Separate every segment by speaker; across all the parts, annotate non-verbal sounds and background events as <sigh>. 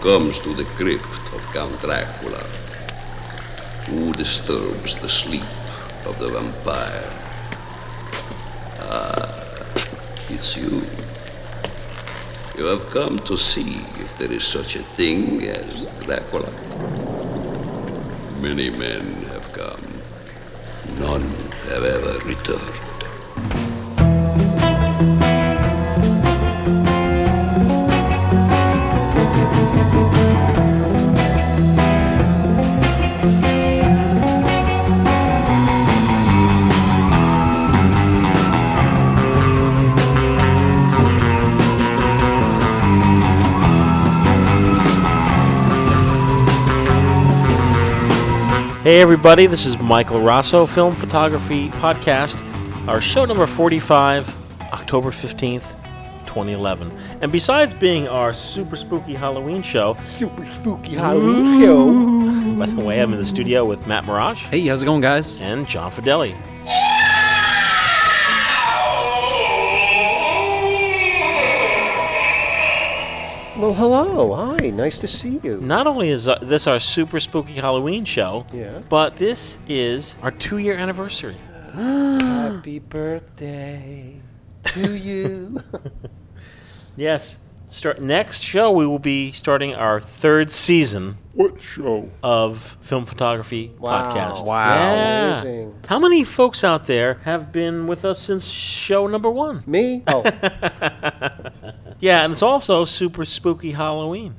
Speaker 1: comes to the crypt of Count Dracula? Who disturbs the sleep of the vampire? Ah, it's you. You have come to see if there is such a thing as Dracula. Many men have come. None have ever returned.
Speaker 2: Hey, everybody, this is Michael Rosso, Film Photography Podcast, our show number 45, October 15th, 2011. And besides being our super spooky Halloween show,
Speaker 3: super spooky Halloween show.
Speaker 2: by the way, I'm in the studio with Matt Mirage
Speaker 4: Hey, how's it going, guys?
Speaker 2: and John Fidelli.
Speaker 3: Well, hello. Hi. Nice to see you.
Speaker 2: Not only is uh, this our super spooky Halloween show,
Speaker 3: Yeah.
Speaker 2: but this is our two year anniversary.
Speaker 3: Happy
Speaker 4: Ah.
Speaker 3: birthday to you.
Speaker 2: Yes. Start next show. We will be starting our third season. What show of film photography
Speaker 3: Wow.
Speaker 2: podcast?
Speaker 3: Wow.
Speaker 2: Yeah.
Speaker 3: Amazing.
Speaker 2: How many folks out there have been with us since show number one?
Speaker 3: <laughs> Me? Oh,
Speaker 2: Yeah, and it's also super spooky Halloween.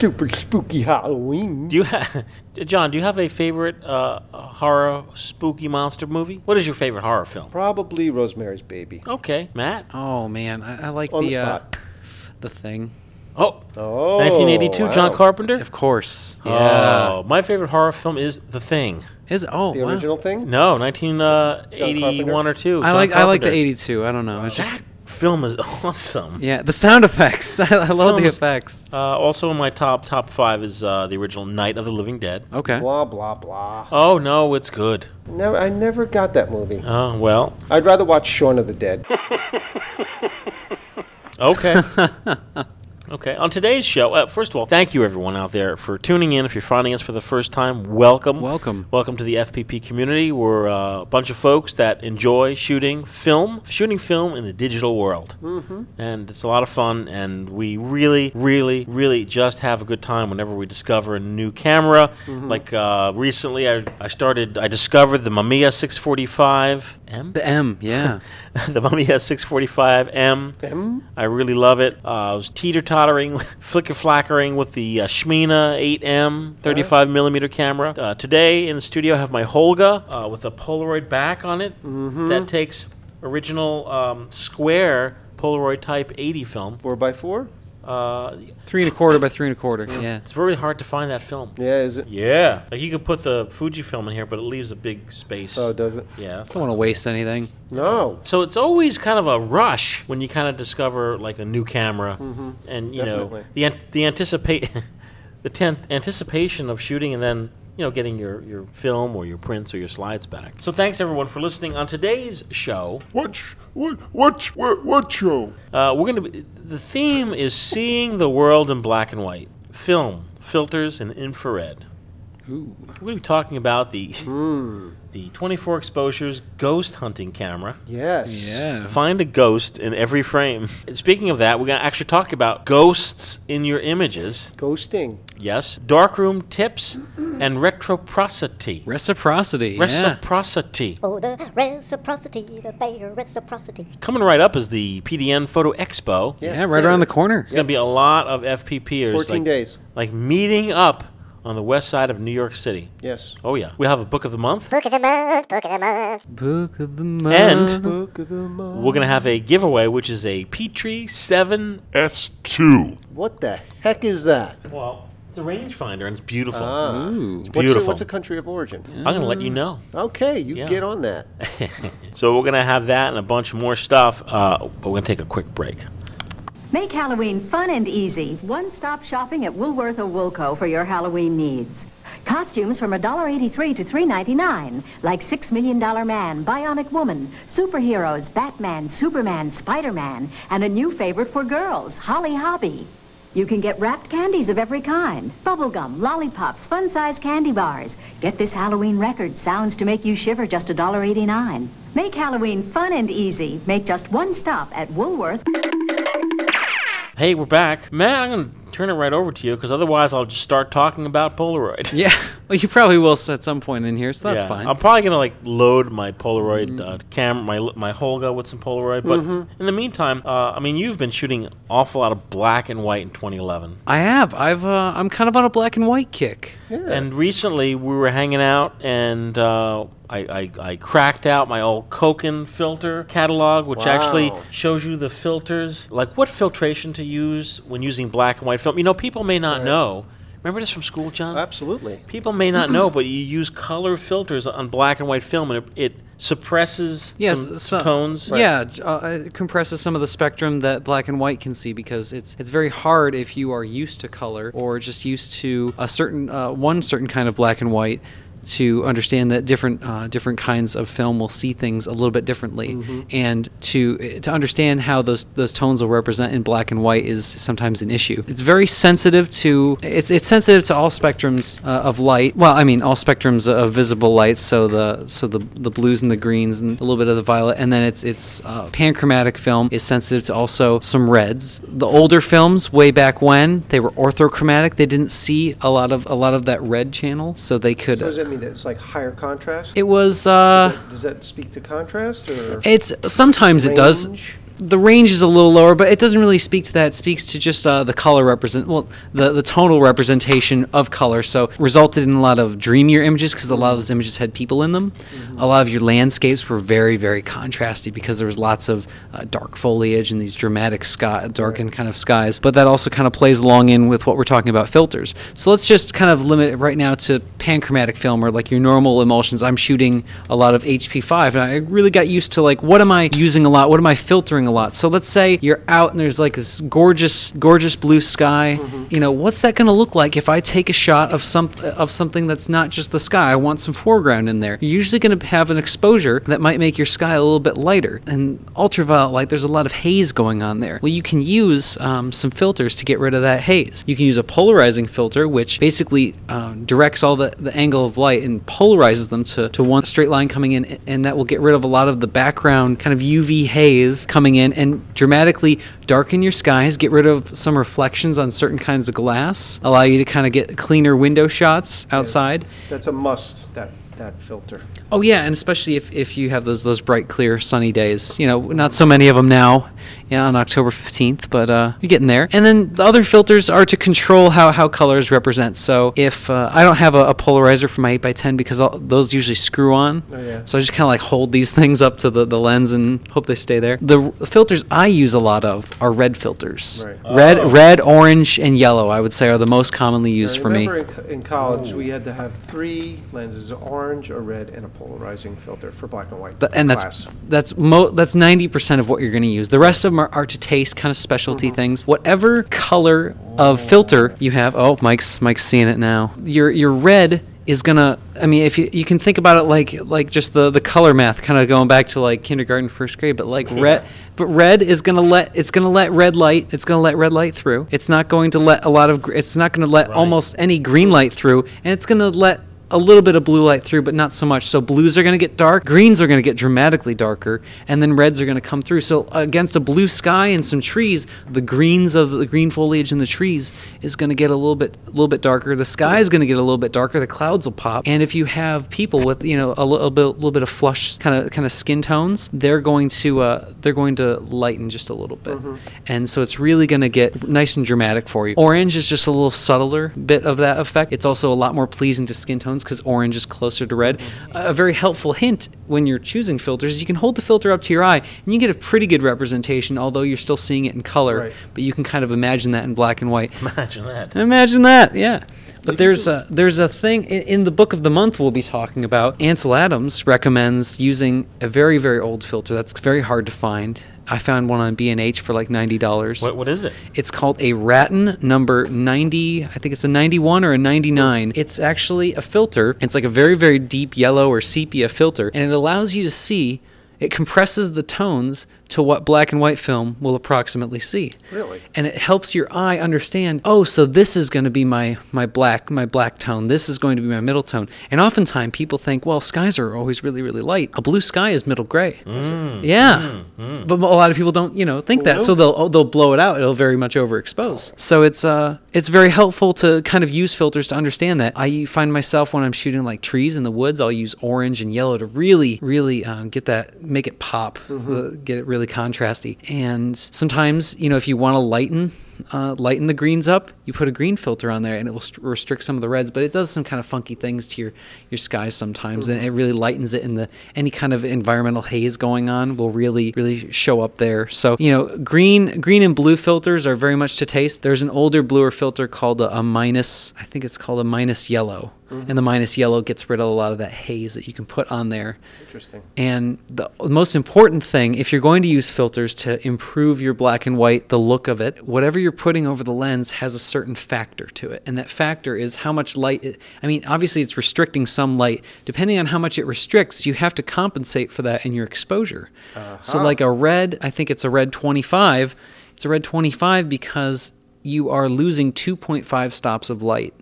Speaker 3: super spooky Halloween.
Speaker 2: Do you, ha- <laughs> John? Do you have a favorite uh, horror spooky monster movie? What is your favorite horror film?
Speaker 3: Probably Rosemary's Baby.
Speaker 2: Okay, Matt.
Speaker 4: Oh man, I, I like
Speaker 3: On
Speaker 4: the
Speaker 3: the spot.
Speaker 4: Uh, the thing.
Speaker 2: Oh,
Speaker 3: Oh,
Speaker 2: 1982, John
Speaker 3: wow.
Speaker 2: Carpenter.
Speaker 4: Of course.
Speaker 2: Oh, my favorite horror film is The Thing.
Speaker 4: Is oh
Speaker 3: The
Speaker 4: wow.
Speaker 3: original thing?
Speaker 2: No, 1981
Speaker 3: Carpenter?
Speaker 2: or two.
Speaker 4: I
Speaker 2: John
Speaker 4: like I like the
Speaker 2: Carpenter.
Speaker 4: '82. I don't know. It's just
Speaker 2: That film is <laughs> awesome.
Speaker 4: yeah. The sound effects. <laughs> I, I love the
Speaker 2: Films-
Speaker 4: effects.
Speaker 2: Uh, also in my top top five is uh, the original Night of the Living Dead.
Speaker 4: Okay.
Speaker 3: Blah blah blah.
Speaker 2: Oh no, it's good.
Speaker 3: No, I never got that movie.
Speaker 2: Oh well,
Speaker 3: I'd rather watch Shaun of the Dead.
Speaker 4: <laughs>
Speaker 2: okay. Okay, on today's show, uh, first of all, thank you everyone out there for tuning in. If you're finding us for the first time, welcome.
Speaker 4: Welcome.
Speaker 2: Welcome to the FPP community. We're uh, a bunch of folks that enjoy shooting film, shooting film in the digital world. Mm-hmm. And it's a lot of fun, and we really, really, really just have a good time whenever we discover a new camera.
Speaker 4: Mm-hmm.
Speaker 2: Like uh, recently, I, I started, I discovered the Mamiya 645M.
Speaker 4: The M. Yeah.
Speaker 2: <laughs> the Mummy has 645M.
Speaker 3: M?
Speaker 2: I really love it. Uh, I was teeter <laughs> tottering, flicker flackering with the uh, Shmina 8M 35 millimeter camera. Uh, today in the studio, I have my Holga uh, with a Polaroid back on it that takes original um, square Polaroid Type 80 film.
Speaker 3: Four by four?
Speaker 2: Uh,
Speaker 4: three and a quarter by three and a quarter. Yeah.
Speaker 2: it's very hard to find that film.
Speaker 3: Yeah, is it?
Speaker 2: Yeah, like you can put the Fuji film in here, but it leaves a big space.
Speaker 3: Oh, does it?
Speaker 2: yeah.
Speaker 4: Don't want to waste anything.
Speaker 3: No.
Speaker 2: So it's always kind of a rush when you kind of discover like a new camera, and you know
Speaker 3: Definitely.
Speaker 2: the an- the anticipate <laughs> the ten- anticipation of shooting and then you know getting your your film or your prints or your slides back. So thanks everyone for listening on today's show.
Speaker 5: What? sh- What? What? sh- What? What show?
Speaker 2: Uh, we're gonna be, the theme is seeing the world in black and white film filters and infrared.
Speaker 4: Ooh.
Speaker 2: We're gonna be talking about the
Speaker 3: Hmm.
Speaker 2: the 24 exposures ghost hunting camera.
Speaker 3: Yes.
Speaker 4: Yeah.
Speaker 2: Find a ghost in every frame. Speaking of that, we're going to actually talk about ghosts in your images.
Speaker 3: Ghosting.
Speaker 2: Yes. Darkroom tips and retroprocity.
Speaker 4: Reciprocity. yeah.
Speaker 2: Reciprocity.
Speaker 6: Oh, the reciprocity, the bear reciprocity.
Speaker 2: Coming right up is the PDN Photo Expo.
Speaker 3: Yes,
Speaker 4: yeah. Right around
Speaker 3: sir.
Speaker 4: the corner.
Speaker 2: It's going to be a lot of FPPers.
Speaker 3: 14
Speaker 2: like,
Speaker 3: days.
Speaker 2: Like meeting up on the west side of New York City.
Speaker 3: Yes.
Speaker 2: Oh, yeah. We have a book of the month,
Speaker 6: Book of the month, book of the month.
Speaker 4: Book of the
Speaker 2: And-
Speaker 4: month.
Speaker 3: Book of the month.
Speaker 2: we're going to have a giveaway, which is a Petri 7.
Speaker 5: S two.
Speaker 3: What the heck is that?
Speaker 2: Well, it's a rangefinder and it's beautiful.
Speaker 3: Ah.
Speaker 4: Ooh.
Speaker 2: Beautiful.
Speaker 3: What's, Mm. the, what's the country of origin?
Speaker 2: I'm going to let you know.
Speaker 3: Okay, you
Speaker 2: Yeah.
Speaker 3: get on that.
Speaker 2: So we're gonna have that and a bunch more stuff, uh, but we're gonna take a quick break.
Speaker 7: Make Halloween fun and easy. One-stop shopping at Woolworth or Woolco for your Halloween needs. Costumes from $1.83 to $3.99, like Six Million Dollar Man, Bionic Woman, superheroes, Batman, Superman, Spider-Man, and a new favorite for girls, Holly Hobby. You can get wrapped candies of every kind bubblegum, lollipops, fun size candy bars. Get this Halloween record, Sounds to Make You Shiver, just $1.89. Make Halloween fun and easy. Make just one stop at Woolworth.
Speaker 2: Hey, we're back. Matt, I'm going to turn it right over to you because otherwise I'll just start talking about Polaroid.
Speaker 4: <laughs> Yeah. Well, you probably will s- at some point in here, so that's
Speaker 2: Yeah,
Speaker 4: fine.
Speaker 2: I'm probably gonna like load my Polaroid uh, camera, my my Holga with some Polaroid. But
Speaker 4: Mm-hmm.
Speaker 2: in the meantime, uh, I mean, you've been shooting an awful lot of black and white in 2011,
Speaker 4: I have. I've. Uh, I'm kind of on a black and white kick.
Speaker 2: and recently we were hanging out, and uh, I, I I cracked out my old Koken filter catalog, which actually
Speaker 3: Wow.
Speaker 2: shows you the filters, like what filtration to use when using black and white film. You know, people may not know. Remember this from school,
Speaker 3: Uh,
Speaker 2: John?
Speaker 3: Absolutely.
Speaker 2: People may not know, but you use color filters on black and white film, and it, it suppresses
Speaker 4: Yes.
Speaker 2: some
Speaker 4: so-
Speaker 2: tones.
Speaker 4: Yeah. j- Uh, it compresses some of the spectrum that black and white can see because it's it's very hard if you are used to color or just used to a certain uh, one certain kind of black and white to understand that different uh, different kinds of film will see things a little bit differently
Speaker 2: Mm-hmm.
Speaker 4: and to to understand how those those tones will represent in black and white is sometimes an issue it's very sensitive to it's it's sensitive to all spectrums uh, of light well i mean all spectrums of visible light so the so the the blues and the greens and a little bit of the violet and then it's it's uh, panchromatic film is sensitive to also some reds the older films way back when they were orthochromatic they didn't see a lot of a lot of that red channel so they could
Speaker 3: So does that mean that it's like higher contrast?
Speaker 4: it was uh
Speaker 3: does that speak to contrast or
Speaker 4: It's sometimes it does.
Speaker 3: Range?
Speaker 4: The range is a little lower, but it doesn't really speak to that. It speaks to just uh, the color represent, well, the, the tonal representation of color. So resulted in a lot of dreamier images because a lot of those images had people in them. A lot of your landscapes were very, very contrasty because there was lots of uh, dark foliage and these dramatic sky, darkened kind of skies. But that also kind of plays along in with what we're talking about filters. So let's just kind of limit it right now to panchromatic film or like your normal emulsions. I'm shooting a lot of HP5 and I really got used to like what am I using a lot? What am I filtering a lot? So let's say you're out and there's like this gorgeous gorgeous blue sky. You know, what's that going to look like if I take a shot of some of something that's not just the sky? I want some foreground in there. You're usually going to have an exposure that might make your sky a little bit lighter. And ultraviolet light, there's a lot of haze going on there. Well, you can use um, some filters to get rid of that haze. You can use a polarizing filter, which basically uh, directs all the, the angle of light and polarizes them to, to one straight line coming in, and that will get rid of a lot of the background kind of UV haze coming in and dramatically darken your skies, get rid of some reflections on certain kinds of glass, allow you to kind of get cleaner window shots outside.
Speaker 3: that's a must that that filter.
Speaker 4: Oh yeah, and especially if, if you have those those bright, clear, sunny days. You know, not so many of them now, you know, on October fifteenth, but uh, you're getting there. And then the other filters are to control how, how colors represent. So if uh, I don't have a, a polarizer for my eight x ten because all, those usually screw on,
Speaker 3: Oh, yeah.
Speaker 4: so I just kind of like hold these <laughs> things up to the, the lens and hope they stay there. The r- filters I use a lot of are red filters.
Speaker 3: Right. Oh.
Speaker 4: Red, red, orange, and yellow. I would say are the most commonly used
Speaker 3: I
Speaker 4: for me. Oh.
Speaker 3: remember in, co- in college we had to have three lenses: an orange, a red, and a polarizing filter for black and white.
Speaker 4: Th- and that's
Speaker 3: class.
Speaker 4: that's mo- that's ninety percent of what you're going to use. The rest of them are, are to taste, kind of specialty things. Whatever color of filter you have. Oh, Mike's Mike's seeing it now. Your your red is gonna. I mean, if you you can think about it like like just the the color math, kind of going back to like kindergarten, first grade. But like red, but red is gonna let it's gonna let red light. It's gonna let red light through. It's not going to let a lot of. gr- It's not gonna let almost any green light through, and it's gonna let a little bit of blue light through, but not so much. So blues are going to get dark, greens are going to get dramatically darker, and then reds are going to come through. So against a blue sky and some trees, the greens of the green foliage in the trees is going to get a little bit, a little bit darker. The sky is going to get a little bit darker. The clouds will pop, and if you have people with you know a little bit, little bit of flush kind of kind of skin tones, they're going to uh, they're going to lighten just a little bit, and so it's really going to get nice and dramatic for you. Orange is just a little subtler bit of that effect. It's also a lot more pleasing to skin tones because orange is closer to red. A very helpful hint when you're choosing filters is you can hold the filter up to your eye and you get a pretty good representation, although you're still seeing it in color.
Speaker 3: Right.
Speaker 4: But you can kind of imagine that in black and white.
Speaker 2: <laughs> Imagine that.
Speaker 4: Imagine that, yeah. But there's a there's a thing in, in the book of the month we'll be talking about. Ansel Adams recommends using a very very old filter that's very hard to find. I found one on B and H for like ninety dollars.
Speaker 2: What, what is it?
Speaker 4: It's called a Rattan number 90. I think it's a 91 or a 99. It's actually a filter. It's like a very, very deep yellow or sepia filter, and it allows you to see. It compresses the tones to what black and white film will approximately see.
Speaker 3: Really?
Speaker 4: And it helps your eye understand, oh, so this is going to be my my black my black tone. This is going to be my middle tone. And oftentimes people think, well, skies are always really really light. A blue sky is middle gray. Yeah. But a lot of people don't, you know, think that. So they'll they'll blow it out. It'll very much overexpose. So it's uh it's very helpful to kind of use filters to understand that. I find myself when I'm shooting like trees in the woods, I'll use orange and yellow to really really um, get that make it pop, uh, get it really contrasty. And sometimes, you know, if you want to lighten uh, lighten the greens up, you put a green filter on there, and it will st- restrict some of the reds. But it does some kind of funky things to your your skies sometimes, and it really lightens it. In the any kind of environmental haze going on will really really show up there. So you know, green green and blue filters are very much to taste. There's an older bluer filter called a, a minus. I think it's called a minus yellow, Mm-hmm. and the minus yellow gets rid of a lot of that haze that you can put on there.
Speaker 3: Interesting.
Speaker 4: And the most important thing, if you're going to use filters to improve your black and white, the look of it, whatever you're putting over the lens has a certain factor to it. And that factor is how much light it, I mean, obviously it's restricting some light. Depending on how much it restricts, you have to compensate for that in your exposure. So, like a red, I think it's a red 25, it's a red 25 because you are losing 2.5 stops of light.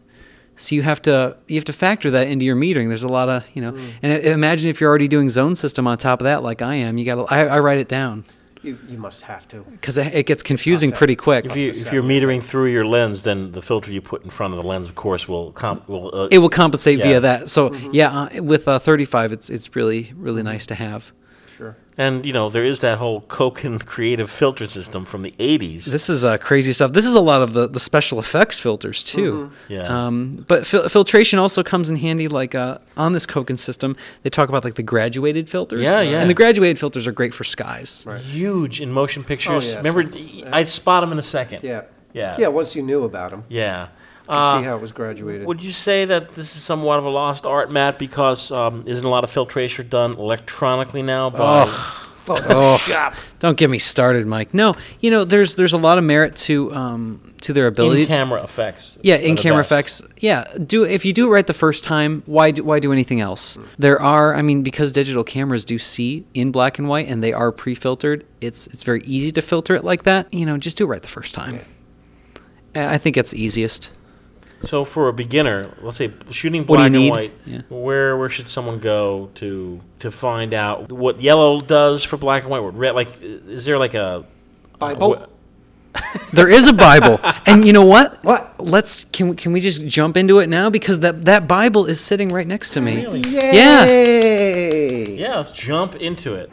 Speaker 4: So you have to you have to factor that into your metering. There's a lot of you
Speaker 2: Mm.
Speaker 4: know, and i- imagine if you're already doing zone system on top of that, like I am. You got to I, I write it down
Speaker 3: You, you must have to.
Speaker 4: because it, it gets confusing
Speaker 3: Offset.
Speaker 4: pretty quick.
Speaker 2: If, you,
Speaker 3: Process
Speaker 2: if you're
Speaker 3: that.
Speaker 2: metering through your lens, then the filter you put in front of the lens, of course, will comp will. Uh,
Speaker 4: it will compensate
Speaker 2: Yeah. Mm-hmm.
Speaker 4: via that. So yeah, uh, with uh, 35, it's it's really really nice to have.
Speaker 3: Sure.
Speaker 2: and you know there is that whole Koken <laughs> creative filter system from the '80s.
Speaker 4: This is uh, crazy stuff. This is a lot of the, the special effects filters too.
Speaker 2: Mm-hmm. Yeah.
Speaker 4: Um, but fil- filtration also comes in handy. Like uh, on this Koken system, they talk about like the graduated filters.
Speaker 2: Yeah, yeah.
Speaker 4: And the graduated filters are great for skies.
Speaker 2: huge in motion pictures.
Speaker 3: Oh, yeah,
Speaker 2: Remember,
Speaker 3: so-
Speaker 2: y- I'd spot them in a second.
Speaker 3: Yeah.
Speaker 2: Yeah.
Speaker 3: Yeah. Once you knew about them,
Speaker 2: Yeah. Uh,
Speaker 4: Uh,
Speaker 3: see how it was graduated.
Speaker 2: Would you say that this is somewhat of a lost art, Matt? Because um, isn't a lot of filtration done electronically now? By
Speaker 3: Photoshop.
Speaker 4: Don't get me started, Mike. No, you know, there's there's a lot of merit to um, to their ability.
Speaker 2: in-camera effects.
Speaker 4: yeah,
Speaker 2: are the
Speaker 4: in camera
Speaker 2: best.
Speaker 4: effects. Yeah, do if you do it right the first time, why do, why do anything else? There are, I mean, because digital cameras do see in black and white and they are pre-filtered. It's it's very easy to filter it like that. You know, just do it right the first time. And I think it's easiest.
Speaker 2: So for a beginner, let's say shooting
Speaker 4: What
Speaker 2: black
Speaker 4: do you
Speaker 2: and
Speaker 4: need?
Speaker 2: white,
Speaker 4: Yeah.
Speaker 2: where where should someone go to to find out what yellow does for black and white? What red? Like, is there like a
Speaker 3: Bible?
Speaker 2: wh-
Speaker 4: There is a Bible, and you know what?
Speaker 3: What?
Speaker 4: Let's can we, can we just jump into it now because that that Bible is sitting right next to me.
Speaker 3: Yay!
Speaker 2: yeah, let's jump into it.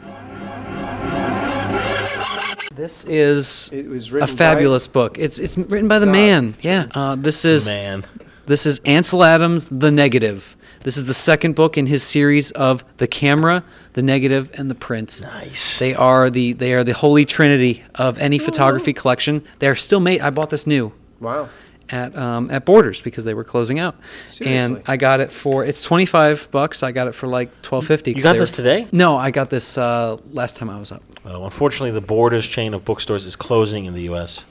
Speaker 4: This is
Speaker 3: It was
Speaker 4: a
Speaker 3: written by-
Speaker 4: fabulous book. It's it's written by the
Speaker 3: God.
Speaker 4: man. Yeah. Uh, this is
Speaker 2: Man,
Speaker 4: this is Ansel Adams, The Negative. This is the second book in his series of The Camera, The Negative, and The Print.
Speaker 2: nice.
Speaker 4: They are the they are the holy trinity of any photography collection. They are still made. I bought this new
Speaker 3: Wow.
Speaker 4: at um, at Borders because they were closing out,
Speaker 3: Seriously?
Speaker 4: and I got it for it's twenty five bucks. I got it for like twelve fifty.
Speaker 2: You got this today?
Speaker 4: No, I got this uh, last time I was up.
Speaker 2: Well, uh, unfortunately, the Borders chain of bookstores is closing in the U.S.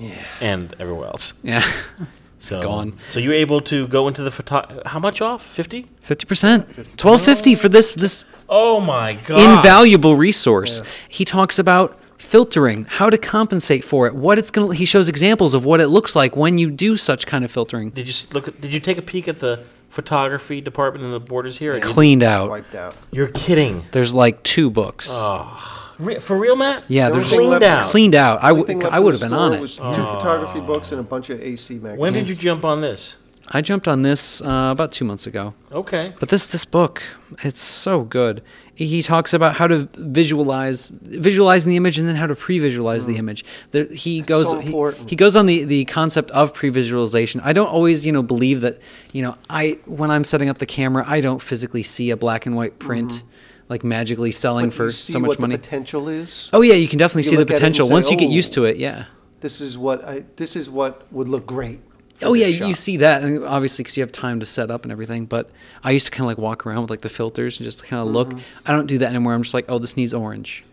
Speaker 2: and everywhere else.
Speaker 4: Yeah, <laughs>
Speaker 2: So,
Speaker 4: Gone.
Speaker 2: So you're able to go into the photo. How much off? Fifty?
Speaker 4: fifty percent, twelve fifty for this this
Speaker 2: Oh my god!
Speaker 4: invaluable resource. He talks about filtering, how to compensate for it, what it's going to he shows examples of what it looks like when you do such kind of filtering.
Speaker 2: Did you s- look? At, did you take a peek at the photography department in the Borders here? And you-
Speaker 4: Cleaned out.
Speaker 3: Wiped out.
Speaker 2: You're kidding.
Speaker 4: There's like two books.
Speaker 2: Uh, Re- for real, Matt?
Speaker 4: yeah,
Speaker 3: The only
Speaker 4: there's
Speaker 3: thing
Speaker 2: cleaned
Speaker 3: left-
Speaker 2: out.
Speaker 4: cleaned out. I
Speaker 3: Only thing
Speaker 4: w-
Speaker 3: left
Speaker 4: I
Speaker 3: in
Speaker 4: would have
Speaker 3: the
Speaker 4: been on
Speaker 3: store
Speaker 4: it. Oh.
Speaker 3: was
Speaker 2: uh,
Speaker 3: Two photography books and a bunch of AC magazines.
Speaker 2: When did you jump on this?
Speaker 4: I jumped on this uh, about 2 months ago.
Speaker 2: Okay.
Speaker 4: But this this book, it's so good. He talks about how to visualize visualizing the image and then how to pre-visualize the image. There, he goes
Speaker 3: Hmm. so
Speaker 4: he-
Speaker 3: important.
Speaker 4: He, goes on the, the concept of pre-visualization. I don't always, you know, believe that, you know, I when I'm setting up the camera, I don't physically see a black and white print like magically
Speaker 3: Mm-hmm. But
Speaker 4: selling
Speaker 3: you
Speaker 4: for
Speaker 3: see
Speaker 4: so much
Speaker 3: what
Speaker 4: money.
Speaker 3: The potential is.
Speaker 4: oh yeah, you can definitely
Speaker 3: You
Speaker 4: see the
Speaker 3: look at it and
Speaker 4: potential
Speaker 3: say,
Speaker 4: once you get
Speaker 3: "Oh."
Speaker 4: used to it, yeah.
Speaker 3: This is what I. This is what would look great. for
Speaker 4: Oh yeah,
Speaker 3: this
Speaker 4: you
Speaker 3: shot.
Speaker 4: see that, and obviously because you have time to set up and everything. But I used to kind of like walk around with like the filters and just kind of
Speaker 3: Mm-hmm.
Speaker 4: look. I don't do that anymore. I'm just like, oh, this needs orange,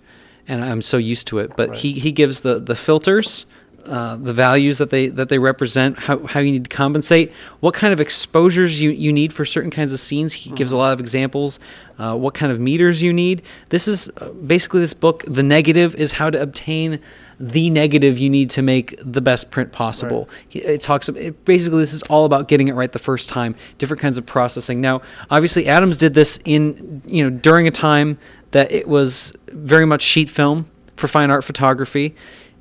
Speaker 4: and I'm so used to it. But he he gives the the filters uh, the values that they that they represent, how, how you need to compensate, what kind of exposures you, you need for certain kinds of scenes. He gives
Speaker 3: Mm-hmm.
Speaker 4: a lot of examples. Uh, what kind of meters you need. This is uh, basically this book. The negative is how to obtain the negative you need to make the best print possible. He, it talks it, basically this is all about getting it right the first time. Different kinds of processing. Now, obviously, Adams did this in you know during a time that it was very much sheet film for fine art photography,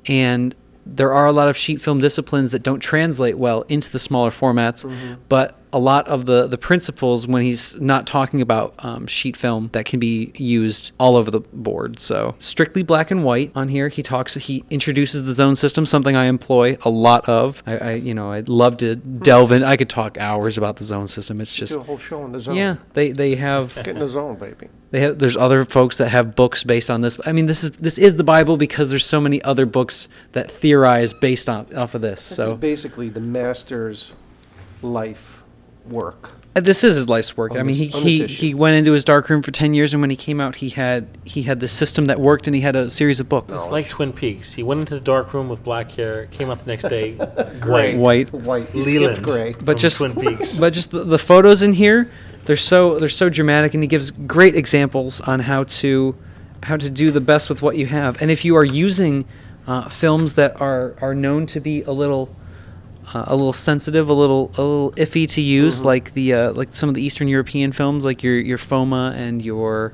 Speaker 4: and there are a lot of sheet film disciplines that don't translate well into the smaller formats, but a lot of the, the principles when he's not talking about um, sheet film that can be used all over the board. So strictly black and white on here. He talks. He introduces the zone system, something I employ a lot of. I, I you know I love to delve in. I could talk hours about the zone system. It's just
Speaker 3: Do a whole show on the zone.
Speaker 4: yeah. They they have
Speaker 3: Get in the zone, baby.
Speaker 4: they have, there's other folks that have books based on this. I mean, this is this is the Bible because there's so many other books that theorize based on off of this.
Speaker 3: This
Speaker 4: so
Speaker 3: is basically the master's life work.
Speaker 4: Uh, this is his life's work.
Speaker 3: On
Speaker 4: I mean,
Speaker 3: this- on
Speaker 4: he,
Speaker 3: this
Speaker 4: he,
Speaker 3: issue.
Speaker 4: he went into his dark room for ten years, and when he came out, he had he had the system that worked, and he had a series of books.
Speaker 2: It's like Twin Peaks. He went into the dark room with black hair, came out the next
Speaker 3: <laughs>
Speaker 2: day,
Speaker 4: White.
Speaker 2: gray.
Speaker 4: White.
Speaker 3: White. He
Speaker 2: Leland.
Speaker 3: skipped gray.
Speaker 4: But
Speaker 2: from
Speaker 4: just-
Speaker 2: Twin
Speaker 4: <laughs>
Speaker 2: Peaks.
Speaker 4: But just the, the photos in here, they're so they're so dramatic, and he gives great examples on how to how to do the best with what you have. And if you are using uh, films that are are known to be a little uh, a little sensitive, a little a little iffy to use,
Speaker 2: Mm-hmm.
Speaker 4: like the uh, like some of the Eastern European films, like your your FOMA and your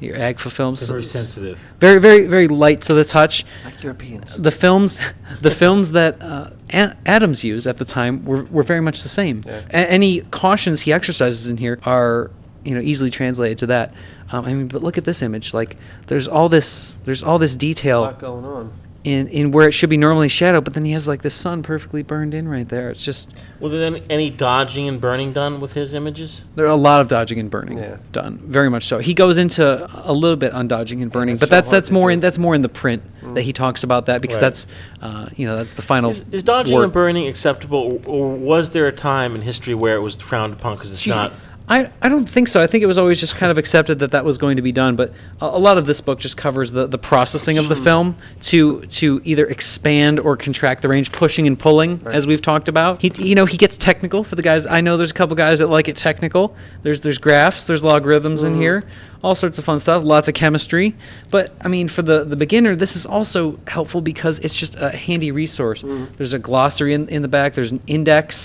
Speaker 4: your AGFA films,
Speaker 2: They're very
Speaker 4: s- s-
Speaker 2: sensitive.
Speaker 4: very very very light to the touch
Speaker 3: Like Europeans.
Speaker 4: the films <laughs> the films that uh, A- Adams used at the time were, were very much the same. A- any cautions he exercises in here are you know easily translated to that. Um, I mean, but look at this image. Like, there's all this there's all this
Speaker 3: a
Speaker 4: detail
Speaker 3: lot going on.
Speaker 4: in in where it should be normally shadow, but then he has like the sun perfectly burned in right there. It's just
Speaker 2: Was there any, any dodging and burning done with his images?
Speaker 4: there are a lot of dodging and burning
Speaker 3: Yeah.
Speaker 4: done. Very much so. He goes into a little bit on dodging and burning,
Speaker 3: it's
Speaker 4: but
Speaker 3: so
Speaker 4: that's
Speaker 3: hard
Speaker 4: that's
Speaker 3: to
Speaker 4: more
Speaker 3: do. Mm.
Speaker 4: in that's more in the print that he talks about that because
Speaker 2: Right.
Speaker 4: that's uh, you know that's the final.
Speaker 2: Is, is dodging
Speaker 4: work.
Speaker 2: and burning acceptable, or, or was there a time in history where it was frowned upon because it's not?
Speaker 4: I, I don't think so. I think it was always just kind of accepted that that was going to be done. But a, a lot of this book just covers the, the processing of the film to to either expand or contract the range, pushing and pulling, as we've talked about. He you know he gets technical for the guys. I know there's a couple guys that like it technical. There's there's graphs, there's logarithms
Speaker 2: Mm-hmm.
Speaker 4: in here, all sorts of fun stuff, lots of chemistry. But I mean, for the the beginner, this is also helpful because it's just a handy resource.
Speaker 2: Mm-hmm.
Speaker 4: There's a glossary in, in the back. There's an index.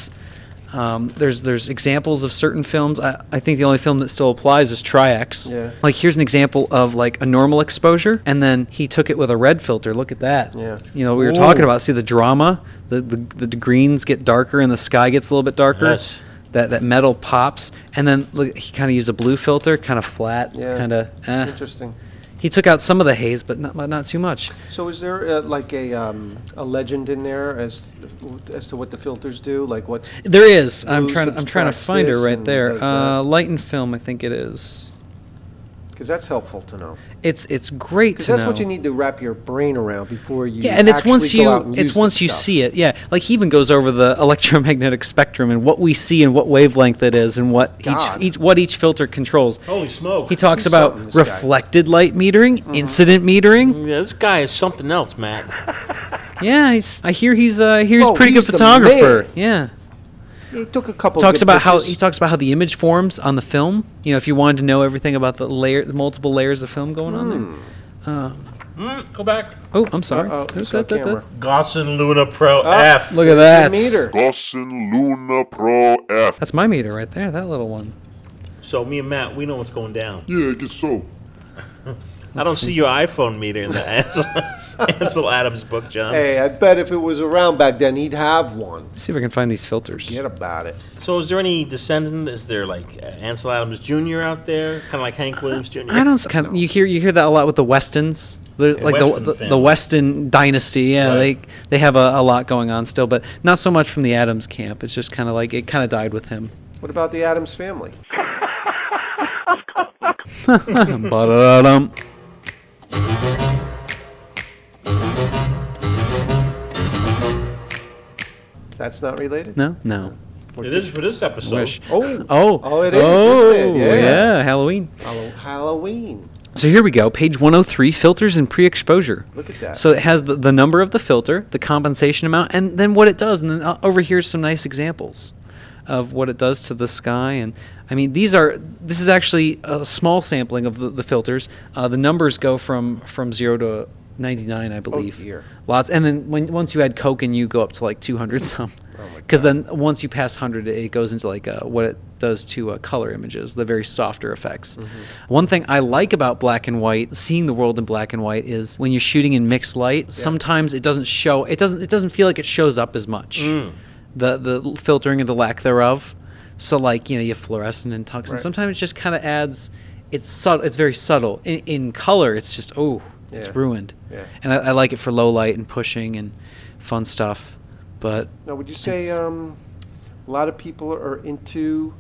Speaker 4: Um, there's there's examples of certain films. I, I think the only film that still applies is Tri-X.
Speaker 3: Yeah.
Speaker 4: Like here's an example of like a normal exposure, and then he took it with a red filter. Look at that.
Speaker 3: Yeah.
Speaker 4: You know we were
Speaker 2: Ooh.
Speaker 4: talking about see the drama. The, the the greens get darker and the sky gets a little bit darker.
Speaker 2: Yes.
Speaker 4: That that metal pops, and then look he kind of used a blue filter, kind of flat,
Speaker 3: Yeah.
Speaker 4: kind of. Eh.
Speaker 3: Interesting.
Speaker 4: He took out some of the haze, but not but not too much.
Speaker 3: So is there uh, like a um, a legend in there as as to what the filters do? Like what's
Speaker 4: There is. I'm
Speaker 3: Blue
Speaker 4: trying. I'm trying to
Speaker 3: subtracts
Speaker 4: find her
Speaker 3: this
Speaker 4: right
Speaker 3: and
Speaker 4: there.
Speaker 3: does that.
Speaker 4: Uh, light and film, I think it is.
Speaker 3: because that's helpful to know.
Speaker 4: It's it's great
Speaker 3: Because
Speaker 4: to
Speaker 3: that's
Speaker 4: know.
Speaker 3: what you need to wrap your brain around before you.
Speaker 4: yeah and it's once
Speaker 3: actually go out
Speaker 4: you
Speaker 3: and use
Speaker 4: it's
Speaker 3: this
Speaker 4: once you
Speaker 3: stuff.
Speaker 4: see it yeah like he even goes over the <laughs> electromagnetic spectrum and what we see and what wavelength it is and what
Speaker 3: God.
Speaker 4: each each what each filter controls
Speaker 2: Holy smoke!
Speaker 4: he talks
Speaker 3: He's
Speaker 4: about
Speaker 3: something, this guy. Mm-hmm.
Speaker 4: reflected light metering incident metering
Speaker 2: Mm, Yeah, this guy is something else, Matt.
Speaker 4: yeah he's, i hear he's uh I hear he's a
Speaker 3: Oh,
Speaker 4: pretty good
Speaker 3: he's the
Speaker 4: photographer
Speaker 3: man.
Speaker 4: yeah
Speaker 3: He took a couple.
Speaker 4: talks
Speaker 3: good
Speaker 4: about how
Speaker 3: pictures.
Speaker 4: he talks about how the image forms on the film you know if you wanted to know everything about the layer the multiple layers of film going on there
Speaker 2: Mm, go back.
Speaker 4: oh i'm sorry
Speaker 3: Hmm. Uh-oh,
Speaker 4: Da-
Speaker 3: it's
Speaker 4: da-
Speaker 3: our
Speaker 4: da- da.
Speaker 3: camera.
Speaker 2: Gossen Luna Pro F.
Speaker 4: Ah, look at
Speaker 3: Here's
Speaker 4: that
Speaker 3: the Meter.
Speaker 5: Gossen Luna Pro F.
Speaker 4: that's my meter right there that little one
Speaker 2: So me and Matt, we know what's going down.
Speaker 5: Yeah, I guess so.
Speaker 2: <laughs> I don't see your iPhone meter in the Ansel, <laughs> Ansel Adams book, John.
Speaker 3: Hey, I bet if it was around back then, he'd have one.
Speaker 4: Let's see if i can find these filters
Speaker 3: Forget about it.
Speaker 2: So is there any descendant? Is there like uh, Ansel Adams Jr. out there, kind of like Hank Williams Jr.?
Speaker 4: I don't. Kind you hear you hear that a lot with the Westons, the, like
Speaker 2: Weston
Speaker 4: the, the
Speaker 2: family.
Speaker 4: the Weston dynasty. Yeah,
Speaker 2: Right.
Speaker 4: they they have a, a lot going on still, but not so much from the Adams camp. It's just kind of like it kind of died with him.
Speaker 3: What about the Adams family?
Speaker 4: Ba-da-dum.
Speaker 3: That's not related.
Speaker 4: no, no.
Speaker 2: It is for this episode.
Speaker 4: Wish.
Speaker 3: Oh,
Speaker 4: Oh,
Speaker 3: Oh, it is, isn't it?
Speaker 4: oh,
Speaker 3: Yeah.
Speaker 4: yeah. Halloween.
Speaker 3: Hallo- Halloween.
Speaker 4: So here we go, page 103, filters and pre-exposure.
Speaker 3: Look at that.
Speaker 4: So it has the, the number of the filter, the compensation amount, and then what it does. And then uh, over here is some nice examples of what it does to the sky. And I mean, these are this is actually a small sampling of the, the filters. Uh, the numbers go from from zero to 99, I believe.
Speaker 3: Oh, dear.
Speaker 4: Lots, and then when once you add coke and you go up to like 200 <laughs> some.
Speaker 3: Oh
Speaker 4: Because then once you pass 100, it goes into like uh, what it does to uh, color images, the very softer effects.
Speaker 3: Mm-hmm.
Speaker 4: One thing I like about black and white, seeing the world in black and white, is when you're shooting in mixed light, sometimes it doesn't show. It doesn't. It doesn't feel like it shows up as much.
Speaker 3: Mm.
Speaker 4: The the filtering and the lack thereof. So like you know you have fluorescent and tungsten.
Speaker 3: Right.
Speaker 4: Sometimes it just kind of adds. It's subtle. It's very subtle. In, in color, it's just oh, it's
Speaker 3: Yeah.
Speaker 4: ruined.
Speaker 3: Yeah.
Speaker 4: And I, I like it for low light and pushing and fun stuff. But
Speaker 3: Now, would you say
Speaker 4: It's-
Speaker 3: um, a lot of people are into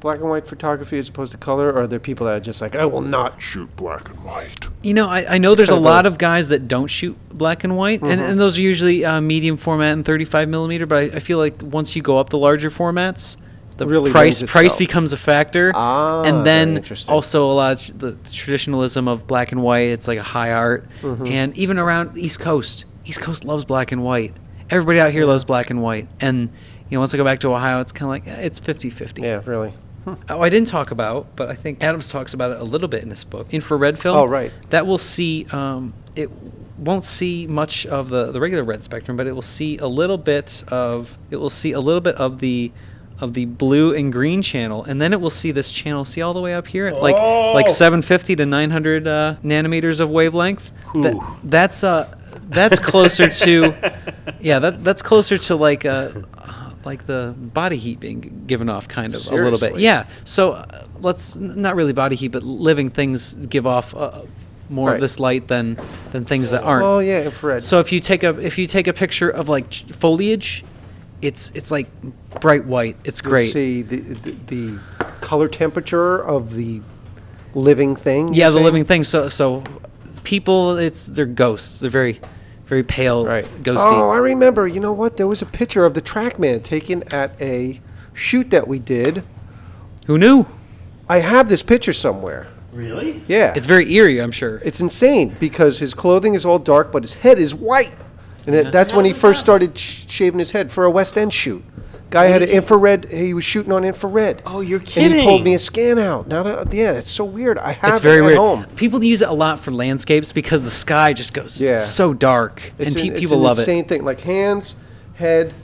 Speaker 3: black and white photography as opposed to color, or are there people that are just like, I will not
Speaker 5: Shoot black and white.
Speaker 4: You know, I, I know there's a
Speaker 3: kind of
Speaker 4: lot
Speaker 3: a-
Speaker 4: of guys that don't shoot black and white,
Speaker 3: Mm-hmm.
Speaker 4: and, and those are usually uh, medium format and 35 millimeter. But I, I feel like once you go up the larger formats, the
Speaker 3: Really
Speaker 4: price
Speaker 3: lends
Speaker 4: price
Speaker 3: itself.
Speaker 4: becomes a factor.
Speaker 3: Ah, very
Speaker 4: and then
Speaker 3: interesting.
Speaker 4: also a lot of tr- the traditionalism of black and white. It's like a high art,
Speaker 3: Mm-hmm.
Speaker 4: and even around the East Coast, East Coast loves black and white. Everybody out here loves black and white, and you know, once I go back to Ohio, it's kind of like eh, it's 50-50.
Speaker 3: Yeah, really.
Speaker 4: Oh, I didn't talk about, but I think Adams talks about it a little bit in this book. Infrared film.
Speaker 3: Oh, right.
Speaker 4: That will see. Um, it won't see much of the the regular red spectrum, but it will see a little bit of. It will see a little bit of the. Of the blue and green channel, and then it will see this channel. See all the way up here, at like
Speaker 3: Oh.
Speaker 4: like 750 to 900 uh, nanometers of wavelength. That,
Speaker 2: Whew.
Speaker 4: that's uh, that's
Speaker 3: <laughs>
Speaker 4: closer to, yeah, that that's closer to like uh, <laughs> like the body heat being g- given off, kind of a little bit.
Speaker 3: Seriously?
Speaker 4: Yeah. So uh, let's n- not really body heat, but living things give off uh, more of
Speaker 3: Right.
Speaker 4: this light than than things that aren't.
Speaker 3: Oh yeah, infrared.
Speaker 4: So if you take a if you take a picture of like ch- foliage, it's it's like bright white. It's
Speaker 3: You
Speaker 4: great.
Speaker 3: see the, the the color temperature of the living thing. you're
Speaker 4: yeah, the
Speaker 3: saying?
Speaker 4: living thing. So so people, it's they're ghosts. They're very very pale,
Speaker 3: Right.
Speaker 4: ghosty.
Speaker 3: Oh, I remember. You know what? There was a picture of the TrackMan taken at a shoot that we did.
Speaker 4: Who knew?
Speaker 3: I have this picture somewhere.
Speaker 2: Really?
Speaker 3: Yeah.
Speaker 4: It's very eerie. I'm sure.
Speaker 3: It's insane because his clothing is all dark, but his head is white. And it- that's when he first started sh- shaving his head for a West End shoot. Guy had an infrared. He was shooting on infrared.
Speaker 2: Oh, you're
Speaker 3: And he pulled
Speaker 2: kidding.
Speaker 3: me a scan out. Now, that- yeah, that's so weird. I have
Speaker 4: It's very
Speaker 3: it at
Speaker 4: weird.
Speaker 3: home.
Speaker 4: People use it a lot for landscapes because the sky just goes
Speaker 3: Yeah.
Speaker 4: so dark,
Speaker 3: It's
Speaker 4: and pe-
Speaker 3: an-
Speaker 4: people
Speaker 3: it's
Speaker 4: love
Speaker 3: an
Speaker 4: it.
Speaker 3: insane thing. Like hands, head,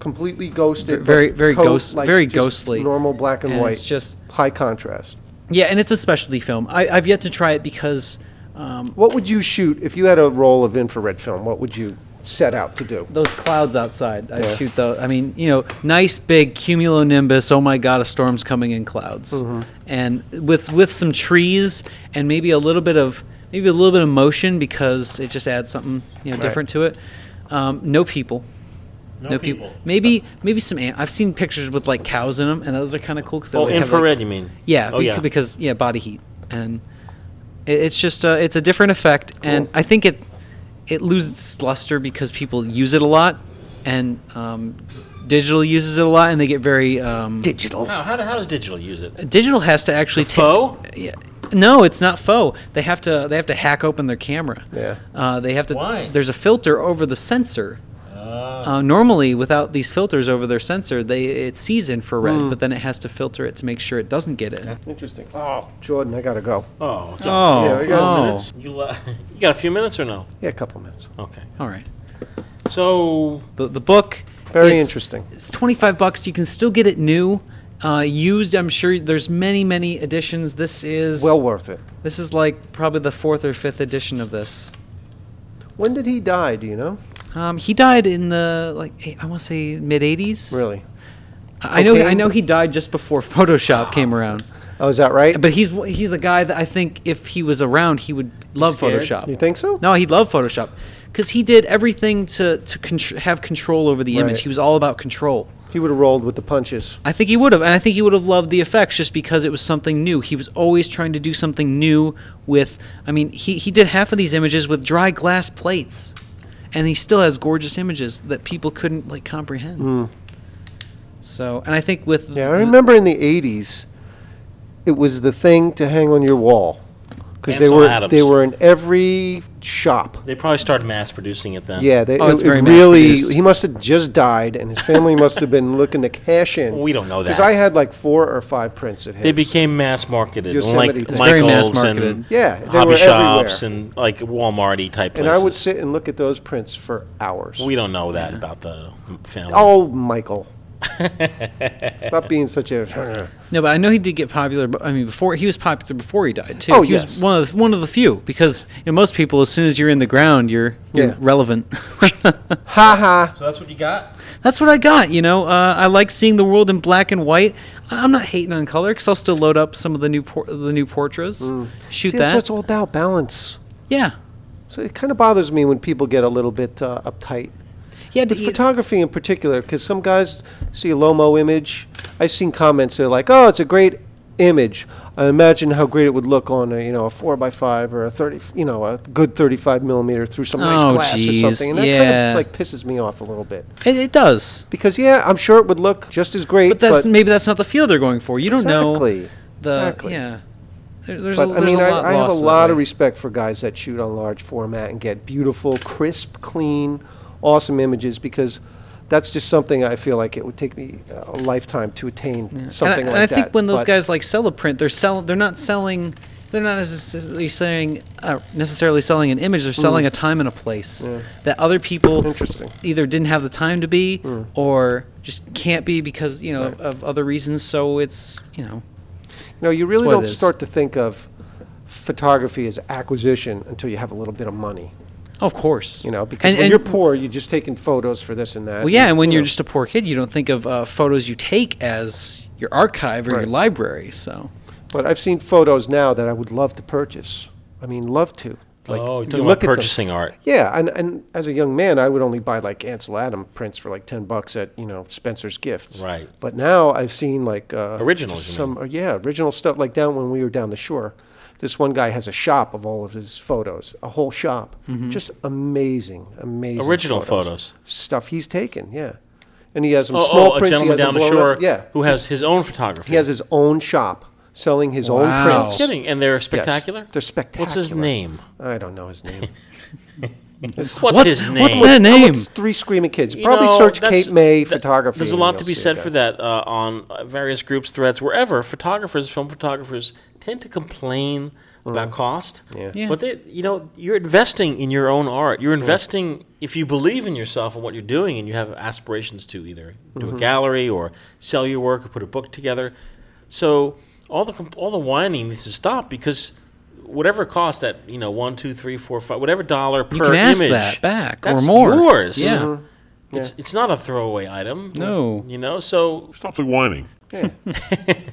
Speaker 3: completely ghosted.
Speaker 4: Ve- very-
Speaker 3: but
Speaker 4: very
Speaker 3: coat,
Speaker 4: ghost-
Speaker 3: like,
Speaker 4: very
Speaker 3: just
Speaker 4: ghostly.
Speaker 3: Normal black and,
Speaker 4: And
Speaker 3: white.
Speaker 4: it's just-
Speaker 3: high contrast.
Speaker 4: Yeah, and it's a specialty film. I, I've yet to try it because um,
Speaker 3: What would you shoot if you had a roll of infrared film? What would you set out to do?
Speaker 4: those clouds outside. I shoot those. I mean, you know, nice big cumulonimbus. Oh my God, a storm's coming in clouds,
Speaker 3: Mm-hmm.
Speaker 4: and with with some trees and maybe a little bit of maybe a little bit of motion because it just adds something you know different to it. Um, no people. No, people. Maybe maybe some. Ant- I've seen pictures with like cows in them, and those are kind of cool because
Speaker 2: Oh, infrared, you mean?
Speaker 4: yeah,
Speaker 2: Oh,
Speaker 4: beca-
Speaker 2: yeah.
Speaker 4: because yeah, body heat, and it, it's just a, it's a different effect, and I think it it loses its luster because people use it a lot, and um, digital uses it a lot, and they get very um,
Speaker 3: Digital.
Speaker 2: Now, how, do- how does digital use it?
Speaker 4: digital has to actually take
Speaker 2: Faux?
Speaker 4: yeah. No, it's not faux. They have to they have to hack open their camera.
Speaker 3: Yeah.
Speaker 4: Uh, they have to.
Speaker 2: Why?
Speaker 4: There's a filter over the sensor. Uh, normally, without these filters over their sensor, they it sees infrared, but then it has to filter it to make sure it doesn't get it.
Speaker 3: Interesting. Oh, Jordan, I gotta go.
Speaker 2: Oh,
Speaker 4: Oh,
Speaker 3: Yeah, we got
Speaker 4: oh.
Speaker 3: minutes.
Speaker 2: You, la- you got a few minutes or no?
Speaker 3: Yeah, a couple minutes.
Speaker 2: Okay.
Speaker 4: oh. all right.
Speaker 2: So,
Speaker 4: The, the book.
Speaker 3: Very
Speaker 4: it's-
Speaker 3: interesting.
Speaker 4: It's twenty five bucks. You can still get it new, uh, used. I'm sure there's many many editions. This is
Speaker 3: Well worth it.
Speaker 4: This is like probably the fourth or fifth edition of this.
Speaker 3: When did he die? Do you know?
Speaker 4: Um, he died in the like eh, I want to say mid '80s.
Speaker 3: Really?
Speaker 4: I I know. I
Speaker 3: Cocaine?
Speaker 4: know he died just before <laughs> Photoshop came around.
Speaker 3: Oh, is that right?
Speaker 4: But he's he's the guy that I think if he was around, he would love
Speaker 2: Scared?
Speaker 4: Photoshop.
Speaker 3: you think so?
Speaker 4: No, he loved Photoshop because he did everything to to contr- have control over the image.
Speaker 3: Right.
Speaker 4: He was all about control.
Speaker 3: He would have rolled with the punches.
Speaker 4: I think he would have, and I think he would have loved the effects just because it was something new. He was always trying to do something new with. I mean, he he did half of these images with dry glass plates, and he still has gorgeous images that people couldn't like comprehend. So, and I think with
Speaker 3: Hmm. Yeah, I
Speaker 4: the-
Speaker 3: remember in the '80s, it was the thing to hang on your wall. because
Speaker 2: And
Speaker 3: they
Speaker 2: some
Speaker 3: were
Speaker 2: Adams.
Speaker 3: they were in every shop.
Speaker 2: They probably started mass producing it then.
Speaker 3: Yeah, they,
Speaker 4: Oh, it's
Speaker 3: it,
Speaker 4: very
Speaker 3: it really.
Speaker 4: mass-produced.
Speaker 3: He must have just died, and his family must have been looking to cash in.
Speaker 2: We don't know
Speaker 3: Because
Speaker 2: that.
Speaker 3: I had like four or five prints of his.
Speaker 2: They became mass marketed,
Speaker 3: Yosemite
Speaker 2: like
Speaker 3: It's
Speaker 4: very
Speaker 2: Michaels
Speaker 4: mass-marketed.
Speaker 2: and
Speaker 3: Yeah, they
Speaker 2: hobby
Speaker 3: were
Speaker 2: shops
Speaker 3: everywhere.
Speaker 2: and like Walmarty type
Speaker 3: and
Speaker 2: places.
Speaker 3: I would sit and look at those prints for hours.
Speaker 2: we don't know that about the family.
Speaker 3: oh, Michael,
Speaker 4: <laughs>
Speaker 3: stop being such a.
Speaker 4: No, but I know he did get popular. But I mean, before he was popular before he died too.
Speaker 3: Oh,
Speaker 4: he
Speaker 3: yes.
Speaker 4: was one of the, one of the few because you know, most people, as soon as you're in the ground, you're, you're
Speaker 3: Yeah. <laughs>
Speaker 4: relevant.
Speaker 3: ha ha.
Speaker 2: So that's what you got.
Speaker 4: That's what I got. You know, uh, I like seeing the world in black and white. I- I'm not hating on color because I'll still load up some of the new por- the new portraits. Shoot
Speaker 3: Mm. See,
Speaker 4: that.
Speaker 3: that's what it's all about balance.
Speaker 4: yeah,
Speaker 3: So it kind of bothers me when people get a little bit uh, uptight.
Speaker 4: yeah.
Speaker 3: With
Speaker 4: d-
Speaker 3: photography in particular, because some guys see a Lomo image. I've seen comments that are like, "Oh, it's a great image. I imagine how great it would look on a you know a four by five or a thirty, you know, a good thirty-five millimeter through some nice
Speaker 4: Oh,
Speaker 3: glass
Speaker 4: geez,
Speaker 3: or something." And that
Speaker 4: yeah.
Speaker 3: kind of like pisses me off a little bit
Speaker 4: it, it does.
Speaker 3: because yeah, I'm sure it would look just as great.
Speaker 4: But that's maybe that's not the feel they're going for. You don't know
Speaker 3: exactly.
Speaker 4: the
Speaker 3: exactly.
Speaker 4: yeah. There, there's
Speaker 3: But
Speaker 4: a,
Speaker 3: I
Speaker 4: there's
Speaker 3: mean,
Speaker 4: a
Speaker 3: I,
Speaker 4: lot
Speaker 3: I have a
Speaker 4: lost that
Speaker 3: lot of
Speaker 4: way.
Speaker 3: respect for guys that shoot on large format and get beautiful, crisp, clean, awesome images because that's just something I feel like it would take me uh, a lifetime to attain
Speaker 4: And
Speaker 3: something like
Speaker 4: I, and I
Speaker 3: that.
Speaker 4: think when those
Speaker 3: But
Speaker 4: guys like sell a print, they're selling. They're not selling. They're not necessarily selling uh, necessarily selling an image. They're selling
Speaker 3: Mm.
Speaker 4: a time and a place that other people
Speaker 3: Interesting.
Speaker 4: either didn't have the time to be
Speaker 3: Hmm.
Speaker 4: or just can't be because you know of other reasons. So it's you know
Speaker 3: you know, you really
Speaker 4: what it
Speaker 3: don't
Speaker 4: is.
Speaker 3: start to think of photography as acquisition until you have a little bit of money.
Speaker 4: of course
Speaker 3: You know, because
Speaker 4: And-
Speaker 3: when
Speaker 4: and-
Speaker 3: you're poor, you're just taking photos for this and that.
Speaker 4: Well, yeah, and when
Speaker 3: you
Speaker 4: you're
Speaker 3: know.
Speaker 4: just a poor kid, you don't think of uh, photos you take as your archive or your
Speaker 3: Right.
Speaker 4: library. So
Speaker 3: But I've seen photos now that I would love to purchase. I mean, love to. Like,
Speaker 2: oh, you're
Speaker 3: you
Speaker 2: talking
Speaker 3: look
Speaker 2: about
Speaker 3: at them.
Speaker 2: purchasing art.
Speaker 3: Yeah, and, and as a young man, I would only buy like Ansel Adam prints for like ten bucks at you know Spencer's Gifts.
Speaker 2: Right.
Speaker 3: But now I've seen like uh,
Speaker 2: Originals,
Speaker 3: just
Speaker 2: you
Speaker 3: Some uh, yeah, original stuff like down when we were down the shore. This one guy has a shop of all of his photos, a whole shop.
Speaker 4: Mm-hmm.
Speaker 3: Just amazing, amazing.
Speaker 2: Original photos.
Speaker 3: Stuff he's taken, yeah. And he has some
Speaker 2: Oh, oh,
Speaker 3: small
Speaker 2: a
Speaker 3: prints. he
Speaker 2: gentleman
Speaker 3: has them
Speaker 2: down the
Speaker 3: blown
Speaker 2: shore
Speaker 3: up. Yeah.
Speaker 2: who has his own photography.
Speaker 3: he has his own shop selling his
Speaker 4: Wow.
Speaker 3: own
Speaker 2: No
Speaker 3: prints.
Speaker 2: kidding, and they're spectacular.
Speaker 3: They're spectacular.
Speaker 2: What's his name?
Speaker 3: I don't know his name.
Speaker 2: What's,
Speaker 4: what's
Speaker 2: his name?
Speaker 4: what's that name?
Speaker 3: Three screaming kids.
Speaker 2: You
Speaker 3: Probably
Speaker 2: know,
Speaker 3: search
Speaker 2: that's-
Speaker 3: Kate May
Speaker 2: that-
Speaker 3: photography.
Speaker 2: There's a
Speaker 3: and
Speaker 2: lot
Speaker 3: you'll
Speaker 2: to be
Speaker 3: see
Speaker 2: said for that uh, on uh, various groups, threads, wherever. Photographers, film photographers, tend to complain about cost.
Speaker 3: Mm-hmm. Yeah.
Speaker 4: Yeah.
Speaker 2: But they, you know, you're investing in your own art. You're investing if you believe in yourself and what you're doing, and you have aspirations to either do
Speaker 3: Mm-hmm.
Speaker 2: a gallery or sell your work or put a book together. So all the comp- all the whining needs to stop because. Whatever cost that you know one two three four five whatever dollar per
Speaker 4: You can ask
Speaker 2: image
Speaker 4: that back or
Speaker 2: that's
Speaker 4: more.
Speaker 2: yours
Speaker 4: Yeah.
Speaker 3: Mm-hmm.
Speaker 2: it's, it's not a throwaway item.
Speaker 4: No.
Speaker 2: You know, so
Speaker 5: Stop the whining.
Speaker 2: <laughs>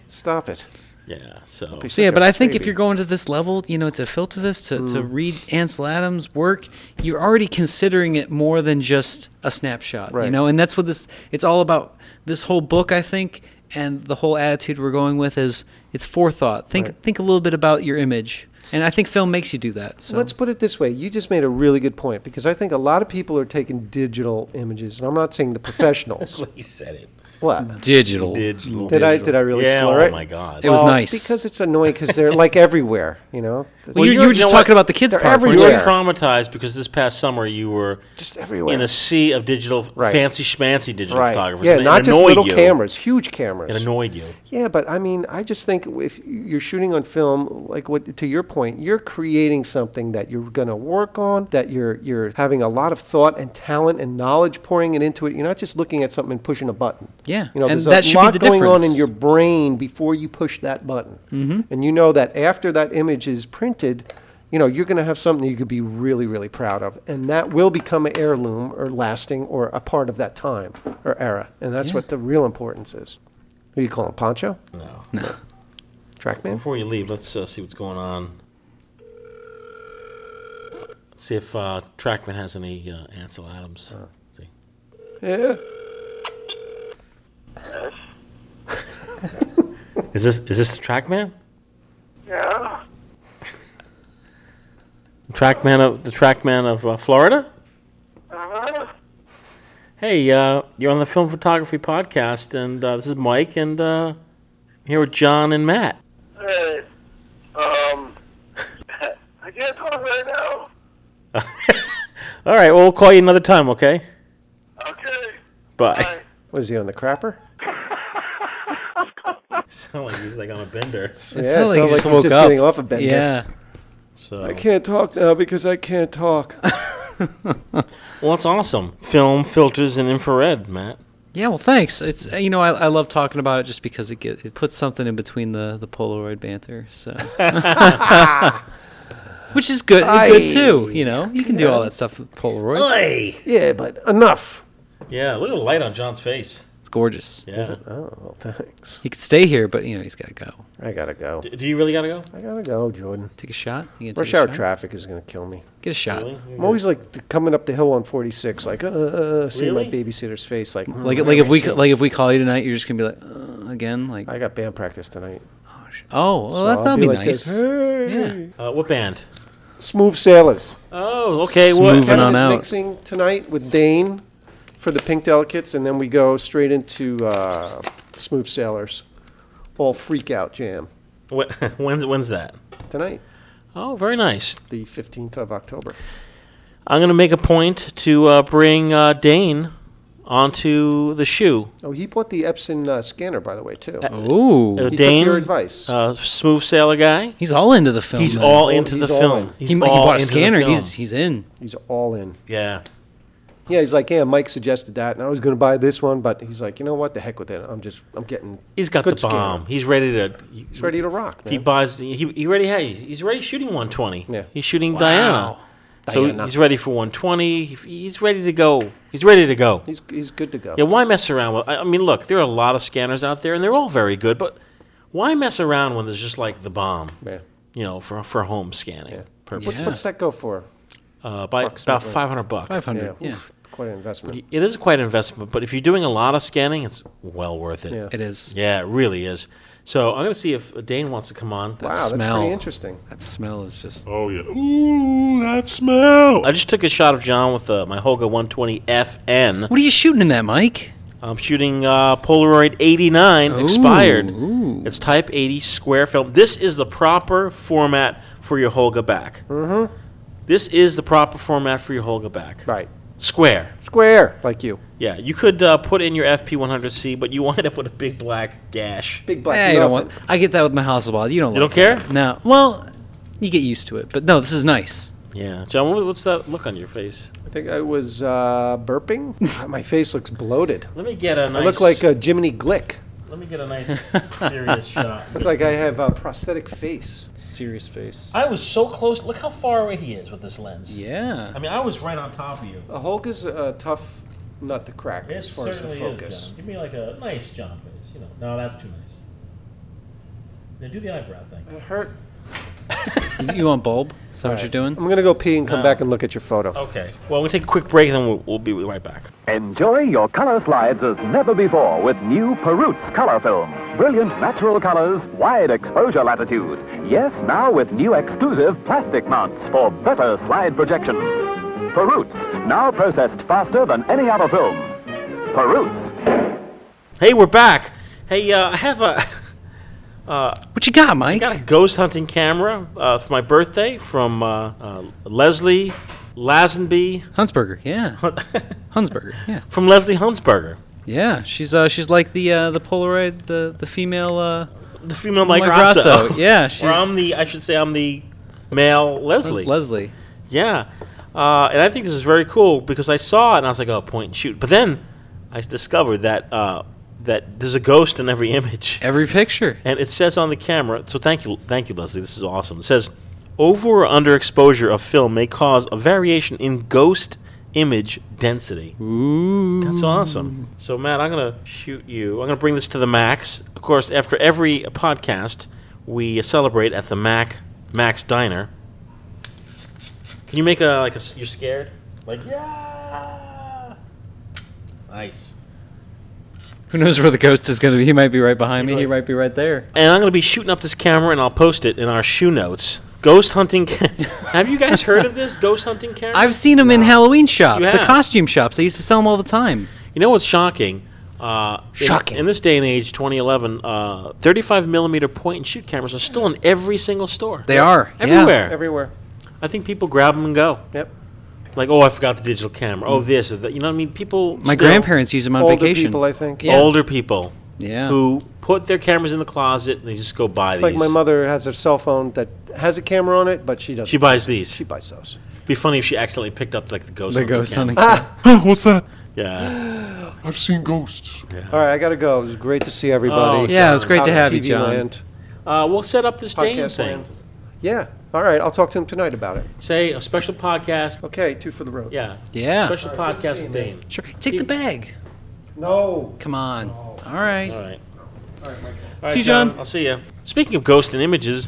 Speaker 3: Stop it.
Speaker 2: yeah, so <laughs>
Speaker 4: So yeah,
Speaker 3: Such
Speaker 4: but
Speaker 3: a
Speaker 4: I think if
Speaker 3: baby.
Speaker 4: you're going to this level, you know, to filter this, to,
Speaker 3: Mm.
Speaker 4: to read Ansel Adams' work, you're already considering it more than just a snapshot, you
Speaker 3: Right.
Speaker 4: know. And that's what this it's all about. This whole book, I think, and the whole attitude we're going with is it's forethought. Think
Speaker 3: Right.
Speaker 4: think a little bit about your image, and I think film makes you do that. So
Speaker 3: Let's put it this way. You just made a really good point because I think a lot of people are taking digital images, and I'm not saying the
Speaker 2: <laughs>
Speaker 3: professionals.
Speaker 2: he said it.
Speaker 3: what?
Speaker 4: digital.
Speaker 2: Digital.
Speaker 3: Did I- did I really
Speaker 2: yeah,
Speaker 3: slur
Speaker 2: oh
Speaker 3: it?
Speaker 2: my god.
Speaker 4: It was nice.
Speaker 3: Because it's annoying because they're like everywhere, you know?
Speaker 4: Well,
Speaker 2: Well, you're-
Speaker 4: you, you were
Speaker 2: you know
Speaker 4: just
Speaker 2: what?
Speaker 4: talking about the kids'
Speaker 3: They're
Speaker 4: part. weren't
Speaker 2: you
Speaker 4: you?
Speaker 2: were
Speaker 3: everywhere.
Speaker 2: traumatized because this past summer you were
Speaker 3: Just everywhere.
Speaker 2: in a sea of digital
Speaker 3: Right.
Speaker 2: fancy schmancy digital
Speaker 3: right.
Speaker 2: photographers.
Speaker 3: Yeah,
Speaker 2: and it
Speaker 3: not just
Speaker 2: annoyed
Speaker 3: little
Speaker 2: you.
Speaker 3: cameras, huge cameras.
Speaker 2: It annoyed you.
Speaker 3: Yeah, but I mean, I just think if you're shooting on film, like what to your point, you're creating something that you're going to work on, that you're you're having a lot of thought and talent and knowledge pouring it into it. You're not just looking at something and pushing a button.
Speaker 4: Yeah,
Speaker 3: you know,
Speaker 4: and
Speaker 3: there's
Speaker 4: that
Speaker 3: a
Speaker 4: should be
Speaker 3: lot
Speaker 4: the
Speaker 3: going on in
Speaker 4: difference.
Speaker 3: your brain before you push that button, mm-hmm. and you know that after that image is printed. You know, you're going to have something you could be really, really proud of, and that will become an heirloom or lasting or a part of that time or era, and that's what the real importance is. Who you calling, Poncho?
Speaker 2: No.
Speaker 3: Trackman?
Speaker 2: Before you leave, let's uh, see what's going on. See if uh, Trackman has any uh, Ansel Adams. See.
Speaker 3: Yeah.
Speaker 2: <laughs> Is this is this the Trackman?
Speaker 8: Yeah,
Speaker 2: Trackman of the Trackman of uh, Florida.
Speaker 8: uh-huh.
Speaker 2: Hey, uh, you're on the Film Photography Podcast, and uh, this is Mike, and uh, here with John and Matt.
Speaker 8: <laughs> Hey, um, right now.
Speaker 2: All right, well, we'll call you another time, okay?
Speaker 8: Okay.
Speaker 2: Bye.
Speaker 3: Was he on the crapper?
Speaker 2: <laughs> Sound like he's like on a
Speaker 3: <laughs>
Speaker 2: bender.
Speaker 4: It
Speaker 3: Yeah,
Speaker 4: sounded
Speaker 3: it sounds
Speaker 4: he
Speaker 3: like he's
Speaker 4: woke
Speaker 3: just getting off a bender.
Speaker 4: Yeah.
Speaker 2: So
Speaker 3: I can't talk now because I can't talk.
Speaker 2: Well, it's awesome. Film filters and infrared, Matt.
Speaker 4: Yeah, well, thanks. It's uh, you know I, I love talking about it just because it get, it puts something in between the, the Polaroid banter,
Speaker 3: <laughs>
Speaker 4: so which is good good too. You know you can do all that stuff with Polaroid.
Speaker 2: Hey!
Speaker 3: yeah, but enough.
Speaker 2: Yeah, look at the light on John's face.
Speaker 4: It's gorgeous.
Speaker 2: Yeah.
Speaker 3: Oh, thanks.
Speaker 4: He could stay here, but you know he's got to go.
Speaker 3: I gotta go.
Speaker 2: D- Do you really gotta go?
Speaker 3: I gotta go, Jordan.
Speaker 4: Take a shot. You gonna
Speaker 3: Rush
Speaker 4: take a
Speaker 3: hour
Speaker 4: shot?
Speaker 3: traffic is gonna kill me.
Speaker 4: Get a shot.
Speaker 2: Really?
Speaker 3: I'm always like th- coming up the hill on 46, like uh, uh, seeing my
Speaker 2: Really?
Speaker 3: babysitter's face, like mm,
Speaker 4: Like
Speaker 3: where
Speaker 4: like
Speaker 3: am
Speaker 4: if
Speaker 3: I
Speaker 4: we
Speaker 3: seeing-
Speaker 4: like if we call you tonight, you're just gonna be like uh, again like
Speaker 3: I got band practice tonight.
Speaker 4: oh well
Speaker 3: So
Speaker 4: that
Speaker 3: I'll
Speaker 4: that'll be,
Speaker 3: like
Speaker 4: nice.
Speaker 3: this, Hey.
Speaker 2: Uh, what band?
Speaker 3: Smooth Sailors.
Speaker 2: Oh, okay.
Speaker 4: Smooth
Speaker 2: What?
Speaker 4: Moving
Speaker 3: Kevin
Speaker 4: on
Speaker 3: is
Speaker 4: out.
Speaker 3: mixing tonight with Dane for the Pink Delicates, and then we go straight into uh, Smooth Sailors, all freak out jam
Speaker 2: what <laughs> when's when's that?
Speaker 3: tonight,
Speaker 2: Oh, very nice.
Speaker 3: the 15th of October.
Speaker 2: I'm gonna make a point to uh, bring uh, Dane onto the shoe.
Speaker 3: Oh, he bought the Epson uh, scanner, by the way, too.
Speaker 2: Uh,
Speaker 4: Oh,
Speaker 3: he
Speaker 2: Dane,
Speaker 3: took your advice.
Speaker 2: uh, smooth sailor guy.
Speaker 4: he's all into the film.
Speaker 2: He's
Speaker 4: man.
Speaker 2: all into
Speaker 3: he's
Speaker 2: the
Speaker 3: all
Speaker 2: film.
Speaker 3: in.
Speaker 2: He's
Speaker 4: he, he
Speaker 2: all
Speaker 4: bought a
Speaker 2: into the
Speaker 4: scanner.
Speaker 2: film.
Speaker 4: He's he's in.
Speaker 3: he's all in.
Speaker 2: yeah.
Speaker 3: Yeah, he's like, yeah, Mike suggested that, and I was going to buy this one, but he's like, you know what? The heck with it. I'm just, I'm getting.
Speaker 2: He's got
Speaker 3: good
Speaker 2: the bomb.
Speaker 3: scanner.
Speaker 2: He's ready to. He's
Speaker 3: He's ready to rock, man.
Speaker 2: He buys. He, he already had. He's already shooting 120.
Speaker 3: Yeah.
Speaker 2: He's shooting Diana. So
Speaker 3: Diana.
Speaker 2: he's ready for 120. He- He's ready to go. He's ready to go.
Speaker 3: he's, he's good to go.
Speaker 2: Yeah, why mess around with? I I mean, look, there are a lot of scanners out there, and they're all very good, but why mess around when there's just like the bomb?
Speaker 3: Yeah.
Speaker 2: You know, for for home scanning purposes.
Speaker 4: Yeah.
Speaker 3: What's that go for?
Speaker 2: Uh, by
Speaker 3: Bucks,
Speaker 2: about
Speaker 3: right.
Speaker 2: 500 bucks.
Speaker 4: Five
Speaker 3: Yeah,
Speaker 4: hundred. yeah.
Speaker 3: oof, quite an investment.
Speaker 2: It is quite an investment, but if you're doing a lot of scanning, it's well worth it.
Speaker 3: Yeah.
Speaker 4: It is.
Speaker 2: Yeah, it really is. So I'm going to see if Dane wants to come on.
Speaker 3: Wow, that's
Speaker 4: smell.
Speaker 3: pretty interesting.
Speaker 4: That smell is just.
Speaker 5: Oh, yeah. Ooh, that smell.
Speaker 2: I just took a shot of John with uh, my Holga 120FN.
Speaker 4: What are you shooting in that, Mike?
Speaker 2: I'm shooting uh, Polaroid 89 expired.
Speaker 4: ooh.
Speaker 2: It's type 80 square film. This is the proper format for your Holga back. Mm-hmm. This is the proper format for your Holga back.
Speaker 3: Right.
Speaker 2: Square.
Speaker 3: Square, like you.
Speaker 2: Yeah, you could uh, put in your FP100C, but you <laughs> wind up with a big black gash.
Speaker 3: Big black
Speaker 4: Eh, you
Speaker 3: nothing.
Speaker 4: don't want, I get that with my Hasselblad. You don't.
Speaker 2: You
Speaker 4: like
Speaker 2: don't care?
Speaker 4: that. No. Well, you get used to it. But no, this is nice.
Speaker 2: Yeah, John, what, what's that look on your face?
Speaker 3: I think I was uh, burping. <laughs> God, My face looks bloated.
Speaker 2: Let me get a nice.
Speaker 3: I look like uh, a Jiminy Glick.
Speaker 2: Let me get a nice serious <laughs>
Speaker 3: <laughs>
Speaker 2: shot.
Speaker 3: Look like I have a prosthetic face.
Speaker 4: Serious face.
Speaker 2: I was so close. Look how far away he is with this lens.
Speaker 4: Yeah.
Speaker 2: I mean, I was right on top of you.
Speaker 3: A Hulk is a tough nut to crack
Speaker 2: It
Speaker 3: as far as the
Speaker 2: certainly is,
Speaker 3: focus.
Speaker 2: John. Give me like a nice John face. You know, no, that's too nice. Now do the eyebrow thing.
Speaker 3: It hurt.
Speaker 4: You- you want bulb? Is that what
Speaker 3: All
Speaker 4: you're
Speaker 3: right.
Speaker 4: doing?
Speaker 3: I'm gonna go pee and come
Speaker 2: No.
Speaker 3: back and look at your photo.
Speaker 2: Okay. Well, we'll take a quick break, and then we'll, we'll be right back.
Speaker 9: Enjoy your color slides as never before with new Perutz Color Film. Brilliant natural colors, wide exposure latitude. Yes, now with new exclusive plastic mounts for better slide projection. Perutz, now processed faster than any other film. Perutz.
Speaker 2: Hey, we're back. Hey, uh, I have a <laughs>
Speaker 4: What you got, Mike?
Speaker 2: got a ghost hunting camera uh, for my birthday from uh, uh, Leslie Lazenby
Speaker 4: Hunsberger.
Speaker 2: <laughs>
Speaker 4: Yeah. Hunsberger. Yeah.
Speaker 2: from Leslie Hunsberger,
Speaker 4: Yeah. She's uh she's like the uh the Polaroid the the female uh
Speaker 2: the female Mike
Speaker 4: Mike
Speaker 2: Grasso.
Speaker 4: Grasso, <laughs>
Speaker 2: <laughs>
Speaker 4: yeah,
Speaker 2: or
Speaker 4: she's-
Speaker 2: I'm the I should say I'm the male Leslie.
Speaker 4: Leslie.
Speaker 2: Yeah, uh, and I think this is very cool because I saw it and I was like, oh, point and shoot. But then I discovered that uh, that there's a ghost in every <laughs> image,
Speaker 4: Every picture.
Speaker 2: and it says on the camera. So thank you, thank you, Leslie. This is awesome. It says over or under exposure of film may cause a variation in ghost image density.
Speaker 4: Ooh.
Speaker 2: That's awesome. So Matt, I'm gonna shoot you. I'm gonna bring this to the max. Of course, after every podcast, we celebrate at the Mac Max Diner. Can you make a like a? s- You're scared? Like yeah. Nice.
Speaker 4: Who knows where the ghost is gonna be? He might be right behind me. He
Speaker 2: like-
Speaker 4: might be right there.
Speaker 2: And I'm gonna be shooting up this camera, and I'll post it in our shoe notes. Ghost hunting. Ca- <laughs> Have you guys heard of this ghost hunting camera?
Speaker 4: I've seen them in Halloween shops,
Speaker 2: You
Speaker 4: the
Speaker 2: have.
Speaker 4: costume shops. They used to sell them all the time.
Speaker 2: You know what's shocking? Uh, shocking. In, this day and age, 2011, uh, 35 millimeter point and shoot cameras are still in every single store.
Speaker 4: They are. yeah.
Speaker 2: everywhere.
Speaker 3: Everywhere.
Speaker 2: I I think people grab them and go.
Speaker 3: Yep.
Speaker 2: Like, oh, I forgot the digital camera. Oh, this or that. You know what I mean? People.
Speaker 4: My
Speaker 2: still-
Speaker 4: grandparents use them on
Speaker 3: Older
Speaker 4: vacation.
Speaker 3: people, I think.
Speaker 4: Yeah.
Speaker 2: older people,
Speaker 4: Yeah.
Speaker 2: who put their cameras in the closet and they just go buy
Speaker 3: It's
Speaker 2: these.
Speaker 3: like my mother has a cell phone that has a camera on it, but she doesn't.
Speaker 2: She buys these.
Speaker 3: She buys those.
Speaker 2: Be funny if she accidentally picked up like the ghost.
Speaker 4: the
Speaker 2: hunter
Speaker 4: ghost
Speaker 2: camera.
Speaker 4: hunting.
Speaker 5: Huh, what's that?
Speaker 2: Yeah.
Speaker 5: I've seen ghosts.
Speaker 3: All right, I gotta go. It was great to see everybody.
Speaker 2: Oh,
Speaker 4: Yeah, it was great
Speaker 3: Out
Speaker 4: to
Speaker 3: of
Speaker 4: have you,
Speaker 3: TV
Speaker 4: John.
Speaker 3: land,
Speaker 2: Uh, we'll set up this Dane
Speaker 3: podcast
Speaker 2: thing.
Speaker 3: land. Yeah. All right, I'll talk to him tonight about it.
Speaker 2: Say a special podcast.
Speaker 3: Okay, two for the road.
Speaker 2: Yeah.
Speaker 4: <laughs> Yeah.
Speaker 2: Special
Speaker 3: Alright, good to
Speaker 2: podcast
Speaker 3: see
Speaker 2: with
Speaker 3: you,
Speaker 2: Dane.
Speaker 4: Sure. Take the bag.
Speaker 3: No.
Speaker 4: Come on. All right.
Speaker 2: All right.
Speaker 3: All right, Michael.
Speaker 2: All right,
Speaker 4: See you, John.
Speaker 2: I'll see you. Speaking of ghosts and images.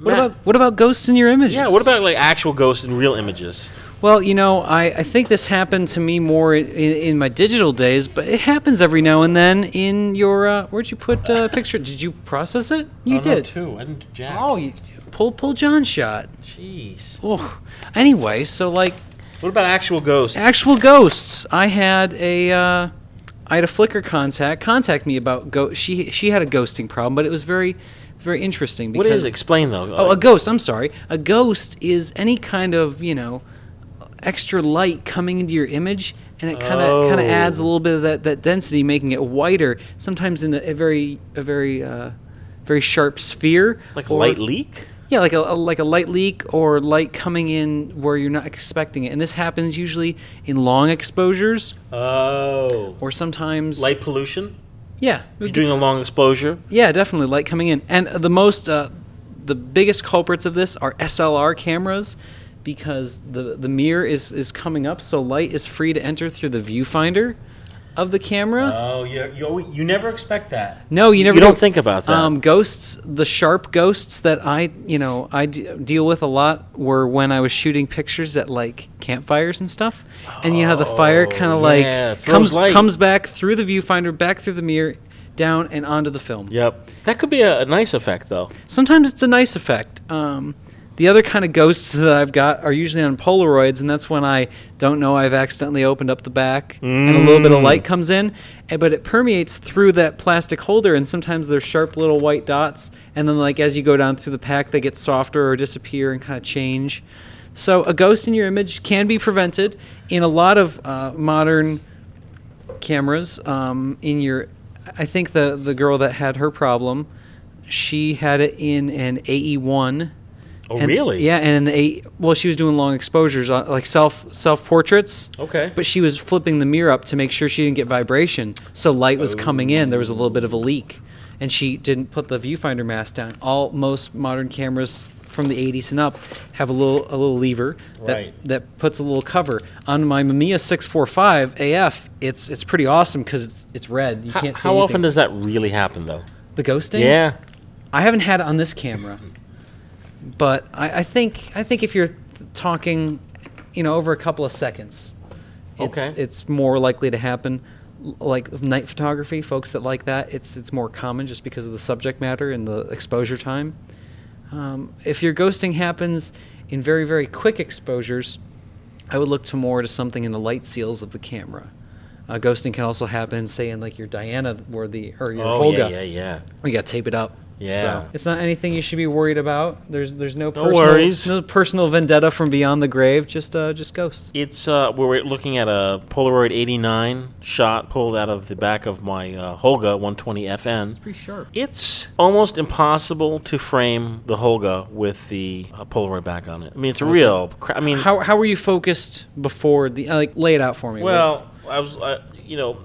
Speaker 4: What
Speaker 2: Matt-
Speaker 4: about what about ghosts in your images?
Speaker 2: Yeah, what about like actual ghosts and real images?
Speaker 4: Well, you know, I, I think this happened to me more in, in my digital days, but it happens every now and then in your uh, where'd you put uh, picture? Did you process it? You did.
Speaker 2: Oh, too. I didn't jack.
Speaker 4: Oh, you pull pull John's shot.
Speaker 2: jeez.
Speaker 4: Oh, anyway, so like
Speaker 2: What about actual ghosts?
Speaker 4: actual ghosts. I had a uh, I had a Flickr contact contact me about go. She she had a ghosting problem, but it was very very interesting.
Speaker 2: what
Speaker 4: Because
Speaker 2: is? Explain though.
Speaker 4: Oh, a
Speaker 2: Like,
Speaker 4: ghost. I'm sorry. A ghost is any kind of you know extra light coming into your image, and it kind of kind
Speaker 2: Oh.
Speaker 4: of adds a little bit of that, that density, making it whiter. Sometimes in a, a very a very uh, very sharp sphere,
Speaker 2: like a
Speaker 4: or-
Speaker 2: light leak.
Speaker 4: Yeah, like a, a- like a light leak or light coming in where you're not expecting it, and this happens usually in long exposures
Speaker 2: Oh,
Speaker 4: or sometimes
Speaker 2: light pollution.
Speaker 4: Yeah,
Speaker 2: If you're doing a long exposure.
Speaker 4: Yeah, definitely light coming in. And the most, uh, the biggest culprits of this are SLR cameras because the the mirror is is coming up, so light is free to enter through the viewfinder of the camera.
Speaker 2: Oh, you you always, you never expect that.
Speaker 4: no, you never.
Speaker 2: you don't think about that.
Speaker 4: Um, ghosts, the sharp ghosts that I, you know, I d- deal with a lot were when I was shooting pictures at like campfires and stuff, and you know how the fire kind
Speaker 2: Oh,
Speaker 4: of
Speaker 2: yeah, it
Speaker 4: like
Speaker 2: throws
Speaker 4: comes
Speaker 2: light.
Speaker 4: comes back through the viewfinder, back through the mirror, down and onto the film.
Speaker 2: Yep. That could be a, a nice effect though.
Speaker 4: sometimes it's a nice effect. Um, the other kind of ghosts that I've got are usually on Polaroids, and that's when I don't know I've accidentally opened up the back and a little bit of light comes in, eh, but it permeates through that plastic holder, and sometimes they're sharp little white dots, and then like as you go down through the pack, they get softer or disappear and kind of change. So a ghost in your image can be prevented in a lot of uh, modern cameras um, in your i think the the girl that had her problem she had it in an ae1
Speaker 2: Oh,
Speaker 4: and-
Speaker 2: really?
Speaker 4: yeah and in the a well she was doing long exposures uh, like self self portraits
Speaker 2: Okay.
Speaker 4: but she was flipping the mirror up to make sure she didn't get vibration so light was coming in there was a little bit of a leak and she didn't put the viewfinder mask down all most modern cameras from the 80s and up have a little a little lever that,
Speaker 2: Right.
Speaker 4: that puts a little cover on my Mamiya 645 AF. It's it's pretty awesome because it's it's red. You
Speaker 2: How,
Speaker 4: can't see
Speaker 2: how often
Speaker 4: anything.
Speaker 2: does that really happen though?
Speaker 4: the ghosting?
Speaker 2: Yeah.
Speaker 4: I haven't had it on this camera, but I, I think I think if you're th- talking, you know, over a couple of seconds, it's,
Speaker 2: Okay.
Speaker 4: it's more likely to happen. L- Like night photography, folks that like that, it's it's more common just because of the subject matter and the exposure time. Um, if your ghosting happens in very very quick exposures, I would look to more to something in the light seals of the camera. Uh, ghosting can also happen, say in like your Diana where the or your
Speaker 2: Oh,
Speaker 4: Holga.
Speaker 2: yeah, yeah, yeah.
Speaker 4: We got to tape it up.
Speaker 2: Yeah.
Speaker 4: So it's not anything you should be worried about. There's there's no, personal,
Speaker 2: worries.
Speaker 4: no personal vendetta from beyond the grave. Just uh just ghosts.
Speaker 2: It's uh, we're looking at a Polaroid 89 shot pulled out of the back of my uh, Holga 120 FN.
Speaker 4: Pretty sharp.
Speaker 2: It's almost impossible to frame the Holga with the uh, Polaroid back on it. I mean, it's a real. Cra- I mean,
Speaker 4: How how were you focused before the uh, like lay it out for me?
Speaker 2: Well, I was, uh, you know,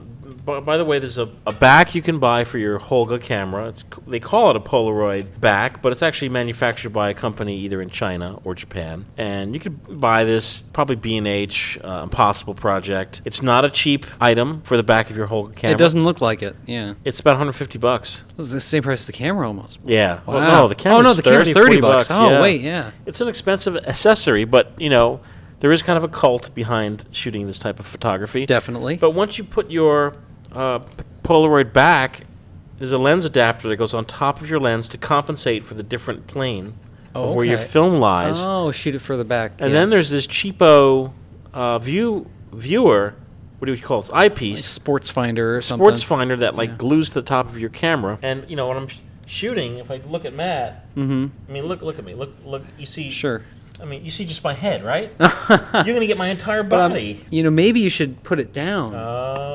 Speaker 2: by, by the way, there's a, a back you can buy for your Holga camera. It's c- they call it a Polaroid back, but it's actually manufactured by a company either in China or Japan. And you could buy this probably B and H, uh, Impossible Project. It's not a cheap item for the back of your Holga camera.
Speaker 4: it doesn't look like it. Yeah.
Speaker 2: It's about 150 bucks.
Speaker 4: It's the same price as the camera almost.
Speaker 2: Yeah. Well,
Speaker 4: Wow.
Speaker 2: no, the camera's
Speaker 4: Oh, no, the camera's
Speaker 2: 30,
Speaker 4: 30
Speaker 2: 40
Speaker 4: bucks. Oh,
Speaker 2: yeah.
Speaker 4: wait, yeah.
Speaker 2: It's an expensive accessory, but, you know, there is kind of a cult behind shooting this type of photography.
Speaker 4: Definitely.
Speaker 2: But once you put your uh, p- Polaroid back, there's a lens adapter that goes on top of your lens to compensate for the different plane
Speaker 4: Oh,
Speaker 2: of where your
Speaker 4: okay.
Speaker 2: film lies.
Speaker 4: oh, shoot it further back.
Speaker 2: And
Speaker 4: yeah.
Speaker 2: then there's this cheapo uh, view viewer. What do you call it? It's
Speaker 4: like
Speaker 2: eyepiece
Speaker 4: sports finder or something.
Speaker 2: sports finder that like
Speaker 4: Yeah.
Speaker 2: glues to the top of your camera. And you know when I'm sh- shooting, if I look at Matt, mm-hmm. I mean look look at me, look look. You see,
Speaker 4: Sure.
Speaker 2: I mean, you see just my head,
Speaker 4: <laughs>
Speaker 2: right? You're gonna get my entire
Speaker 4: But, um,
Speaker 2: body. Oh.
Speaker 4: you know, maybe you should put it down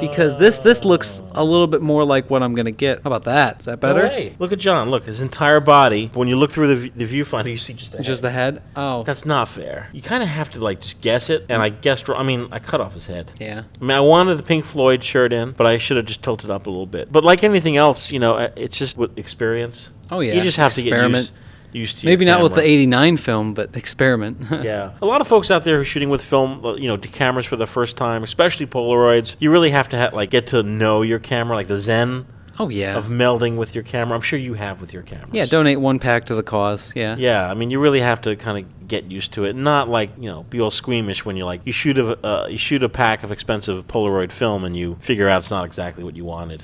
Speaker 4: because this this looks a little bit more like what I'm gonna get. How about that? Is that
Speaker 2: No
Speaker 4: better?
Speaker 2: way. Look at John. Look, his entire body. When you look through the, v- the viewfinder, you see just the
Speaker 4: Just
Speaker 2: head.
Speaker 4: the head. Oh,
Speaker 2: That's not fair. You kind of have to like just guess it, and I guessed. wrong. I mean, I cut off his head.
Speaker 4: yeah.
Speaker 2: I mean, I wanted the Pink Floyd shirt in, but I should have just tilted up a little bit. But like anything else, you know, uh, it's just with experience.
Speaker 4: Oh, yeah.
Speaker 2: you just have
Speaker 4: Experiment.
Speaker 2: to get used, used to. your
Speaker 4: Maybe not with the
Speaker 2: camera.
Speaker 4: '89 film, but experiment. <laughs>
Speaker 2: Yeah, a lot of folks out there who are shooting with film, uh, you know, to cameras for the first time, especially Polaroids. You really have to ha- like get to know your camera, like the zen
Speaker 4: Oh yeah.
Speaker 2: of melding with your camera. I'm sure you have with your cameras.
Speaker 4: yeah. Donate one pack to the cause. Yeah.
Speaker 2: Yeah, I mean, you really have to kind of get used to it. Not like you know, be all squeamish when you're like you shoot a uh, you shoot a pack of expensive Polaroid film and you figure out it's not exactly what you wanted.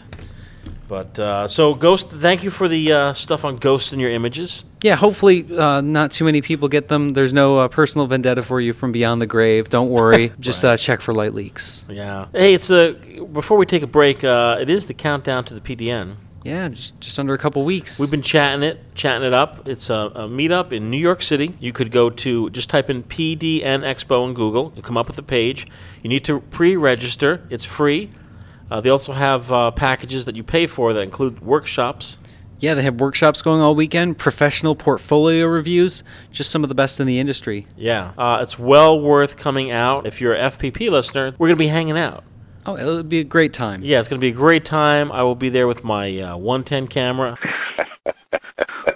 Speaker 2: But uh, so, Ghost, thank you for the uh, stuff on ghosts in your images.
Speaker 4: Yeah, hopefully uh, not too many people get them. There's no uh, personal vendetta for you from beyond the grave.
Speaker 2: <laughs>
Speaker 4: Don't worry. Just uh, check for light leaks.
Speaker 2: Yeah. Hey, it's a before we take a break. Uh, it is the countdown to the PDN.
Speaker 4: Yeah, just, just under a couple weeks.
Speaker 2: We've been chatting it, chatting it up. It's a, a meetup in New York City. You could go to just type in PDN Expo in Google. You come up with a page. You need to pre-register. It's free. Uh, they also have uh, packages that you pay for that include workshops.
Speaker 4: yeah, they have workshops going all weekend, professional portfolio reviews, just some of the best in the industry.
Speaker 2: Yeah, uh, it's well worth coming out. If you're a FPP listener, we're going to be hanging out.
Speaker 4: Oh, it'll be a great time.
Speaker 2: Yeah, it's going to be a great time. I will be there with my uh, 110 camera.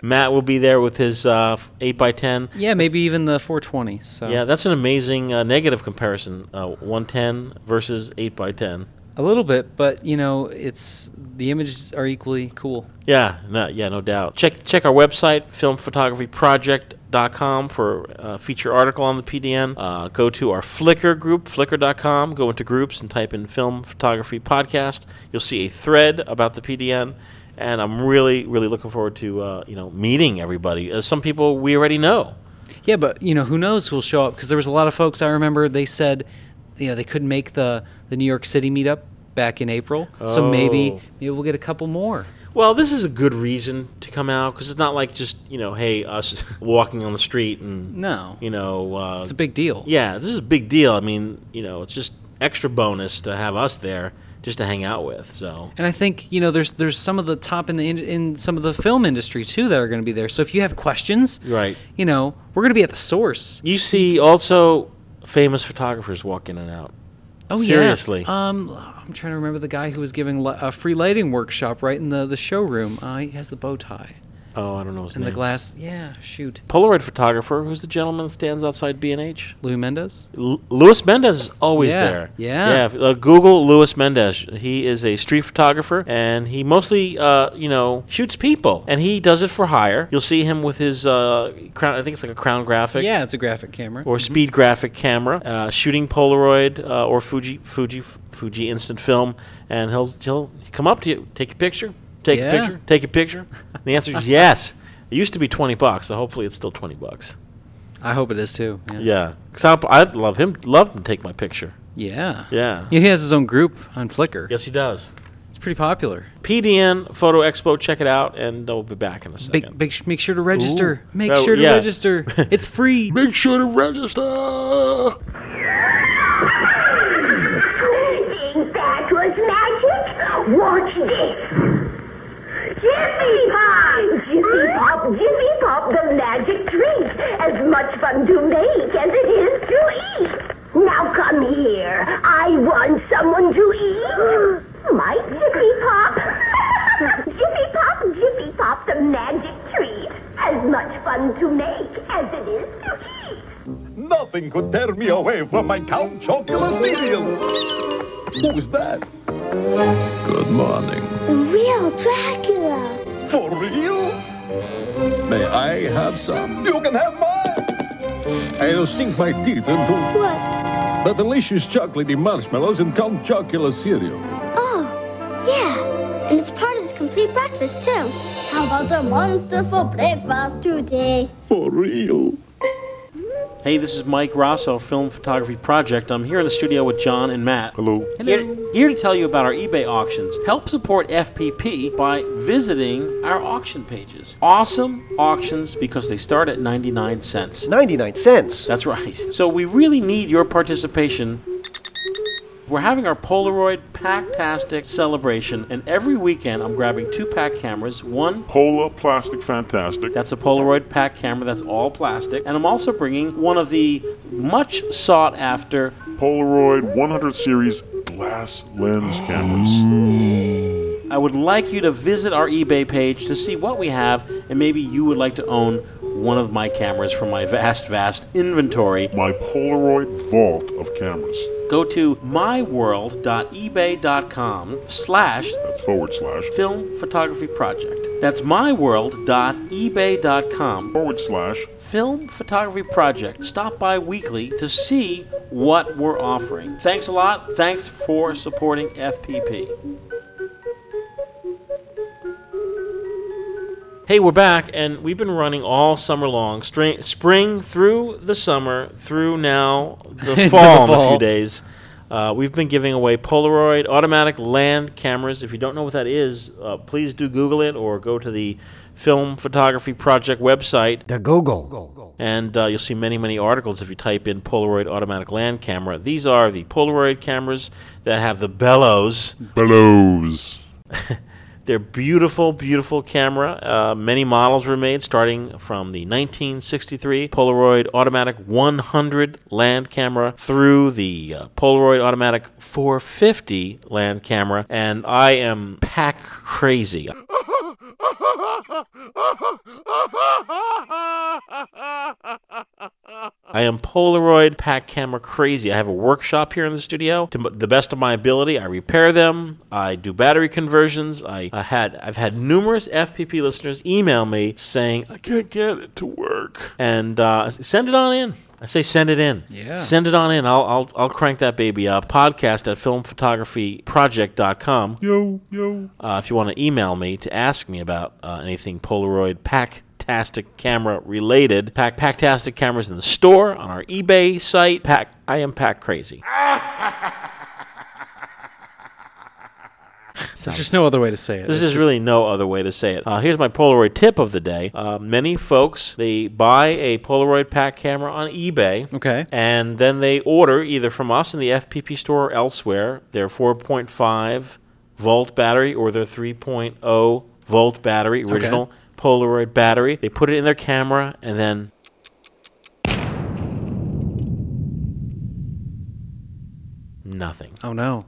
Speaker 2: Matt will be there with his uh, f- 8x10.
Speaker 4: Yeah, maybe even the 420. So
Speaker 2: Yeah, that's an amazing uh, negative comparison. Uh, 110 versus 8 by 10
Speaker 4: a little bit, but you know, it's the images are equally cool.
Speaker 2: Yeah, no, yeah, no doubt. Check check our website, filmphotographyproject.com, for a feature article on the PDN. Uh, go to our Flickr group, flickr.com. Go into groups and type in Film Photography Podcast. You'll see a thread about the PDN. And I'm really, really looking forward to uh, you know meeting everybody. Uh, some people we already know.
Speaker 4: Yeah, but you know, who knows who'll show up? Because there was a lot of folks I remember. They said, you know, they couldn't make the the New York City meetup back in April, so
Speaker 2: Oh.
Speaker 4: maybe maybe we'll get a couple more.
Speaker 2: Well, this is a good reason to come out because it's not like just you know, hey, us <laughs> walking on the street and
Speaker 4: No,
Speaker 2: you know, uh,
Speaker 4: it's a big deal.
Speaker 2: yeah, this is a big deal. I mean, you know, it's just extra bonus to have us there just to hang out with. So
Speaker 4: And I think you know, there's there's some of the top in the in, in some of the film industry too that are going to be there. So if you have questions,
Speaker 2: right,
Speaker 4: you know, we're going to be at the source.
Speaker 2: you see also famous photographers walk in and out.
Speaker 4: Oh
Speaker 2: Seriously.
Speaker 4: yeah. Um, I'm trying to remember the guy who was giving li- a free lighting workshop right in the the showroom. Uh, he has the bow tie
Speaker 2: Oh, I don't know his
Speaker 4: and
Speaker 2: name.
Speaker 4: the glass. Yeah, shoot,
Speaker 2: Polaroid photographer, who's the gentleman that stands outside B and H?
Speaker 4: Lou Mendez.
Speaker 2: L- Luis Mendez is always
Speaker 4: Yeah,
Speaker 2: there.
Speaker 4: yeah.
Speaker 2: Yeah. if- Uh, Google Luis Mendez. He is a street photographer, and he mostly, uh, you know, shoots people, and he does it for hire. You'll see him with his uh, crown. I think it's like a crown graphic.
Speaker 4: Yeah, Mm-hmm. it's a graphic camera.
Speaker 2: Or speed graphic camera, uh, shooting Polaroid uh, or Fuji, Fuji, Fuji instant film, and he'll he'll come up to you, take a picture, take
Speaker 4: Yeah.
Speaker 2: a picture, take a picture. And the answer
Speaker 4: <laughs>
Speaker 2: is yes. It used to be twenty bucks, so hopefully it's still twenty bucks.
Speaker 4: I hope it is too. Yeah.
Speaker 2: Yeah, 'Cause I'll- I'd love him, love him to take my picture.
Speaker 4: Yeah.
Speaker 2: Yeah.
Speaker 4: Yeah, He has his own group on Flickr.
Speaker 2: Yes, he does.
Speaker 4: It's pretty popular.
Speaker 2: PDN Photo Expo, check it out, and we'll be back in a
Speaker 4: Big,
Speaker 2: second.
Speaker 4: big make sure to register.
Speaker 2: Ooh.
Speaker 4: Make
Speaker 2: Oh,
Speaker 4: sure to
Speaker 2: yeah.
Speaker 4: register.
Speaker 2: <laughs>
Speaker 4: It's free.
Speaker 5: Make sure to register!
Speaker 10: Think that was magic? Watch this. Jiffy Pop! Jiffy Pop, Jiffy Pop, the magic treat. As much fun to make as it is to eat. Now come here. I want someone to eat. My Jiffy Pop. <laughs> Jiffy Pop, Jiffy Pop, the magic treat. As much fun to make as it is to eat.
Speaker 5: Nothing could tear me away from my Count Chocula cereal! Who's that?
Speaker 1: Good morning.
Speaker 10: The real Dracula.
Speaker 5: For real?
Speaker 1: May I have some?
Speaker 5: You can have mine!
Speaker 1: I'll sink my teeth into
Speaker 10: What?
Speaker 1: the delicious chocolatey marshmallows and Count Chocula cereal.
Speaker 10: Oh, yeah. And it's part of this complete breakfast, too. How about the monster for breakfast today?
Speaker 5: For real?
Speaker 2: Hey, this is Mike Rosso, Film Photography Project. I'm here in the studio with John and Matt. Hello. Here, here to tell you about our eBay auctions. Help support FPP by visiting our auction pages. Awesome auctions because they start at 99 cents.
Speaker 3: 99 cents?
Speaker 2: That's right. So we really need your participation we're having our Polaroid Packtastic celebration, and every weekend I'm grabbing two pack cameras. One
Speaker 11: Pola Plastic Fantastic.
Speaker 2: That's a Polaroid pack camera that's all plastic, and I'm also bringing one of the much sought after
Speaker 11: Polaroid 100 series glass lens <gasps> cameras.
Speaker 2: I would like you to visit our eBay page to see what we have, and maybe you would like to own one of my cameras from my vast, vast inventory.
Speaker 11: My Polaroid vault of cameras.
Speaker 2: Go to myworld.ebay.com slash
Speaker 11: That's forward slash
Speaker 2: film photography project. That's e myworld.ebay.com
Speaker 11: forward slash
Speaker 2: film photography project. Stop by weekly to see what we're offering. Thanks a lot. Thanks for supporting FPP. Hey, we're back, and we've been running all summer long, string, spring through the summer, through now
Speaker 4: <laughs>
Speaker 2: the
Speaker 4: Into
Speaker 2: fall, in
Speaker 4: the
Speaker 2: a few
Speaker 4: fall.
Speaker 2: days. Uh, we've been giving away Polaroid automatic land cameras. If you don't know what that is, uh, please do Google it or go to the Film Photography Project website.
Speaker 12: The Google.
Speaker 2: And uh, you'll see many, many articles if you type in Polaroid automatic land camera. These are the Polaroid cameras that have the
Speaker 11: <laughs>
Speaker 2: bellows.
Speaker 11: Bellows.
Speaker 2: They're beautiful, beautiful camera. Uh, many models were made, starting from the 1963 Polaroid Automatic 100 land camera through the uh, Polaroid Automatic 450 land camera, and I am pack crazy. I am Polaroid pack camera crazy. I have a workshop here in the studio. To m- the best of my ability, I repair them. I do battery conversions. I, I had I've had numerous FPP listeners email me saying I can't get it to work, and uh, send it on in. I say send it in.
Speaker 4: Yeah.
Speaker 2: Send it on in. I'll I'll, I'll crank that baby up. Podcast at filmphotographyproject.com.
Speaker 11: Yo, yo.
Speaker 2: Uh, if you want to email me to ask me about uh, anything Polaroid pack. Tastic camera related. Pack Packtastic cameras in the store on our eBay site. Pack I am pack crazy.
Speaker 4: There's just no other way to say it.
Speaker 2: There's just
Speaker 4: It's just-
Speaker 2: really no other way to say it. Uh, here's my Polaroid tip of the day. Uh, many folks they buy a Polaroid pack camera on eBay.
Speaker 4: Okay.
Speaker 2: And then they order either from us in the FPP store or elsewhere their 4.5 volt battery or their 3.0 volt battery
Speaker 4: Okay.
Speaker 2: original Polaroid battery. They put it in their camera and then nothing.
Speaker 4: Oh no.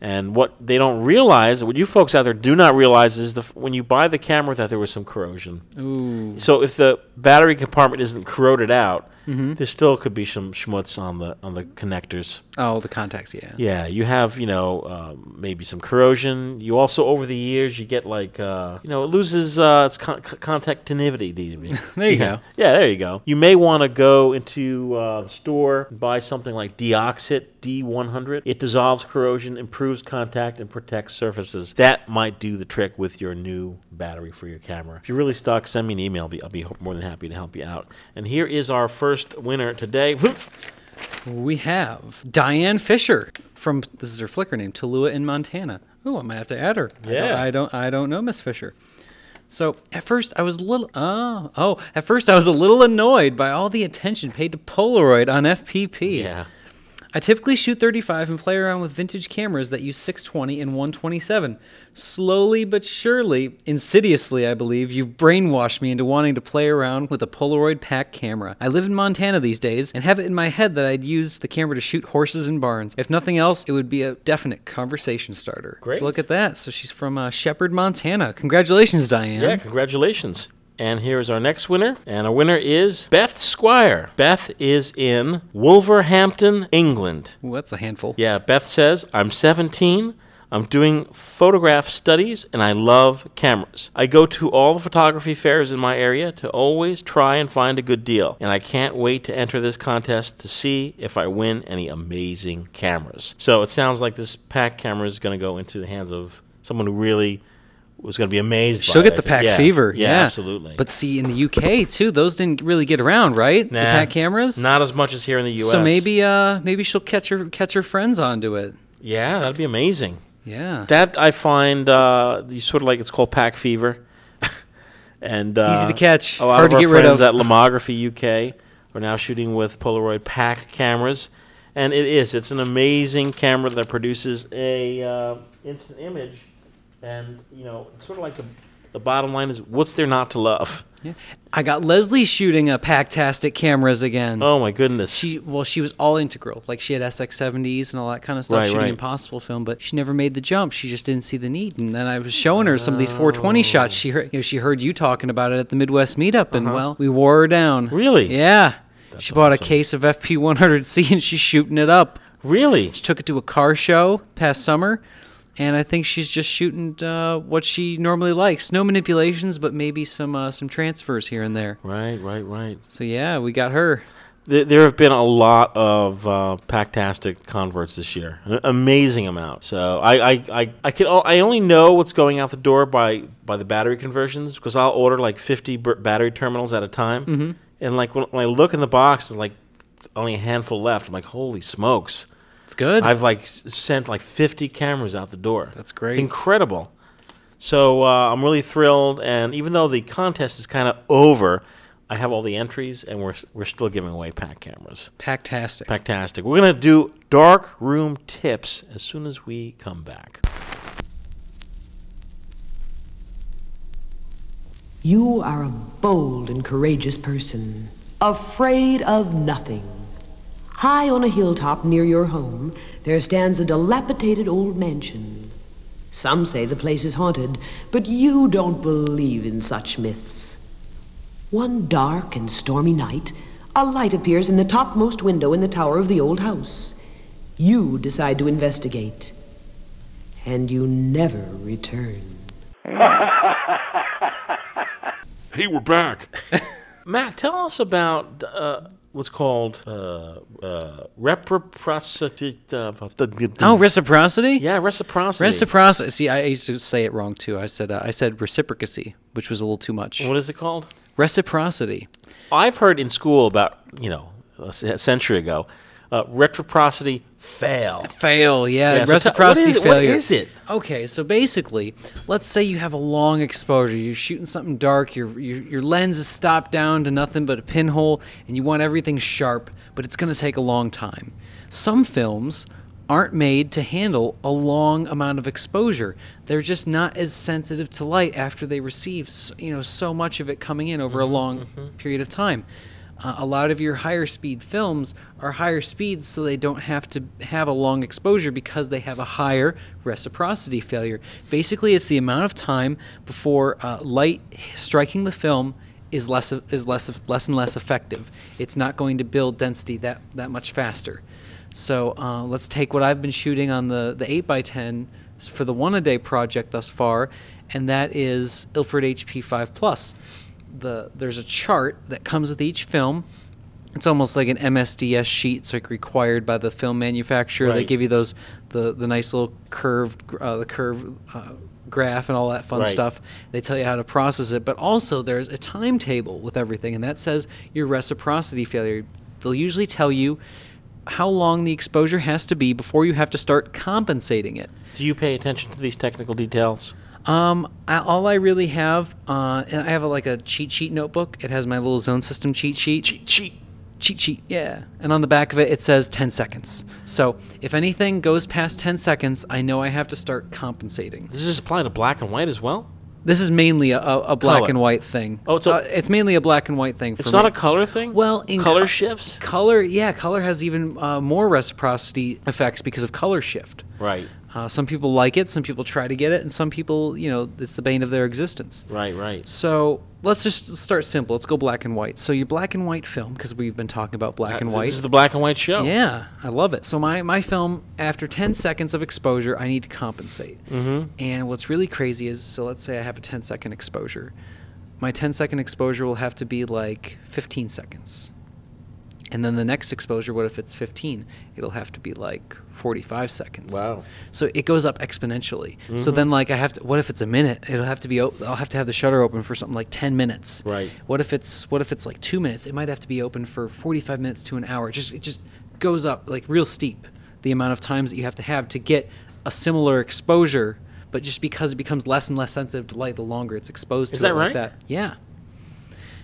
Speaker 2: And what they don't realize, what you folks out there do not realize, is the f- when you buy the camera that there was some corrosion.
Speaker 4: Ooh.
Speaker 2: So if the battery compartment isn't corroded out,
Speaker 4: Mhm.
Speaker 2: there still could be some schmutz on the on the connectors.
Speaker 4: Oh, the contacts. Yeah.
Speaker 2: Yeah, you have you know um, maybe some corrosion. You also over the years you get like uh, you know it loses uh, its con- con- contactinivity. do you mean?
Speaker 4: There you
Speaker 2: yeah.
Speaker 4: go.
Speaker 2: Yeah, there you go. You may want to go into uh, the store and buy something like Deoxit D100. It dissolves corrosion, improves contact, and protects surfaces. That might do the trick with your new battery for your camera. If you're really stuck, send me an email. I'll be, I'll be ho- more than happy to help you out. And here is our first winner today.
Speaker 4: We have Diane Fisher from this is her Flickr name, Tulua in Montana. Ooh, I might have to add her. I don't-
Speaker 2: Yeah.
Speaker 4: I don't, I don't, know Miss Fisher. So at first I was a little oh oh at first I was a little annoyed by all the attention paid to Polaroid on FPP.
Speaker 2: Yeah.
Speaker 4: I typically shoot 35 and play around with vintage cameras that use 620 and 127. Slowly but surely, insidiously, I believe, you've brainwashed me into wanting to play around with a Polaroid pack camera. I live in Montana these days and have it in my head that I'd use the camera to shoot horses and barns. If nothing else, it would be a definite conversation starter.
Speaker 2: Great.
Speaker 4: So look at that. So she's from uh, Shepherd, Montana. Congratulations, Diane.
Speaker 2: Yeah, congratulations. And here is our next winner. And our winner is Beth Squire. Beth is in Wolverhampton, England.
Speaker 4: Ooh, that's a handful.
Speaker 2: Yeah, Beth says, I'm 17. I'm doing photograph studies and I love cameras. I go to all the photography fairs in my area to always try and find a good deal. And I can't wait to enter this contest to see if I win any amazing cameras. So it sounds like this pack camera is going to go into the hands of someone who really was going to be amazed. by
Speaker 4: She'll
Speaker 2: it,
Speaker 4: get
Speaker 2: I
Speaker 4: the
Speaker 2: think.
Speaker 4: pack
Speaker 2: Yeah.
Speaker 4: fever.
Speaker 2: Yeah,
Speaker 4: Yeah,
Speaker 2: absolutely.
Speaker 4: But see, in the UK too, those didn't really get around, right?
Speaker 2: Nah,
Speaker 4: the pack cameras.
Speaker 2: Not as much as here in the U.S.
Speaker 4: So maybe, uh, maybe she'll catch her catch her friends onto it.
Speaker 2: Yeah, that'd be amazing.
Speaker 4: Yeah.
Speaker 2: That I find uh, you sort of like it's called pack fever, <laughs> and
Speaker 4: It's
Speaker 2: uh,
Speaker 4: easy to catch,
Speaker 2: A lot
Speaker 4: hard
Speaker 2: of
Speaker 4: to
Speaker 2: our
Speaker 4: get rid
Speaker 2: friends
Speaker 4: of.
Speaker 2: at Lomography UK are now shooting with Polaroid pack cameras, and it is it's an amazing camera that produces a uh, instant image, and you know it's sort of like the the bottom line is what's there not to love.
Speaker 4: I got Leslie shooting a packtastic cameras again.
Speaker 2: Oh my goodness.
Speaker 4: Mm. She well, she was all integral. Like she had SX70s and all that kind of stuff
Speaker 2: Right,
Speaker 4: shooting
Speaker 2: right.
Speaker 4: impossible film, but she never made the jump. She just didn't see the need. And then I was showing her some of these
Speaker 2: Oh.
Speaker 4: 420 shots. She heard, you know, she heard you talking about it at the Midwest meetup, and
Speaker 2: Uh-huh.
Speaker 4: well, we wore her down.
Speaker 2: Really?
Speaker 4: Yeah. she bought a case of FP100C and she's shooting it up.
Speaker 2: Really?
Speaker 4: She took it to a car show past summer. And I think she's just shooting uh, what she normally likes. No manipulations, but maybe some uh, some transfers here and there.
Speaker 2: Right, right, right.
Speaker 4: So yeah, we got her.
Speaker 2: There, there have been a lot of uh, Pactastic converts this year, an amazing amount. So I, I, I, I can o- I only know what's going out the door by, by the battery conversions because I'll order like fifty b- battery terminals at a time,
Speaker 4: Mhm.
Speaker 2: and like when, when I look in the box, there's like only a handful left. I'm like, holy smokes!
Speaker 4: It's good.
Speaker 2: I've like s- sent like 50 cameras out the door. That's
Speaker 4: great.
Speaker 2: It's incredible. So uh, I'm really thrilled, and even though the contest is kind of over, I have all the entries, and we're s- we're still giving away pack cameras.
Speaker 4: Packtastic.
Speaker 2: Packtastic. We're gonna do dark room tips as soon as we come back.
Speaker 12: You are a bold and courageous person, afraid of nothing. High on a hilltop near your home, there stands a dilapidated old mansion. Some say the place is haunted, but you don't believe in such myths. One dark and stormy night, a light appears in the topmost window in the tower of the old house. You decide to investigate, and you never return.
Speaker 2: Hey, we're back. Matt, tell us about uh, what's called uh, uh, reciprocity.
Speaker 4: Oh, reciprocity?
Speaker 2: Yeah, reciprocity.
Speaker 4: Reciprocity. See, I used to say it wrong too. I said uh, I said reciprocacy, which was a little too much.
Speaker 2: What is it called?
Speaker 4: Reciprocity.
Speaker 2: I've heard in school about you know a c- a century ago, uh, reciprocity fail.
Speaker 4: Fail,
Speaker 2: Yeah, so tell-
Speaker 4: yeah.
Speaker 2: what
Speaker 4: Uh, reciprocity
Speaker 2: is it- what
Speaker 4: failure.
Speaker 2: is it?
Speaker 4: Okay, so basically, let's say you have a long exposure. You're shooting something dark. Your your, your lens is stopped down to nothing but a pinhole, and you want everything sharp, but it's going to take a long time. Some films aren't made to handle a long amount of exposure. They're just not as sensitive to light after they receive, s- you know, so much of it coming in over a long period of time. Uh, a lot of your higher speed films are higher speeds, so they don't have to have a long exposure because they have a higher reciprocity failure. Basically, it's the amount of time before uh, light striking the film is less of- is less of- less and less effective. It's not going to build density that that much faster. So uh, let's take what I've been shooting on the the eight x ten for the one a day project thus far, and that is Ilford HP five plus the there's a chart that comes with each film. It's almost like an MSDS sheet, it's like required by the film manufacturer. They
Speaker 2: Right.
Speaker 4: give you those the the nice little curved gr- uh, the curve uh, graph and all that fun
Speaker 2: Right.
Speaker 4: stuff. They tell you how to process it, but also there's a timetable with everything, and that says your reciprocity failure. They'll usually tell you how long the exposure has to be before you have to start compensating it.
Speaker 2: Do you pay attention to these technical details?
Speaker 4: Um, I, all I really have, uh, and I have a, like a cheat sheet notebook. It has my little zone system cheat sheet. Cheat
Speaker 2: sheet.
Speaker 4: Cheat sheet. Yeah. And on the back of it, it says 10 seconds. So if anything goes past 10 seconds, I know I have to start compensating.
Speaker 2: Does this apply to black and white as well?
Speaker 4: This is mainly a, a, a black
Speaker 2: Color.
Speaker 4: and white thing.
Speaker 2: Oh, so-
Speaker 4: uh, it's mainly a black and white thing. For
Speaker 2: It's not a
Speaker 4: me.
Speaker 2: color thing.
Speaker 4: Well, in
Speaker 2: color
Speaker 4: co-
Speaker 2: shifts.
Speaker 4: Color, yeah, color has even uh, more reciprocity effects because of color shift.
Speaker 2: Right,
Speaker 4: Uh, some people like it, some people try to get it, and some people, you know, it's the bane of their existence.
Speaker 2: right, right.
Speaker 4: So let's just start simple. Let's go black and white. So your black and white film, because we've been talking about black and
Speaker 2: Uh,
Speaker 4: white.
Speaker 2: This is the black and white show.
Speaker 4: yeah, I love it. So my, my film, after 10 seconds of exposure, I need to compensate.
Speaker 2: Mhm.
Speaker 4: And what's really crazy is, so let's say I have a 10 second exposure. My 10 second exposure will have to be like 15 seconds. And then the next exposure, what if it's 15? It'll have to be like 45 seconds.
Speaker 2: Wow.
Speaker 4: So it goes up exponentially. So
Speaker 2: Mhm.
Speaker 4: then, like, I have to. What if it's a minute? It'll have to be. Op- I'll have to have the shutter open for something like 10 minutes.
Speaker 2: Right.
Speaker 4: What if it's What if it's like two minutes? It might have to be open for 45 minutes to an hour. It just It just goes up like real steep. The amount of times that you have to have to get a similar exposure, but just because it becomes less and less sensitive to light, the longer it's exposed
Speaker 2: Is
Speaker 4: to
Speaker 2: that
Speaker 4: it like
Speaker 2: right?
Speaker 4: that. Yeah.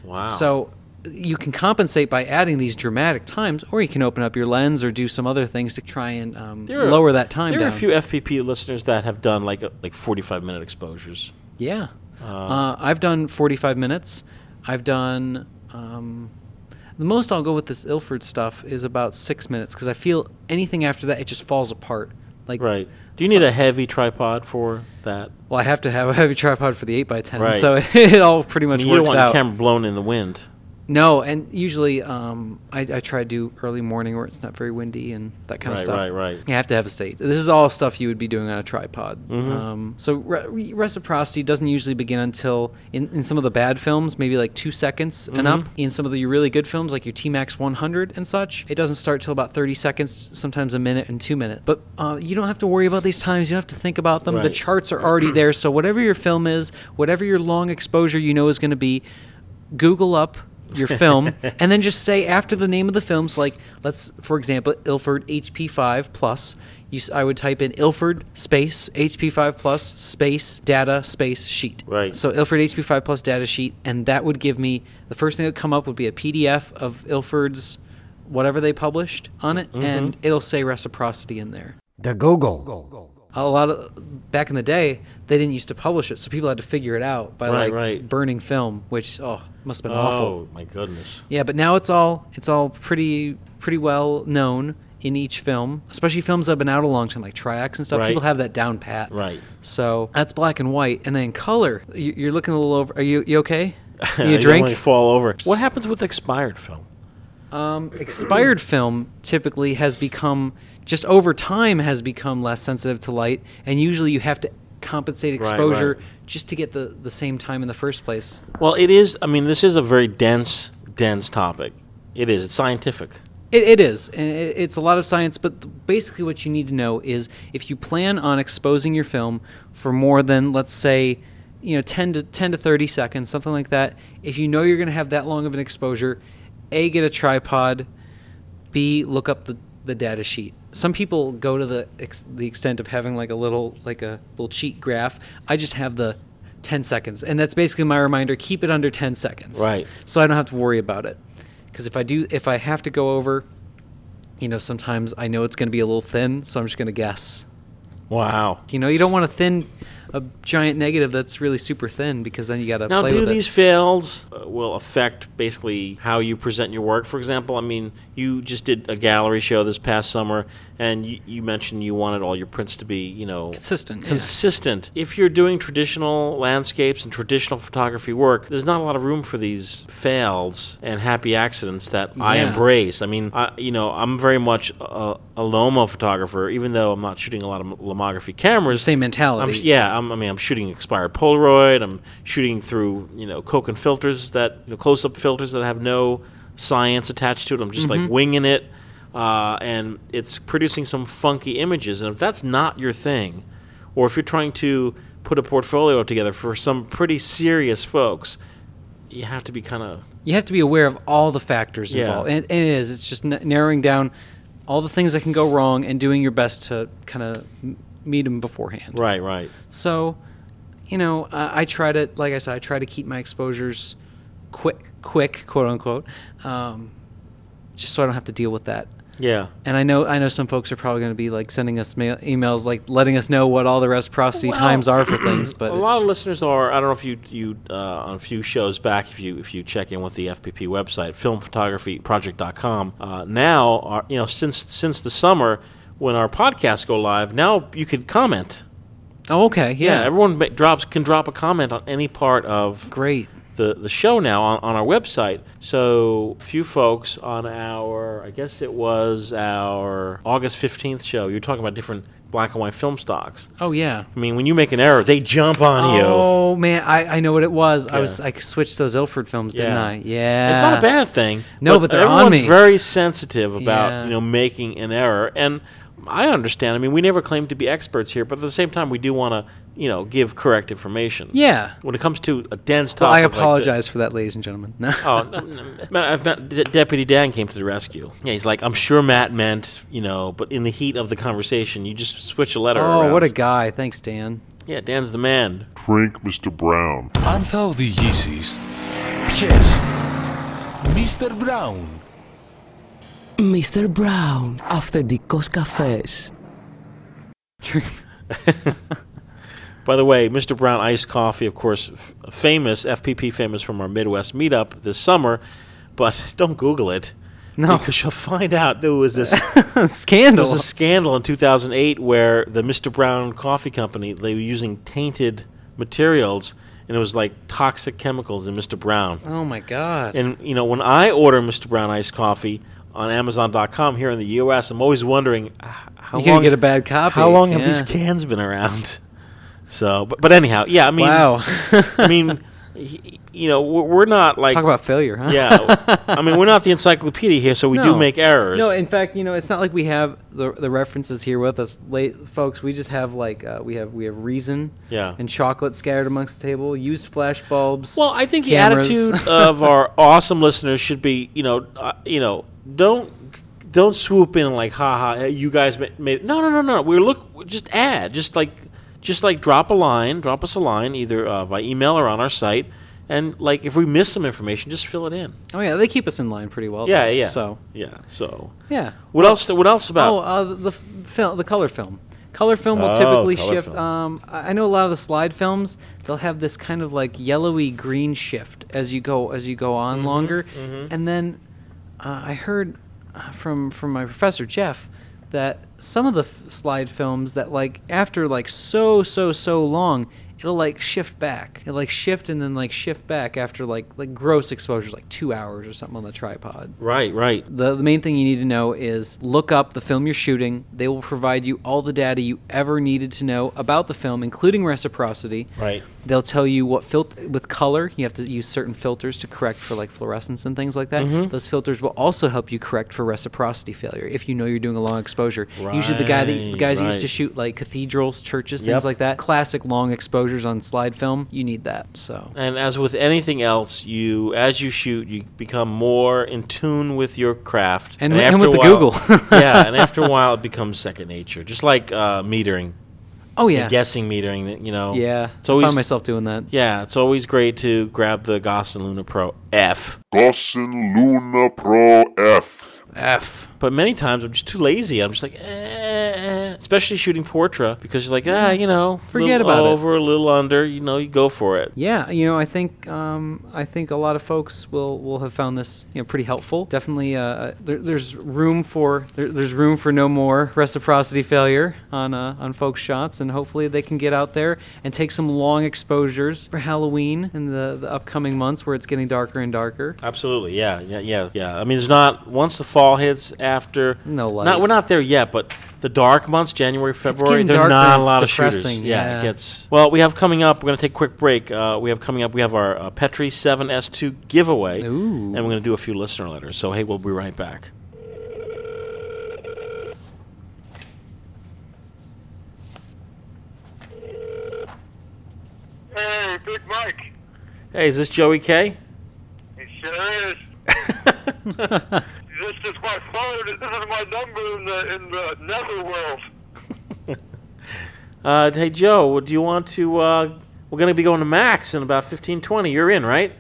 Speaker 2: Wow.
Speaker 4: So you can compensate by adding these dramatic times, or you can open up your lens or do some other things to try and um,
Speaker 2: There are-
Speaker 4: lower that time
Speaker 2: There
Speaker 4: down.
Speaker 2: are a few FPP listeners that have done like a, like 45 minute exposures.
Speaker 4: yeah.
Speaker 2: Uh,
Speaker 4: Uh, I've done 45 minutes. I've done. Um, the most I'll go with this Ilford stuff is about six minutes because I feel anything after that it just falls apart. Like
Speaker 2: right. Do you need a heavy tripod for that?
Speaker 4: Well, I have to have a heavy tripod for the 8x10,
Speaker 2: Right.
Speaker 4: so <laughs> it, all pretty
Speaker 2: I
Speaker 4: much
Speaker 2: mean, you
Speaker 4: works
Speaker 2: don't want
Speaker 4: out.
Speaker 2: the camera blown in the wind.
Speaker 4: No, and usually um, I, I try to do early morning where it's not very windy and that kind
Speaker 2: Right,
Speaker 4: of stuff.
Speaker 2: right, right.
Speaker 4: You have to have a state. This is all stuff you would be doing on a tripod.
Speaker 2: Mhm.
Speaker 4: Um, so re- re- reciprocity doesn't usually begin until in, in some of the bad films, maybe like two seconds and
Speaker 2: Mhm.
Speaker 4: up. In some of the really good films, like your T Max 100 and such, it doesn't start till about 30 seconds, sometimes a minute and two minutes. But uh, you don't have to worry about these times. You don't have to think about them. The
Speaker 2: Right.
Speaker 4: charts are already there. So whatever your film is, whatever your long exposure you know is going to be, Google up your film and then just say after the name of the films, like let's, for example, Ilford HP5 plus. You, s- I would type in Ilford space HP5 plus space data space sheet.
Speaker 2: Right.
Speaker 4: So Ilford HP5 plus data sheet, and that would give me the first thing that would come up would be a PDF of Ilford's whatever they published on it,
Speaker 13: Mhm.
Speaker 4: and it'll say reciprocity in there
Speaker 13: The Google.
Speaker 4: a lot of back in the day they didn't used to publish it so people had to figure it out by
Speaker 2: Right,
Speaker 4: like
Speaker 2: right.
Speaker 4: burning film which oh must have been awful
Speaker 2: Oh my goodness.
Speaker 4: yeah but now it's all it's all pretty pretty well known in each film especially films that have been out a long time like triax and stuff
Speaker 2: Right.
Speaker 4: people have that down pat
Speaker 2: Right.
Speaker 4: so that's black and white and then color you, you're looking a little over are you,
Speaker 2: <laughs>
Speaker 4: you okay
Speaker 2: <laughs> You
Speaker 4: you
Speaker 2: don't
Speaker 4: drink
Speaker 2: wanna fall over. What happens with expired film?
Speaker 4: um, expired film typically has become just over time has become less sensitive to light, and usually you have to compensate
Speaker 2: Right, right.
Speaker 4: exposure just to get the, the same time in the first place.
Speaker 2: Well, it is. I mean, this is a very dense, dense topic. It is. It's scientific.
Speaker 4: It, it is, and it, it's a lot of science. But th- basically, what you need to know is if you plan on exposing your film for more than, let's say, you know, ten to ten to thirty seconds, something like that. If you know you're going to have that long of an exposure, a get a tripod, b look up the the data sheet. Some people go to the ex- the extent of having like a little like a little cheat graph. I just have the 10 seconds and that's basically my reminder keep it under 10 seconds
Speaker 2: Right.
Speaker 4: so i don't have to worry about it because if i do if i have to go over you know, sometimes I know it's going to be a little thin, so I'm just going to guess.
Speaker 2: Wow.
Speaker 4: You know, you don't want to thin a giant negative that's really super thin because then you got to
Speaker 2: Now,
Speaker 4: play
Speaker 2: do
Speaker 4: with
Speaker 2: these
Speaker 4: it.
Speaker 2: fails uh, will affect basically how you present your work? For example, I mean, you just did a gallery show this past summer, and you, you mentioned you wanted all your prints to be, you know,
Speaker 4: Consistent, yeah.
Speaker 2: Consistent. If you're doing traditional landscapes and traditional photography work, there's not a lot of room for these fails and happy accidents that I
Speaker 4: Yeah.
Speaker 2: embrace. I mean, I, you know, I'm very much a, a Loma photographer, even though I'm not shooting a lot of Lomography cameras.
Speaker 4: Same mentality.
Speaker 2: I'm- yeah, I'm, I mean, I'm shooting expired Polaroid. I'm shooting through you know Coke and filters that you know, close-up filters that have no science attached to it. I'm just
Speaker 4: Mhm.
Speaker 2: like winging it, uh, and it's producing some funky images. And if that's not your thing, or if you're trying to put a portfolio together for some pretty serious folks, you have to be kind of
Speaker 4: You have to be aware of all the factors
Speaker 2: Yeah.
Speaker 4: involved. And, and it is. It's just n- narrowing down all the things that can go wrong and doing your best to kind of m- meet them beforehand.
Speaker 2: right, right.
Speaker 4: So, you know, I, I try to, like I said, I try to keep my exposures quick, quick, quote unquote, um, just so I don't have to deal with that.
Speaker 2: Yeah.
Speaker 4: And I know, I know some folks are probably going to be like sending us ma- emails, like letting us know what all the reciprocity
Speaker 2: Well,
Speaker 4: times are for
Speaker 2: <clears throat>
Speaker 4: things. But
Speaker 2: a
Speaker 4: it's-
Speaker 2: lot of listeners are. I don't know if you you uh, on a few shows back, if you if you check in with the FPP website, filmphotographyproject.com. Uh, now, are, you know, since since the summer when our podcasts go live, now you could comment.
Speaker 4: oh, okay, yeah,
Speaker 2: everyone ma- drops can drop a comment on any part of
Speaker 4: great
Speaker 2: the the show now on, on our website. So few folks on our I guess it was our August fifteenth show. You're talking about different black and white film stocks.
Speaker 4: Oh yeah.
Speaker 2: I mean, when you make an error, they jump on you.
Speaker 4: Oh man, I, I know what it was. I
Speaker 2: Yeah.
Speaker 4: was I switched those Ilford films, didn't
Speaker 2: Yeah.
Speaker 4: I? Yeah.
Speaker 2: It's not a bad thing.
Speaker 4: No, but, they're
Speaker 2: everyone's
Speaker 4: on me.
Speaker 2: very sensitive about
Speaker 4: Yeah.
Speaker 2: you know making an error, and I understand. I mean, we never claim to be experts here, but at the same time, we do want to you know give correct information.
Speaker 4: Yeah.
Speaker 2: When it comes to a dense topic,
Speaker 4: Well, I
Speaker 2: like thi-
Speaker 4: apologize for that, ladies and gentlemen. <laughs> No.
Speaker 2: Oh, no, no, Matt, I've met, De- Deputy Dan came to the rescue. Yeah, he's like, I'm sure Matt meant, you know, but in the heat of the conversation, you just switch a letter
Speaker 4: Oh,
Speaker 2: around.
Speaker 4: what a guy! Thanks, Dan. <laughs>
Speaker 2: yeah, Dan's the man.
Speaker 11: Drink, Mr. Brown.
Speaker 13: Anthał the Yeezys. Yes. Mr. Brown.
Speaker 14: Mr. Brown, αυθεντικός καφές.
Speaker 2: By the way, Mr. Brown Iced Coffee, of course, f- famous, FPP famous from our Midwest meetup this summer, but <laughs> don't Google it.
Speaker 4: No.
Speaker 2: Because you'll find out there was this
Speaker 4: <laughs> Scandal.
Speaker 2: There was a scandal in 2008 where the Mr. Brown Coffee Company they were using tainted materials, and it was like toxic chemicals in Mr. Brown.
Speaker 4: Oh my god.
Speaker 2: And you know, when I order Mr. Brown iced coffee on Amazon.com here in the U.S., I'm always wondering h- how
Speaker 4: You're gonna
Speaker 2: long
Speaker 4: get a bad copy,
Speaker 2: How long have these
Speaker 4: yeah.
Speaker 2: cans been around? <laughs> So, but, but anyhow, yeah. I mean,
Speaker 4: Wow.
Speaker 2: I
Speaker 4: <laughs>
Speaker 2: mean, he- you know, we're we're not like
Speaker 4: Talk about failure, huh?
Speaker 2: <laughs> Yeah, I mean, we're
Speaker 4: <laughs>
Speaker 2: not the encyclopedia here, so we do
Speaker 4: No.
Speaker 2: make errors.
Speaker 4: No, in fact, you know, it's not like we have the, the references here with us, late folks. We just have like uh, we have we have reason,
Speaker 2: Yeah.
Speaker 4: and chocolate scattered amongst the table, used flash bulbs.
Speaker 2: Well, I think
Speaker 4: cameras.
Speaker 2: the
Speaker 4: <laughs>
Speaker 2: attitude of our awesome listeners should be, you know, uh, you know, don't don't swoop in like, ha ha, hey, you guys ma- made no, no, no, no. We look just add, just like just like drop a line, drop us a line either uh, by email or on our site, and like if we miss some information, just fill it in.
Speaker 4: oh yeah, they keep us in line pretty well.
Speaker 2: yeah,
Speaker 4: though,
Speaker 2: yeah.
Speaker 4: So
Speaker 2: yeah, so
Speaker 4: yeah.
Speaker 2: What else? What else about?
Speaker 4: Oh, uh, the f- film, the color film. Color film will
Speaker 2: Oh,
Speaker 4: typically
Speaker 2: color
Speaker 4: shift.
Speaker 2: film.
Speaker 4: Um, I I know a lot of the slide films. They'll have this kind of like yellowy green shift as you go as you go on
Speaker 2: Mhm,
Speaker 4: longer,
Speaker 2: mhm.
Speaker 4: and then uh, I heard uh, from from my professor Jeff that some of the f- slide films that like after like so so so long. It'll like shift back. It'll like shift and then like shift back after like like gross exposures, like two hours or something on the tripod.
Speaker 2: Right, right.
Speaker 4: The, the main thing you need to know is look up the film you're shooting. They will provide you all the data you ever needed to know about the film, including reciprocity.
Speaker 2: Right.
Speaker 4: They'll tell you what filter with color you have to use certain filters to correct for like fluorescence and things like that.
Speaker 2: Mhm.
Speaker 4: Those filters will also help you correct for reciprocity failure if you know you're doing a long exposure. Usually the guy that the
Speaker 2: Right,
Speaker 4: guys that used to
Speaker 2: right.
Speaker 4: shoot like cathedrals, churches,
Speaker 2: Yep.
Speaker 4: things like that. Classic long exposures on slide film. You need that. So
Speaker 2: And as with anything else, you as you shoot, you become more in tune with your craft.
Speaker 4: And wi- and
Speaker 2: after
Speaker 4: with
Speaker 2: a
Speaker 4: the
Speaker 2: while-
Speaker 4: Google.
Speaker 2: <laughs>
Speaker 4: <laughs>
Speaker 2: yeah, and after a while, it becomes second nature, just like uh, metering.
Speaker 4: Oh,
Speaker 2: And
Speaker 4: yeah.
Speaker 2: guessing metering. You know.
Speaker 4: Yeah,
Speaker 2: It's always,
Speaker 4: I found myself doing that.
Speaker 2: Yeah, it's always great to grab the Gaussian Luna Pro F.
Speaker 11: Dawson Luna Pro F.
Speaker 4: F.
Speaker 2: But many times I'm just too lazy. I'm just like, eh, eh, eh. especially shooting Portra because you're like, ah, you know,
Speaker 4: Forget
Speaker 2: little
Speaker 4: about it.
Speaker 2: over, a little under. You know, you go for it.
Speaker 4: Yeah, you know, I think um, I think a lot of folks will, will have found this you know pretty helpful. Definitely, uh, there, there's room for there, there's room for no more reciprocity failure on uh, on folks' shots, and hopefully they can get out there and take some long exposures for Halloween and the, the upcoming months where it's getting darker and darker.
Speaker 2: Absolutely, yeah, yeah, yeah, yeah. I mean, it's not once the fall hits after.
Speaker 4: No light.
Speaker 2: Not, we're not there yet, but the dark months, January, February,
Speaker 4: getting
Speaker 2: there's
Speaker 4: darker
Speaker 2: not
Speaker 4: and
Speaker 2: a
Speaker 4: it's
Speaker 2: lot of shooters.
Speaker 4: depressing,
Speaker 2: it
Speaker 4: yeah.
Speaker 2: gets. Well, we have coming up. We're going to take a quick break. Uh, we have coming up. We have our uh, Petri 7S2 giveaway, and we're going to do a few listener letters. So hey, we'll be right back.
Speaker 8: Hey, Big Mike.
Speaker 2: Hey, is this Joey K?
Speaker 8: It
Speaker 2: <laughs>
Speaker 8: sure is. this is my phone. This is my number in the in the netherworld.
Speaker 2: Uh, hey Joe, do you want to? Uh, we're going to be going to Max in about 15, 20. You're in, right?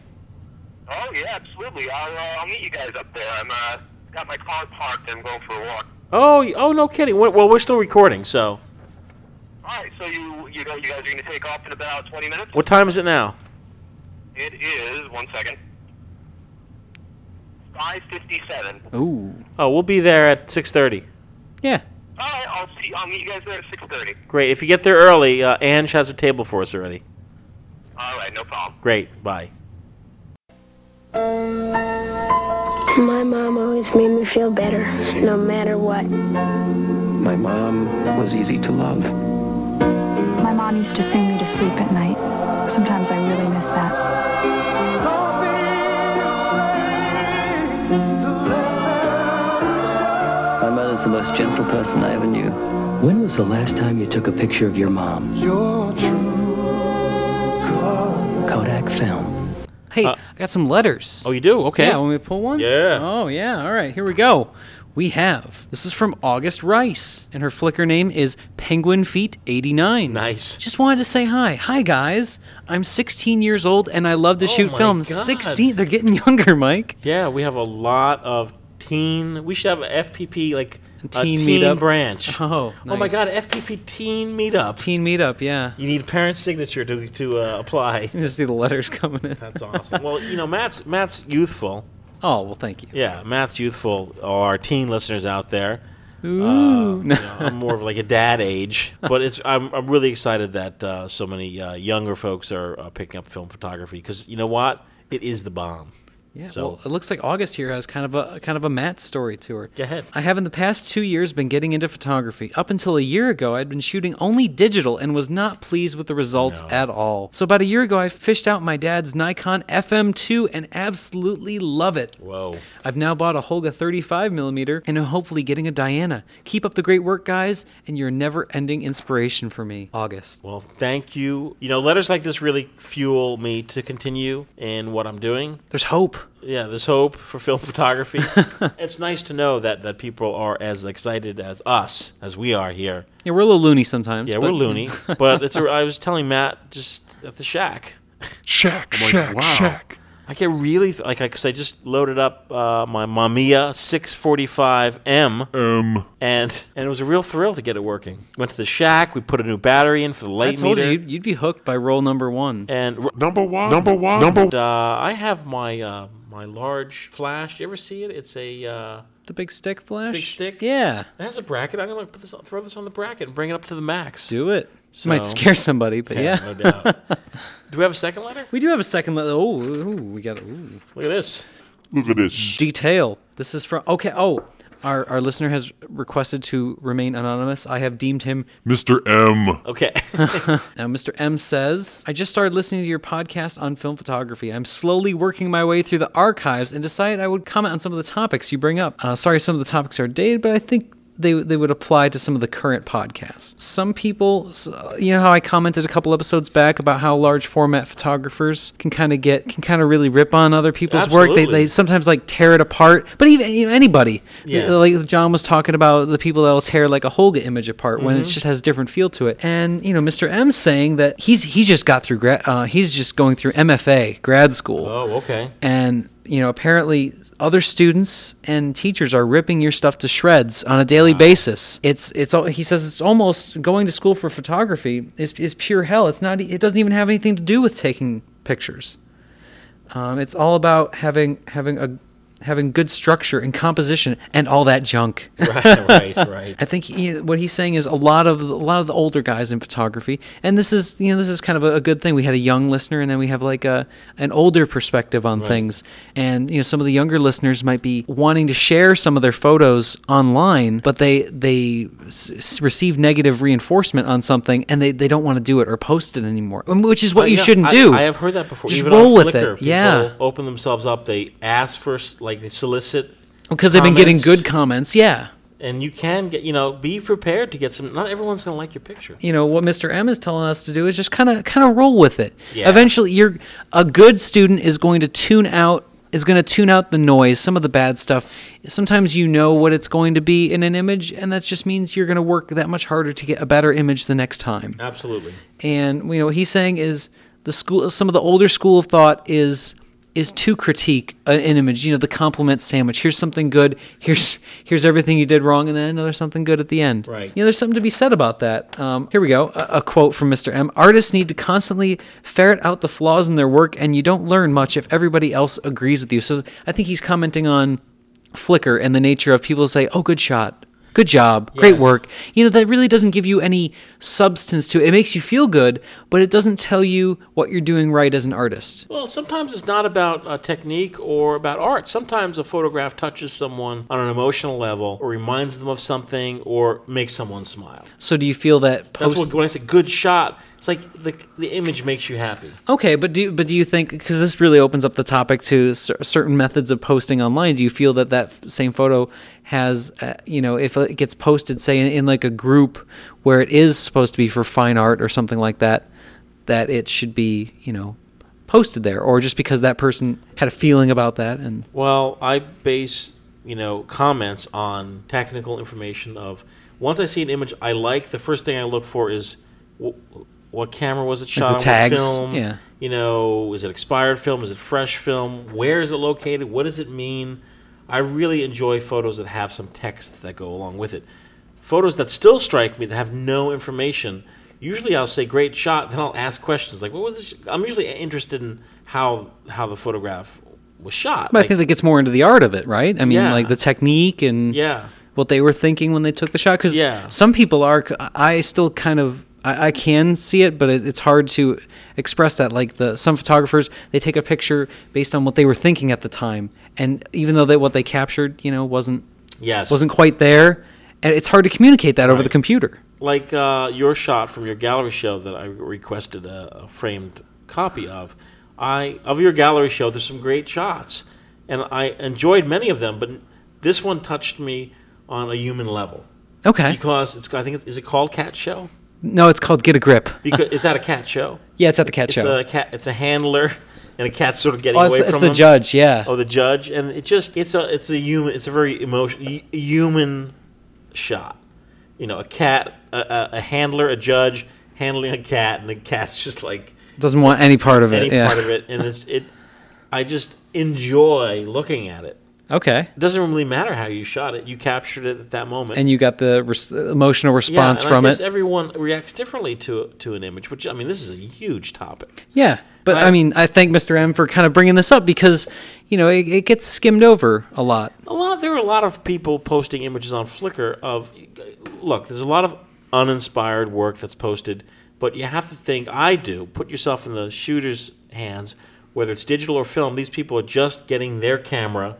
Speaker 8: Oh yeah, absolutely. I'll uh, I'll meet you guys up there. I'm uh got my car parked and going for a walk.
Speaker 2: Oh, y- oh, no kidding. Well, well, we're still recording, so.
Speaker 8: All right, so you you know you guys are gonna take off in about 20 minutes.
Speaker 2: What time is it now?
Speaker 8: It is one second. 5:57.
Speaker 4: Ooh.
Speaker 2: Oh, we'll be there at 6:30.
Speaker 4: Yeah.
Speaker 8: All right, I'll see. I'll meet you guys there at 6:30.
Speaker 2: Great. If you get there early, uh, Ange has a table for us already.
Speaker 8: All right, no problem.
Speaker 2: Great. Bye.
Speaker 15: My mom always made me feel better, no matter what. My mom was easy to love.
Speaker 16: My mom used to sing me to sleep at night. Sometimes I really miss that.
Speaker 15: My mother's the most gentle person I ever knew. When was the last time you took a picture of your mom? Your true Kodak film.
Speaker 4: Hey, I got some letters.
Speaker 2: Uh, Oh, you do? Okay.
Speaker 4: Yeah, want me to pull one?
Speaker 2: Yeah.
Speaker 4: Oh, yeah. All right, here we go. We have. This is from August Rice, and her Flickr name is Penguin Feet 89. Nice. Just wanted to say hi. Hi, guys. I'm 16 years old, and I love to shoot
Speaker 2: Oh my
Speaker 4: films.
Speaker 2: God.
Speaker 4: 16. They're getting <laughs> younger, Mike.
Speaker 2: Yeah, we have a lot of teen. We should have a FPP like a
Speaker 4: Teen
Speaker 2: teen
Speaker 4: meetup.
Speaker 2: branch.
Speaker 4: Oh,
Speaker 2: oh my
Speaker 4: nice.
Speaker 2: God, FPP teen meetup.
Speaker 4: Teen meetup, yeah.
Speaker 2: You need parent signature to to uh, apply.
Speaker 4: You just see the letters coming in.
Speaker 2: That's awesome. well, you know, Matt's Matt's youthful.
Speaker 4: Oh, well, thank you.
Speaker 2: Yeah, Matt's youthful. All our teen listeners out there.
Speaker 4: Ooh.
Speaker 2: Uh, you know, I'm more of like a dad age, but it's I'm, I'm really excited that uh, so many uh, younger folks are uh, picking up film photography because you know what, it is the bomb.
Speaker 4: <laughs> Yeah,
Speaker 2: So-
Speaker 4: well, it looks like August here has kind of a kind of a Matt story to her.
Speaker 2: Go ahead.
Speaker 4: I have in the past two years been getting into photography. Up until a year ago, I'd been shooting only digital and was not pleased with the results at all. So about a year ago, I fished out my dad's Nikon FM2 and absolutely love it.
Speaker 2: Whoa!
Speaker 4: I've now bought a Holga 35 millimeter and am hopefully getting a Diana. Keep up the great work, guys, and your never-ending inspiration for me, August.
Speaker 2: Well, thank you. You know, letters like this really fuel me to continue in what I'm doing.
Speaker 4: There's hope.
Speaker 2: Yeah, there's hope for film <laughs> photography. it's nice to know that, that people are as excited as us, as we are here.
Speaker 4: Yeah, we're a little loony sometimes.
Speaker 2: Yeah,
Speaker 4: but-
Speaker 2: we're
Speaker 4: <laughs>
Speaker 2: loony, but it's. A, I was telling Matt just at the shack.
Speaker 4: Shack,
Speaker 2: I'm like,
Speaker 4: shack, shack.
Speaker 2: I get really th- like because I just loaded up uh, my Mamiya 645 M, M, and and it was a real thrill to get it working. Went to the shack. We put a new battery in for the light
Speaker 4: I told
Speaker 2: meter.
Speaker 4: you you'd, you'd be hooked by roll number one.
Speaker 2: And
Speaker 4: number one,
Speaker 2: number one, number. And, uh, I have my uh, my large flash. You ever see it? It's a uh,
Speaker 4: the big stick flash.
Speaker 2: Big stick.
Speaker 4: Yeah.
Speaker 2: It has a bracket. I'm gonna put this, on- throw this on the bracket and bring it up to the max.
Speaker 4: Do it. Might scare somebody, but yeah.
Speaker 2: no <laughs> doubt. Do we have a second letter?
Speaker 4: we do have a second. le- Oh, ooh, we got. Ooh.
Speaker 2: Look at this.
Speaker 4: Look at this detail. This is from. Okay. Oh, our our listener has requested to remain anonymous. I have deemed him
Speaker 11: Mr. M.
Speaker 2: Okay.
Speaker 4: now, Mr. M says, I just started listening to your podcast on film photography. I'm slowly working my way through the archives and decided I would comment on some of the topics you bring up. Uh, sorry, some of the topics are dated, but I think. They, they would apply to some of the current podcasts. Some people, s- uh, you know how I commented a couple episodes back about how large format photographers can kind of get, can kind of really rip on other people's work. They,
Speaker 2: Absolutely.
Speaker 4: they sometimes like tear it apart, but even you know, anybody.
Speaker 2: Yeah.
Speaker 4: Uh, Like John was talking about the people that'll tear like a Holga image apart when it
Speaker 2: Mhm.
Speaker 4: just has a different feel to it. And you know, Mr. M's saying that he's he just got through grad, uh, he's just going through MFA grad
Speaker 2: <laughs>
Speaker 4: school.
Speaker 2: Oh, okay.
Speaker 4: And you know, apparently other students and teachers are ripping your stuff to shreds on a daily basis. It's it's al- he says it's almost going to school for photography is is pure hell. It's not e, it doesn't even have anything to do with taking pictures. Um, it's all about having having a having good structure and composition and all that junk.
Speaker 2: Right, right, right.
Speaker 4: I think he, what he's saying is a lot of the- a lot of the older guys in photography, and this is you know this is kind of a, a good thing. We had a young listener, and then we have like a an older perspective on
Speaker 2: Right.
Speaker 4: things, and you know some of the younger listeners might be wanting to share some of their photos online, but they they s- s- receive negative reinforcement on something, and they, they don't want to do it or post it anymore, um, which is what
Speaker 2: Uh,
Speaker 4: you
Speaker 2: yeah,
Speaker 4: shouldn't
Speaker 2: I-
Speaker 4: do.
Speaker 2: I have heard that before.
Speaker 4: Just
Speaker 2: Even
Speaker 4: roll
Speaker 2: on
Speaker 4: with
Speaker 2: Flickr,
Speaker 4: it. Yeah,
Speaker 2: people Open themselves up. They ask for s- like they solicit
Speaker 4: because they've been getting
Speaker 2: comments,
Speaker 4: good comments. Yeah.
Speaker 2: And you can get you know be prepared to get some. Not everyone's gonna like your picture.
Speaker 4: you know what Mr. M is telling us to do is just kind of kind of roll with it.
Speaker 2: Yeah.
Speaker 4: Eventually, you're a good student is going to tune out is going to tune out the noise, some of the bad stuff. Sometimes you know what it's going to be in an image, and that just means you're going to work that much harder to get a better image the next time.
Speaker 2: Absolutely.
Speaker 4: And you know what he's saying is the school some of the older school of thought is is to critique a- an image, you know, the compliment sandwich. Here's something good. Here's here's everything you did wrong, and then another something good at the end. Right. You know, there's something to be said about that. Um, here we go. A, a quote from Mr. M. Artists need to constantly ferret out the flaws in their work, and you don't learn much if everybody else agrees with you. So I think he's commenting on Flickr and the nature of people say, "Oh, good shot." Good job. Great work. You know, that really doesn't give you any substance to it. It makes you feel good, but it doesn't tell you what you're doing right as an artist.
Speaker 2: Well, sometimes it's not about uh, technique or about art. Sometimes a photograph touches someone on an emotional level or reminds them of something or makes someone smile.
Speaker 4: So do you feel that post
Speaker 2: That's what, when I say good shot, it's like the, the image makes you happy.
Speaker 4: Okay, but do but do you think because this really opens up the topic to cer- certain methods of posting online? Do you feel that that f- same photo has uh, you know if it gets posted say in, in like a group where it is supposed to be for fine art or something like that, that it should be you know posted there, or just because that person had a feeling about that and
Speaker 2: Well, I base you know comments on technical information of once I see an image I like, the first thing I look for is wh- what camera was it
Speaker 4: the
Speaker 2: shot on, what
Speaker 4: tags,
Speaker 2: film,
Speaker 4: yeah.
Speaker 2: you know, is it expired film, is it fresh film, where is it located, what does it mean? I really enjoy photos that have some text that go along with it. Photos that still strike me that have no information. Usually, I'll say "great shot," then I'll ask questions like, "What was this?" I'm usually interested in how how the photograph was shot.
Speaker 4: but I
Speaker 2: Like,
Speaker 4: think that gets more into the art of it, right? I mean,
Speaker 2: Yeah.
Speaker 4: like the technique and
Speaker 2: Yeah.
Speaker 4: what they were thinking when they took the shot. Because
Speaker 2: Yeah.
Speaker 4: some people are, I still kind of, I, I can see it, but it, it's hard to express that. Like the some photographers, they take a picture based on what they were thinking at the time, and even though they, what they captured, you know, wasn't,
Speaker 2: Yes.
Speaker 4: wasn't quite there, and it's hard to communicate that over the computer.
Speaker 2: like uh, your shot from your gallery show that I requested a, a framed copy of. I of your gallery show. There's some great shots, and I enjoyed many of them. But this one touched me on a human level.
Speaker 4: Okay.
Speaker 2: Because it's I think it's, is it called Cat Show?
Speaker 4: No, it's called get a grip.
Speaker 2: Because it's at a cat show.
Speaker 4: <laughs> Yeah, it's at the cat
Speaker 2: it's
Speaker 4: show.
Speaker 2: A cat, it's a handler, <laughs> and a cat's sort of getting
Speaker 4: Oh, it's
Speaker 2: away
Speaker 4: the- it's
Speaker 2: from
Speaker 4: the
Speaker 2: him.
Speaker 4: judge, yeah.
Speaker 2: Oh, the judge, and it just it's a it's a human it's a very emotion y- human shot. You know, a cat, a, a, a handler, a judge handling a cat, and the cat's just like
Speaker 4: Doesn't want any part of it,
Speaker 2: Any
Speaker 4: yeah.
Speaker 2: part of it, and it's it. I just enjoy looking at it.
Speaker 4: <laughs> Okay.
Speaker 2: It doesn't really matter how you shot it; you captured it at that moment
Speaker 4: And you got the res- emotional response
Speaker 2: yeah, and
Speaker 4: from
Speaker 2: I guess
Speaker 4: it.
Speaker 2: Everyone reacts differently to to an image, which I mean, this is a huge topic.
Speaker 4: Yeah, but I,
Speaker 2: I-
Speaker 4: mean, I thank Mr. M for kind of bringing this up because you know it, it gets skimmed over a lot.
Speaker 2: A lot there are a lot of people posting images on Flickr of look, there's a lot of uninspired work that's posted, but you have to think I do, put yourself in the shooter's hands, whether it's digital or film, these people are just getting their camera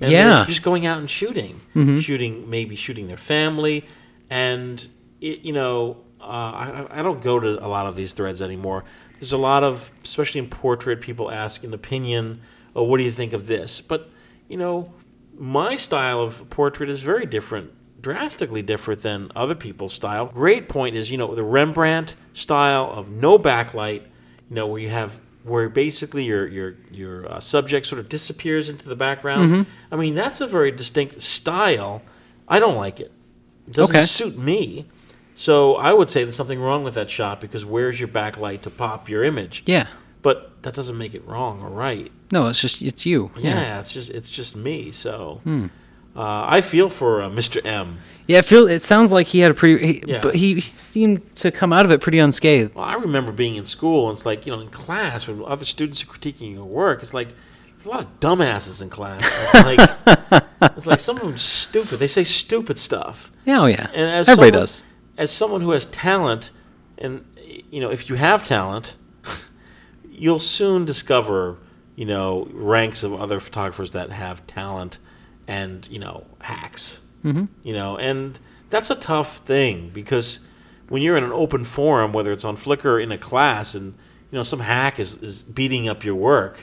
Speaker 2: and they're
Speaker 4: Yeah.
Speaker 2: just going out and shooting.
Speaker 4: Mhm.
Speaker 2: Shooting maybe shooting their family and it, you know, uh, I, I I don't go to a lot of these threads anymore. There's a lot of, especially in portrait, people ask an opinion. Oh, what do you think of this? But you know, my style of portrait is very different, drastically different than other people's style. Great point is, you know, the Rembrandt style of no backlight, you know, where you have where basically your your your uh, subject sort of disappears into the background.
Speaker 4: Mhm.
Speaker 2: I mean, that's a very distinct style. I don't like it. It doesn't
Speaker 4: Okay.
Speaker 2: suit me. So I would say there's something wrong with that shot because where's your backlight to pop your image?
Speaker 4: Yeah.
Speaker 2: But that doesn't make it wrong or right.
Speaker 4: No, it's just it's you.
Speaker 2: Yeah,
Speaker 4: Yeah,
Speaker 2: it's just it's just me. So
Speaker 4: Hmm.
Speaker 2: uh, I feel for uh, Mr. M.
Speaker 4: yeah. It feel it sounds like he had a pretty, he,
Speaker 2: Yeah.
Speaker 4: but he seemed to come out of it pretty unscathed.
Speaker 2: Well, I remember being in school, and it's like you know, in class when other students are critiquing your work, it's like there's a lot of dumbasses in class. It's like it's like some of them stupid. They say stupid stuff.
Speaker 4: Yeah, oh, yeah.
Speaker 2: And as
Speaker 4: Everybody
Speaker 2: someone-
Speaker 4: does.
Speaker 2: As someone who has talent, and you know, if you have talent, <laughs> you'll soon discover you know ranks of other photographers that have talent and you know hacks
Speaker 4: Mhm.
Speaker 2: you know and that's a tough thing because when you're in an open forum whether it's on flickr or in a class and you know some hack is, is beating up your work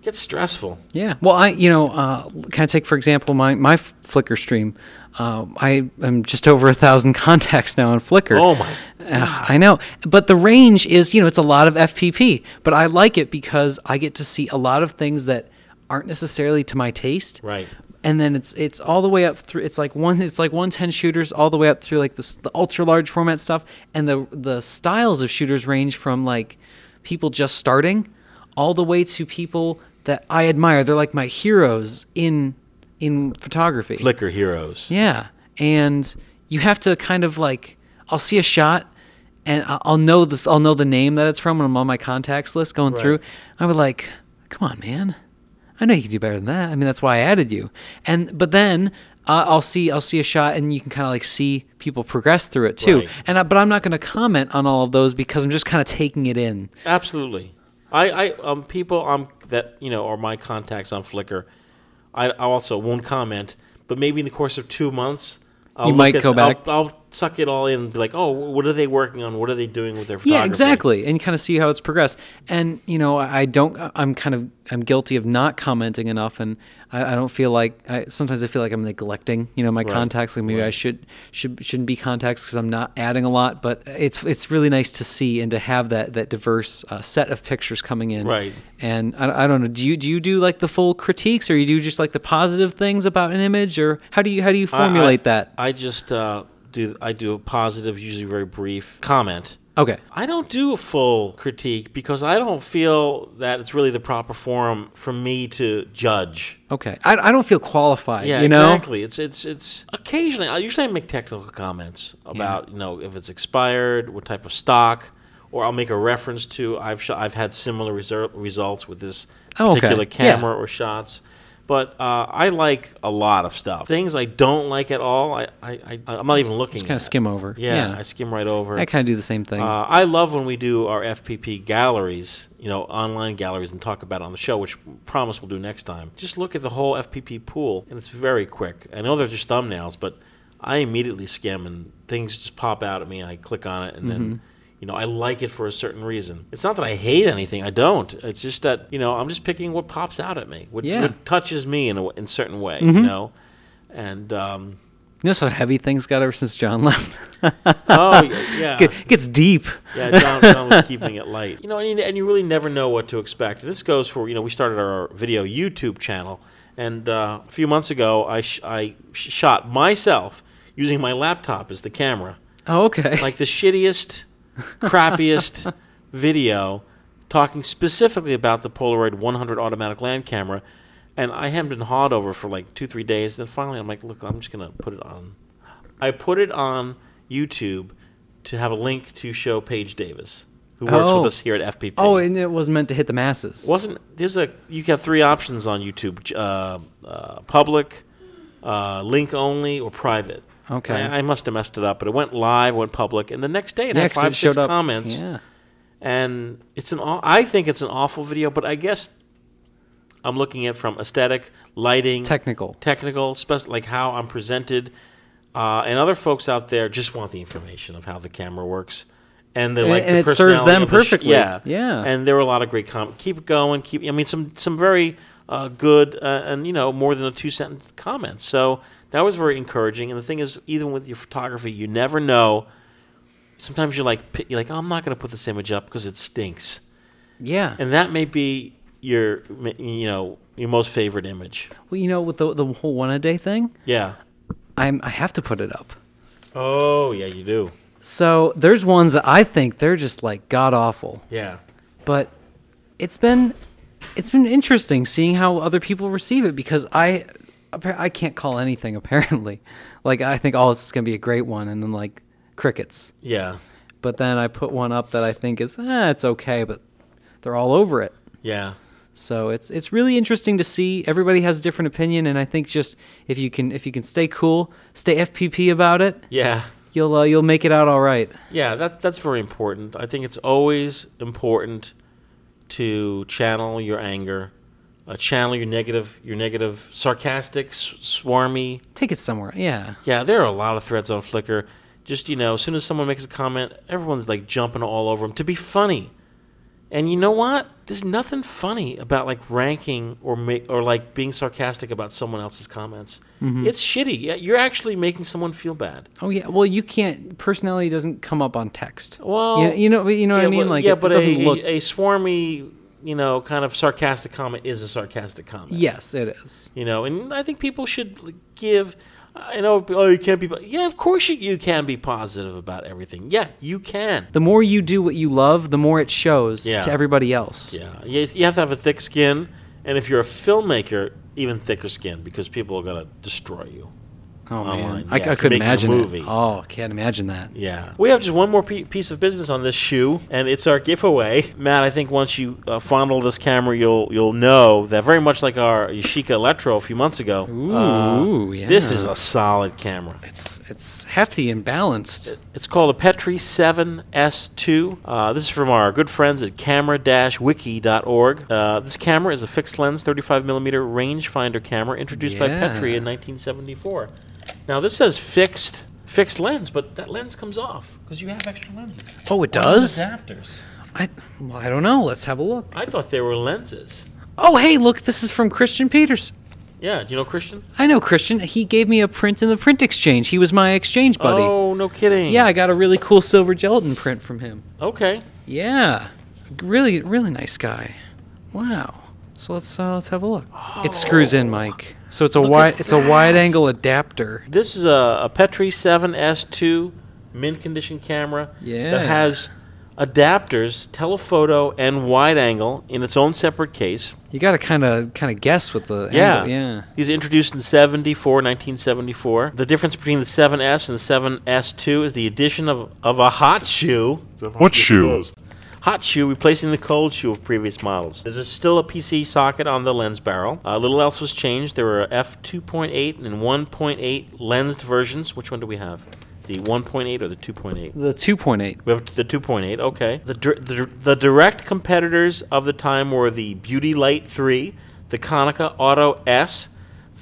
Speaker 2: it gets stressful
Speaker 4: Yeah. Well, I you know uh, can I take for example my my Flickr stream. Uh, I am just over a thousand <laughs> contacts now on Flickr.
Speaker 2: Oh my
Speaker 4: Uh, I know, but the range is you know it's a lot of FPP, but I like it because I get to see a lot of things that aren't necessarily to my taste.
Speaker 2: Right.
Speaker 4: And then it's it's all the way up through. It's like one it's like 110 shooters all the way up through like this the ultra large format stuff, and the the styles of shooters range from like people just starting, all the way to people that I admire. They're like my heroes in in photography.
Speaker 2: flickr heroes
Speaker 4: Yeah, and you have to kind of like I'll see a shot, and I- I'll know this. I'll know the name that it's from when I'm on my contacts list going
Speaker 14: Right.
Speaker 4: through. I would like, come on, man. I know you can do better than that. I mean, that's why I added you. And but then I- I'll see I'll see a shot, and you can kind of like see people progress through it too.
Speaker 2: Right.
Speaker 4: And I, but I'm not going to comment on all of those because I'm just kind of taking it in.
Speaker 2: Absolutely. I, I um, people um, that you know are my contacts on Flickr. I, I also won't comment, but maybe in the course of two months, I'll
Speaker 4: You
Speaker 2: look
Speaker 4: might
Speaker 2: at-
Speaker 4: go back.
Speaker 2: I'll, I'll suck it all in and be like, oh, what are they working on? What are they doing with their photography?
Speaker 4: Yeah, exactly. And kind of see how it's progressed. And you know, I I don't. uh, I'm kind of I'm guilty of not commenting enough, and I, I don't feel like I, sometimes I feel like I'm neglecting. You know, my
Speaker 2: Right.
Speaker 4: contacts. Like maybe I should should shouldn't be contacts because I'm not adding a lot. But it's it's really nice to see and to have that that diverse uh, set of pictures coming in.
Speaker 2: Right.
Speaker 4: And I, I don't know. Do you do you do like the full critiques, or you do just like the positive things about an image, or how do you how do you
Speaker 2: I- I-
Speaker 4: formulate that?
Speaker 2: I just uh, do. I do a positive, usually very brief comment.
Speaker 4: Okay.
Speaker 2: I don't do a full critique because I don't feel that it's really the proper forum for me to judge.
Speaker 4: Okay. I, I don't feel qualified.
Speaker 2: Yeah,
Speaker 4: You know.
Speaker 2: exactly. It's it's it's Uh, occasionally. I usually make technical comments about you know if it's expired, what type of stock, or I'll make a reference to I've sh- I've had similar reser- results with this
Speaker 4: Oh, okay.
Speaker 2: particular
Speaker 4: Yeah.
Speaker 2: camera or shots. But uh, I like a lot of stuff. Things I don't like at all, I, I, I I'm not even looking.
Speaker 4: Just kinda
Speaker 2: at.
Speaker 4: skim over.
Speaker 2: Yeah,
Speaker 4: Yeah.
Speaker 2: I skim right over.
Speaker 4: I kinda do the same thing.
Speaker 2: Uh, I love when we do our FPP galleries, you know, online galleries, and talk about it on the show, which promise we'll do next time. Just look at the whole FPP pool, and it's very quick. I know they're just thumbnails, but I immediately skim, and things just pop out at me. I click on it, and
Speaker 4: Mhm.
Speaker 2: then. You know, I like it for a certain reason. It's not that I hate anything. I don't. It's just that you know, I'm just picking what pops out at me, what,
Speaker 4: Yeah.
Speaker 2: what touches me in a w- in certain way. You
Speaker 4: Mhm.
Speaker 2: know, and um,
Speaker 4: You know how heavy things got ever since John <laughs> left.
Speaker 2: oh yeah, yeah.
Speaker 4: Get- gets deep.
Speaker 2: Yeah, John, John was keeping it light. You know, and you, and you really never know what to expect. This goes for you know we started our video YouTube channel, and uh, a few months ago I sh- I sh- shot myself using my laptop as the camera.
Speaker 4: <laughs> Oh, okay.
Speaker 2: Like the shittiest,
Speaker 4: <laughs>
Speaker 2: crappiest video, talking specifically about the Polaroid 100 automatic land camera, and I hemmed and hawed over for like two three days. Then finally I'm like, look, I'm just gonna put it on. I put it on YouTube to have a link to show Paige Davis, who works
Speaker 4: Oh.
Speaker 2: with us here at FPP.
Speaker 4: Oh, and it was meant to hit the masses.
Speaker 2: Wasn't there's a you have three options on YouTube: j- uh, uh, public, uh, link only, or private.
Speaker 4: Okay.
Speaker 2: I, I must have messed it up, but it went live, went public, and the next day it
Speaker 4: Yeah,
Speaker 2: had
Speaker 4: 'cause it
Speaker 2: five six
Speaker 4: showed up.
Speaker 2: comments.
Speaker 4: Yeah.
Speaker 2: And it's an aw- I think it's an awful video, but I guess I'm looking at from aesthetic, lighting,
Speaker 4: Technical.
Speaker 2: technical, spec- like how I'm presented. Uh, and other folks out there just want the information of how the camera works, and they
Speaker 4: And-
Speaker 2: like
Speaker 4: and
Speaker 2: the
Speaker 4: it serves
Speaker 2: personality
Speaker 4: them
Speaker 2: of the sh-
Speaker 4: perfectly.
Speaker 2: yeah,
Speaker 4: Yeah.
Speaker 2: And there were a lot of great comments. Keep it going. Keep. I mean, some some very uh, good uh, and you know more than a two sentence comments. So that was very encouraging. And the thing is, even with your photography, you never know. Sometimes you're like pi- you're like, oh, I'm not going to put this image up because it stinks.
Speaker 4: Yeah.
Speaker 2: And that may be your you know your most favorite image.
Speaker 4: Well, you know, with the the whole one a day thing,
Speaker 2: Yeah.
Speaker 4: I'm I have to put it up.
Speaker 2: Oh yeah, you do.
Speaker 4: So there's ones that I think they're just like god awful,
Speaker 2: Yeah.
Speaker 4: but it's been it's been interesting seeing how other people receive it because I appa- I can't call anything <laughs> apparently. Like I think oh this is gonna be a great one, and then like crickets.
Speaker 2: Yeah.
Speaker 4: But then I put one up that I think is eh, it's okay, but they're all over it.
Speaker 2: Yeah.
Speaker 4: So it's it's really interesting to see. Everybody has a different opinion, and I think just if you can if you can stay cool, stay FPP about it,
Speaker 2: Yeah.
Speaker 4: you'll uh, you'll make it out all right.
Speaker 2: Yeah, that, that's very important. I think it's always important to channel your anger, uh, channel your negative, your negative, sarcastic, s- swarmy.
Speaker 4: Take it somewhere. Yeah.
Speaker 2: Yeah, there are a lot of threads on Flickr. Just you know, as soon as someone makes a comment, everyone's like jumping all over them to be funny. And you know what? There's nothing funny about like ranking or ma- or like being sarcastic about someone else's comments.
Speaker 4: Mhm.
Speaker 2: It's shitty. Yeah, You're actually making someone feel bad.
Speaker 4: Oh yeah. Well, you can't. Personality doesn't come up on text.
Speaker 2: Well,
Speaker 4: you, you know you know what
Speaker 2: yeah,
Speaker 4: I mean.
Speaker 2: but-
Speaker 4: Like
Speaker 2: yeah,
Speaker 4: it,
Speaker 2: but
Speaker 4: it doesn't
Speaker 2: a,
Speaker 4: look.
Speaker 2: a swarmy, you know, kind of sarcastic comment is a sarcastic comment.
Speaker 4: yes, it is.
Speaker 2: You know, and I think people should give. I know, oh, you can't be. po-" Yeah, of course you, you can be positive about everything. Yeah, you can.
Speaker 4: The more you do what you love, the more it shows
Speaker 2: Yeah.
Speaker 4: to everybody else.
Speaker 2: Yeah, you, you have to have a thick skin, and if you're a filmmaker, even thicker skin because people are gonna destroy you.
Speaker 4: Oh
Speaker 2: online.
Speaker 4: man, I,
Speaker 2: Yeah,
Speaker 4: I
Speaker 2: if you're
Speaker 4: couldn't
Speaker 2: making a
Speaker 4: imagine. it.
Speaker 2: movie.
Speaker 4: Oh, I can't imagine that.
Speaker 2: Yeah. We have just one more pe- piece of business on this shoe, and it's our giveaway. Matt, I think once you uh, fondle this camera, you'll you'll know that very much like our Yashica Electro a few months ago. uh,
Speaker 4: Ooh,
Speaker 2: This
Speaker 4: yeah.
Speaker 2: is a solid camera.
Speaker 4: It's it's hefty and balanced.
Speaker 2: It's called a Petri 7S2. Uh, this is from our good friends at camera-wiki.org. Uh, this camera is a fixed lens 35 millimeter rangefinder camera introduced by
Speaker 4: Yeah.
Speaker 2: Petri in 1974. Now this says fixed fixed lens, but that lens comes off because you have extra lenses.
Speaker 4: Oh, it
Speaker 2: Or
Speaker 4: does?
Speaker 2: Adapters.
Speaker 4: I well, I don't know. Let's have a look.
Speaker 2: I thought they were lenses.
Speaker 4: Oh, hey, look, this is from Christian Peters.
Speaker 2: Yeah, do you know Christian?
Speaker 4: I know Christian. He gave me a print in the print exchange. He was my exchange buddy.
Speaker 2: Oh, no kidding.
Speaker 4: Yeah, I got a really cool silver gelatin print from him.
Speaker 2: Okay.
Speaker 4: Yeah, really, really nice guy. Wow. So let's uh, let's have a look. It screws in, Mike. So it's a
Speaker 2: Oh. Look
Speaker 4: wide
Speaker 2: at
Speaker 4: it's a
Speaker 2: that.
Speaker 4: wide angle adapter.
Speaker 2: This is a, a Petri 7S2 mint condition camera
Speaker 4: Yeah.
Speaker 2: that has adapters, telephoto, and wide angle in its own separate case.
Speaker 4: You got to kind of kind of guess with the
Speaker 2: Yeah.
Speaker 4: angle. yeah.
Speaker 2: These are introduced in 74, 1974. The difference between the 7S and the 7S2 is the addition of, of a hot shoe.
Speaker 11: What shoe?
Speaker 2: Hot shoe replacing the cold shoe of previous models. There's a- still a PC socket on the lens barrel. Uh, little else was changed. There were f2.8 and 1.8 lensed versions. Which one do we have? The 1.8 or the 2.8?
Speaker 4: The 2.8.
Speaker 2: We have the 2.8. Okay. The, dir- the dir- the direct competitors of the time were the Beauty Light 3, the Konica Auto S,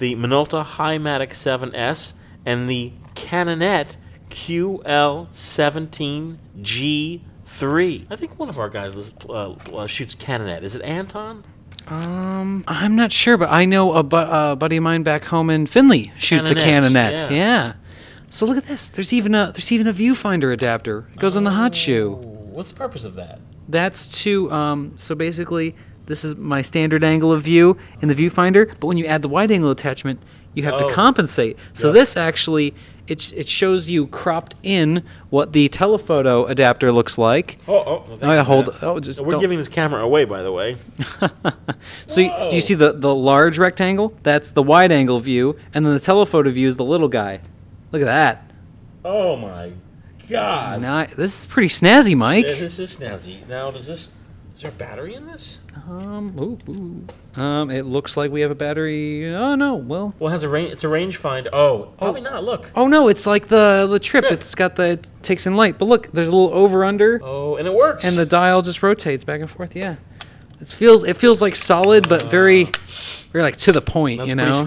Speaker 2: the Minolta Highmatic 7S, and the Canonet QL17G3. I think one of our guys lis- uh, uh, shoots Canonet. Is it Anton?
Speaker 4: Um, I'm not sure, but I know a bu- uh, buddy of mine back home in Finley shoots
Speaker 2: Canonettes,
Speaker 4: a canonet.
Speaker 2: yeah.
Speaker 4: Yeah. So look at this. There's even a there's even a viewfinder adapter. It goes on the hot shoe.
Speaker 2: What's the purpose of that?
Speaker 4: That's to um. So basically, this is my standard angle of view in the viewfinder. But when you add the wide angle attachment, you have
Speaker 2: Oh.
Speaker 4: to compensate. So
Speaker 2: Yep.
Speaker 4: this actually it it shows you cropped in what the telephoto adapter looks like.
Speaker 2: Oh, oh.
Speaker 4: thanks I for hold- that. oh, just
Speaker 2: We're
Speaker 4: don't-
Speaker 2: giving this camera away, by the way.
Speaker 4: So you, do
Speaker 2: Whoa.
Speaker 4: you see the, the large rectangle? That's the wide angle view, and then the telephoto view is the little guy. Look at that.
Speaker 2: Oh, my God.
Speaker 4: Ni- this is pretty snazzy, Mike.
Speaker 2: Yeah, this is snazzy. Now, does this. Is there a battery in this?
Speaker 4: Um, ooh, ooh. um, it looks like we have a battery. Oh no, well,
Speaker 2: Well, it has a range. It's a rangefinder. Oh, probably not. Look.
Speaker 4: oh no, it's like the the trip. It's got the it takes in light, but look, there's a little over under,
Speaker 2: Oh, and it works.
Speaker 4: and the dial just rotates back and forth. Yeah, it feels it feels like solid, but very, very like to the point.
Speaker 2: Uh. That's
Speaker 4: you
Speaker 2: pretty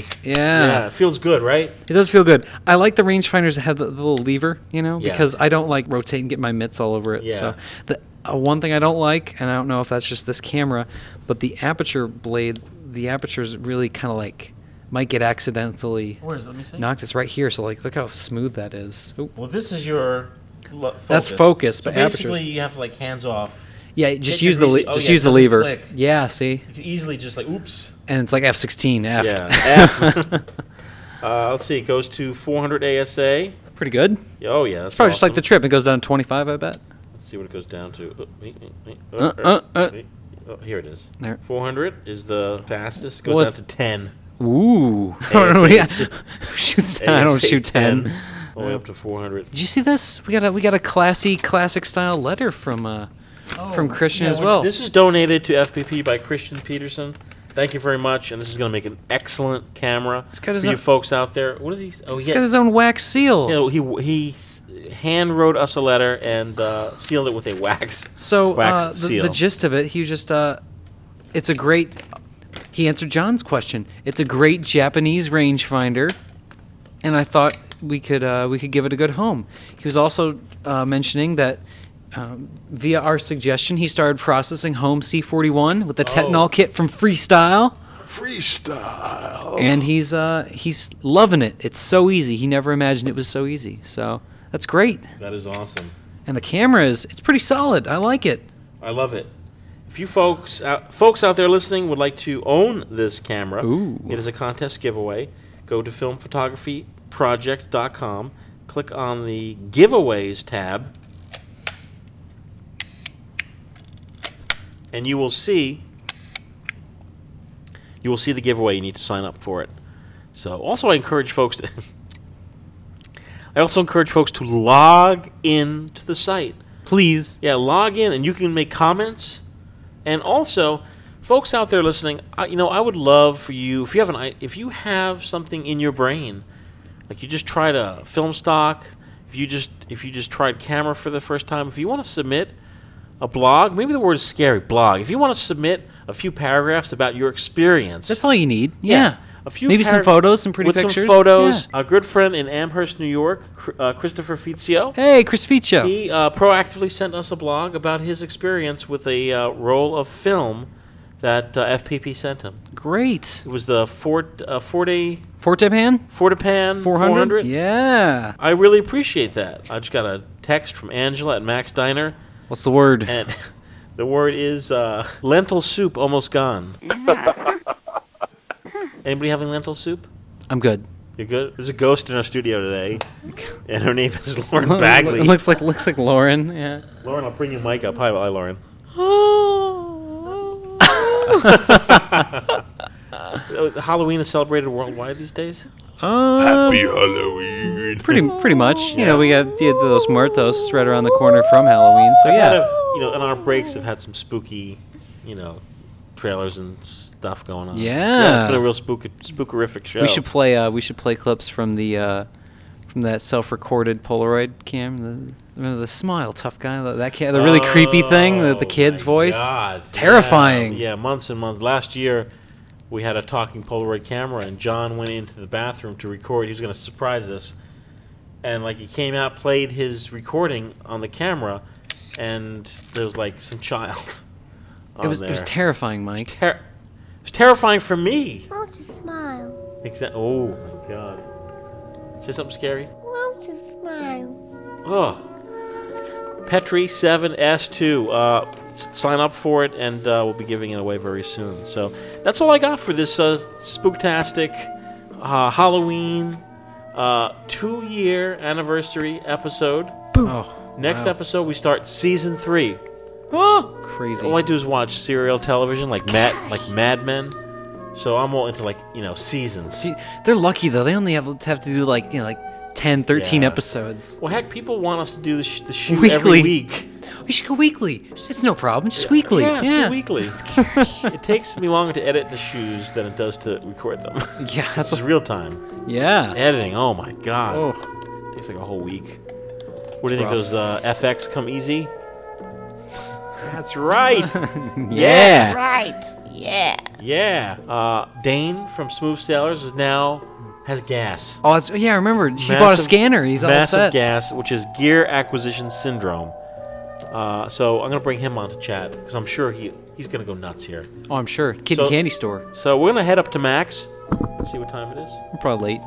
Speaker 4: know,
Speaker 2: snazzy.
Speaker 4: Yeah.
Speaker 2: it feels good, right?
Speaker 4: It does feel good. I like the rangefinders that have the, the little lever, you know,
Speaker 2: Yeah.
Speaker 4: because I don't like rotate and get my mitts all over it.
Speaker 2: Yeah.
Speaker 4: So the uh, one thing I don't like, and I don't know if that's just this camera, but the aperture blades, the apertures really kind of like might get accidentally
Speaker 2: Where is it? Let me see.
Speaker 4: knocked. It's right here, so like look how smooth that is. Ooh.
Speaker 2: Well, this is your. lo- focus.
Speaker 4: That's focus,
Speaker 2: So
Speaker 4: but apertures-
Speaker 2: basically, you have like hands off.
Speaker 4: Yeah, just
Speaker 2: Hit your
Speaker 4: use the
Speaker 2: greasy-
Speaker 4: le-
Speaker 2: oh,
Speaker 4: just
Speaker 2: yeah, it
Speaker 4: use the
Speaker 2: doesn't
Speaker 4: lever.
Speaker 2: click.
Speaker 4: Yeah, see,
Speaker 2: You could easily just like, oops.
Speaker 4: and it's like F16 F.
Speaker 2: Yeah. F. <laughs> uh, let's see. It goes to 400 ASA.
Speaker 4: <laughs> Pretty good.
Speaker 2: Oh yeah,
Speaker 4: It's
Speaker 2: that's
Speaker 4: probably just like
Speaker 2: awesome.
Speaker 4: the trip. It goes down to 25, I bet.
Speaker 2: Let's see what it goes down to. Uh, wait, wait, wait. Uh,
Speaker 4: Uh,
Speaker 2: er,
Speaker 4: uh, uh.
Speaker 2: wait. Oh, here it is.
Speaker 4: There.
Speaker 2: 400 is the fastest. Goes
Speaker 4: What?
Speaker 2: down to 10.
Speaker 4: Ooh. <laughs>
Speaker 2: ASA.
Speaker 4: Who <laughs> shoots 10? I don't
Speaker 2: ASA
Speaker 4: shoot 10.
Speaker 2: All the way up to 400.
Speaker 4: Did you see this? We got a we got a classy classic style letter from uh from Christian
Speaker 2: Oh, Yeah,
Speaker 4: as
Speaker 2: when-
Speaker 4: well.
Speaker 2: This is donated to FPP by Christian Peterson. Thank you very much, and this is going to make an excellent camera
Speaker 4: got
Speaker 2: for
Speaker 4: his
Speaker 2: you
Speaker 4: own-
Speaker 2: folks out there. What is he? Oh,
Speaker 4: He's
Speaker 2: yeah.
Speaker 4: got his own wax seal.
Speaker 2: Yeah, he he s- hand wrote us a letter and uh, sealed it with a wax.
Speaker 4: So
Speaker 2: wax
Speaker 4: uh, the,
Speaker 2: seal.
Speaker 4: the gist of it, he was just uh, it's a great. He answered John's question. It's a great Japanese rangefinder, and I thought we could uh, we could give it a good home. He was also uh, mentioning that. Um, via our suggestion, he started processing Home C41 with the Tetnol kit from Freestyle. Freestyle. And he's uh, he's loving it. It's so easy. He never imagined it was so easy. So that's great.
Speaker 2: that is awesome.
Speaker 4: And the camera is it's pretty solid. I like it.
Speaker 2: I love it. If you folks out, folks out there listening would like to own this camera,
Speaker 4: Ooh.
Speaker 2: it is a contest giveaway. Go to filmphotographyproject.com, click on the giveaways tab, and you will see you will see the giveaway. You need to <laughs> sign up for it. So, also, I encourage folks to I also encourage folks to log in to the site.
Speaker 4: Please.
Speaker 2: Yeah, log in and you can make comments. And also, folks out there listening, I, you know, I would love for you if you have an i- if you have something in your brain, like you just tried a film stock, if you just if you just tried camera for the first time, if you want to submit a blog, maybe the word is scary blog. If you want to submit a few paragraphs about your experience,
Speaker 4: That's all you need.
Speaker 2: yeah.
Speaker 4: Yeah.
Speaker 2: A few
Speaker 4: Maybe some
Speaker 2: parag-
Speaker 4: photos, some pretty
Speaker 2: with
Speaker 4: pictures.
Speaker 2: some photos.
Speaker 4: Yeah.
Speaker 2: A good friend in Amherst, New York, Cr- uh, Christopher Fizio.
Speaker 4: Hey, Chris Ficho.
Speaker 2: He uh, proactively sent us a blog about his experience with a uh, roll of film that uh, FPP sent him.
Speaker 4: Great.
Speaker 2: It was the Fort uh, Forte
Speaker 4: Fortepan?
Speaker 2: Fortepan
Speaker 4: 400? Yeah.
Speaker 2: I really appreciate that. I just got a text from Angela at Max Diner,
Speaker 4: What's the word?
Speaker 2: and <laughs> the word is uh, lentil soup almost <laughs> gone. Anybody having lentil soup?
Speaker 4: I'm good.
Speaker 2: You're good. There's a ghost in our studio today, <laughs> and her name
Speaker 4: <laughs>
Speaker 2: is Lauren Bagley.
Speaker 4: It looks like looks like Lauren.
Speaker 2: <laughs>
Speaker 4: Yeah.
Speaker 2: Lauren, I'll bring your mic up. Hi, hi, Lauren. Uh, <laughs> Halloween is celebrated worldwide these days.
Speaker 4: Happy Halloween. Um, Pretty pretty much. You know, we got Dia de los Muertos right around the corner from Halloween. So
Speaker 2: I've had
Speaker 4: yeah.
Speaker 2: a- you know, in our breaks, I've had some spooky, you know, trailers and stuff going on. it's
Speaker 4: Yeah.
Speaker 2: been a real spook spookerific show.
Speaker 4: We should play uh, we should play clips from the uh, from that self-recorded Polaroid cam. The, remember the smile tough guy, the- that ca- the really creepy thing, the, the
Speaker 2: Oh,
Speaker 4: kid's
Speaker 2: my
Speaker 4: voice.
Speaker 2: God, yeah.
Speaker 4: Terrifying.
Speaker 2: Yeah, months and months. Last year, we had a talking Polaroid camera, and John went into the bathroom to record. He was going to surprise us, and like he came out, played his recording on the camera, and there was like some child. <laughs>
Speaker 4: It was it was terrifying, Mike.
Speaker 2: Ter- it was terrifying for me.
Speaker 10: Won't you smile?
Speaker 2: Exactly. Oh my god. Say something scary.
Speaker 10: Won't you smile?
Speaker 2: Ugh. Petri 7S2. Uh, s- sign up for it, and uh, we'll be giving it away very soon. So that's all I got for this uh, spooktastic uh, Halloween uh, two year anniversary episode.
Speaker 4: Boom. Oh,
Speaker 2: Next
Speaker 4: wow.
Speaker 2: episode, we start season three. Oh,
Speaker 4: Crazy.
Speaker 2: All I do is watch serial television like
Speaker 4: <laughs>
Speaker 2: Mad, like Mad Men. So I'm all into like you know seasons.
Speaker 4: See, they're lucky though. They only have have to do like you know like 10, 13
Speaker 2: Yeah.
Speaker 4: episodes.
Speaker 2: Well, heck, people want us to do the, sh- the shoot every
Speaker 4: Weekly.
Speaker 2: week.
Speaker 4: We should go weekly. It's no problem. Just weekly.
Speaker 2: Yeah,
Speaker 4: Yeah.
Speaker 2: it's still weekly. it takes me longer to edit the shoes than it does to record them.
Speaker 4: <laughs> Yeah,
Speaker 2: this is real time.
Speaker 4: Yeah.
Speaker 2: Editing. Oh my god. Takes like a whole week. What do you think?
Speaker 4: rough.
Speaker 2: Those uh, FX come easy?
Speaker 4: <laughs>
Speaker 2: That's right.
Speaker 4: Yeah.
Speaker 10: Right. Yeah.
Speaker 2: Yeah. Uh, Dane from Smooth Sailors is now has gas.
Speaker 4: Oh, it's, yeah. I remember she bought a
Speaker 2: Massive-
Speaker 4: scanner. He's all
Speaker 2: massive
Speaker 4: set.
Speaker 2: gas, which is gear acquisition syndrome. Uh, so I'm gonna bring him on to chat because I'm sure he he's gonna go nuts here.
Speaker 4: Oh, I'm sure. Kid
Speaker 2: So-
Speaker 4: and Candy Store.
Speaker 2: So we're gonna head up to Max. Let's see what time it is.
Speaker 4: I'm probably late.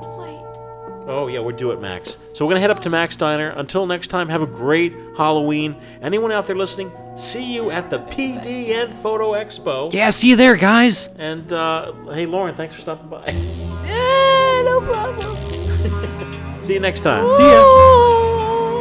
Speaker 2: Oh yeah, we're due at Max. So we're gonna head up to Max Diner. Until next time, have a great Halloween. Anyone out there listening, see you at the PDN Photo Expo.
Speaker 4: Yeah. See you there, guys.
Speaker 2: And uh, hey, Lauren, thanks for stopping by. <laughs>
Speaker 10: Yeah, no problem.
Speaker 2: see you next time.
Speaker 4: See ya.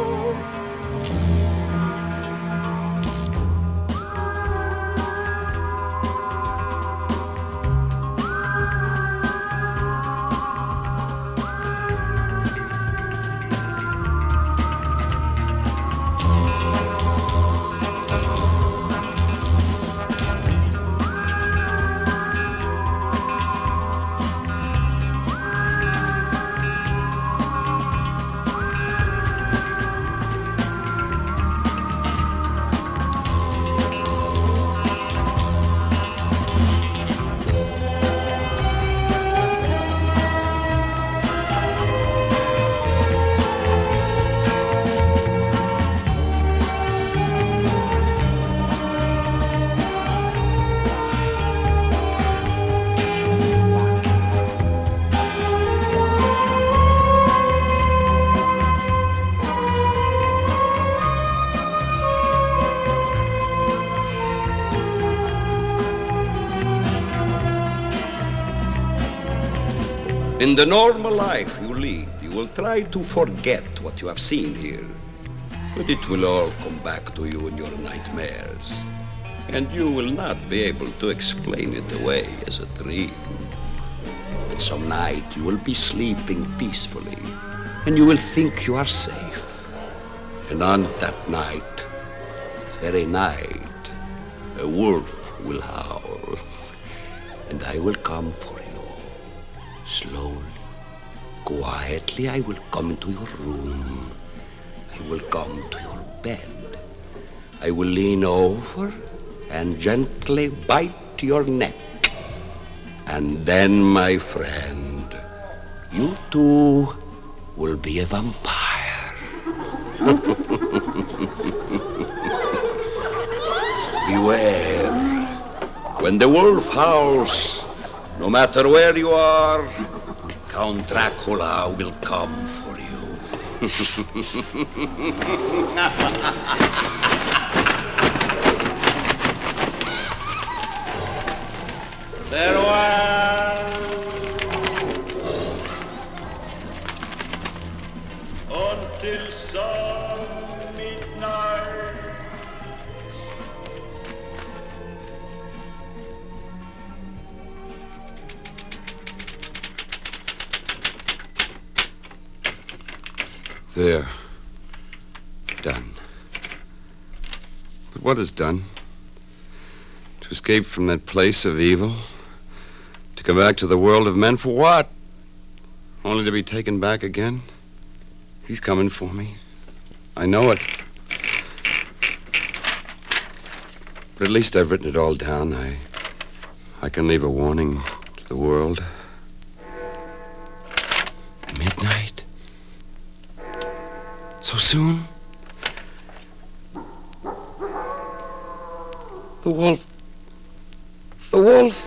Speaker 1: In the normal life you lead, you will try to forget what you have seen here. But it will all come back to you in your nightmares. And you will not be able to explain it away as a dream. But some night you will be sleeping peacefully, and you will think you are safe. And on that night, that very night, a wolf will howl, and I will come for you. Slowly, quietly, I will come into your room. I will come to your bed. I will lean over and gently bite your neck. And then, my friend, you too will be a vampire. <laughs> Beware. When the wolf howls, no matter where you are, Count Dracula will come for you.
Speaker 17: Farewell. Until some midnight.
Speaker 8: There. Done. But what is done? To escape from that place of evil? To come back to the world of men for what? Only to be taken back again? He's coming for me. I know it. But at least I've written it all down. I I can leave a warning to the world. Midnight? So soon? The wolf. The wolf.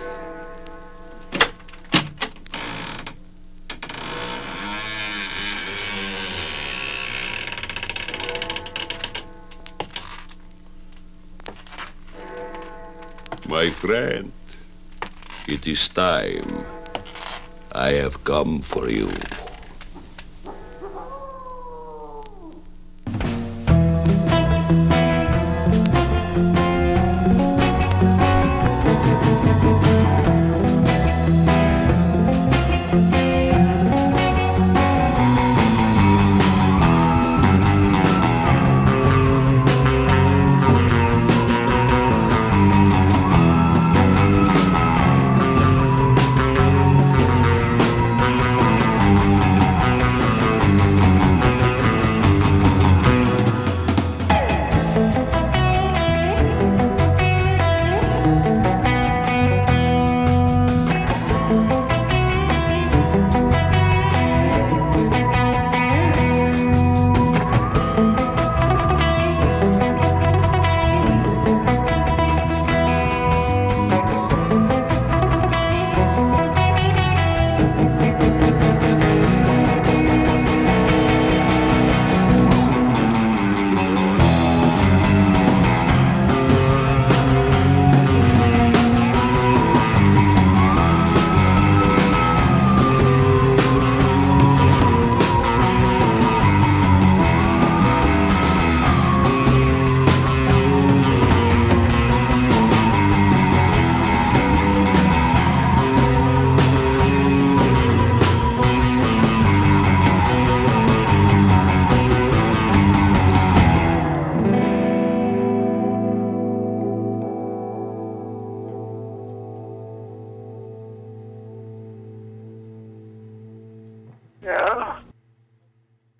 Speaker 1: My friend, it is time. I have come for you.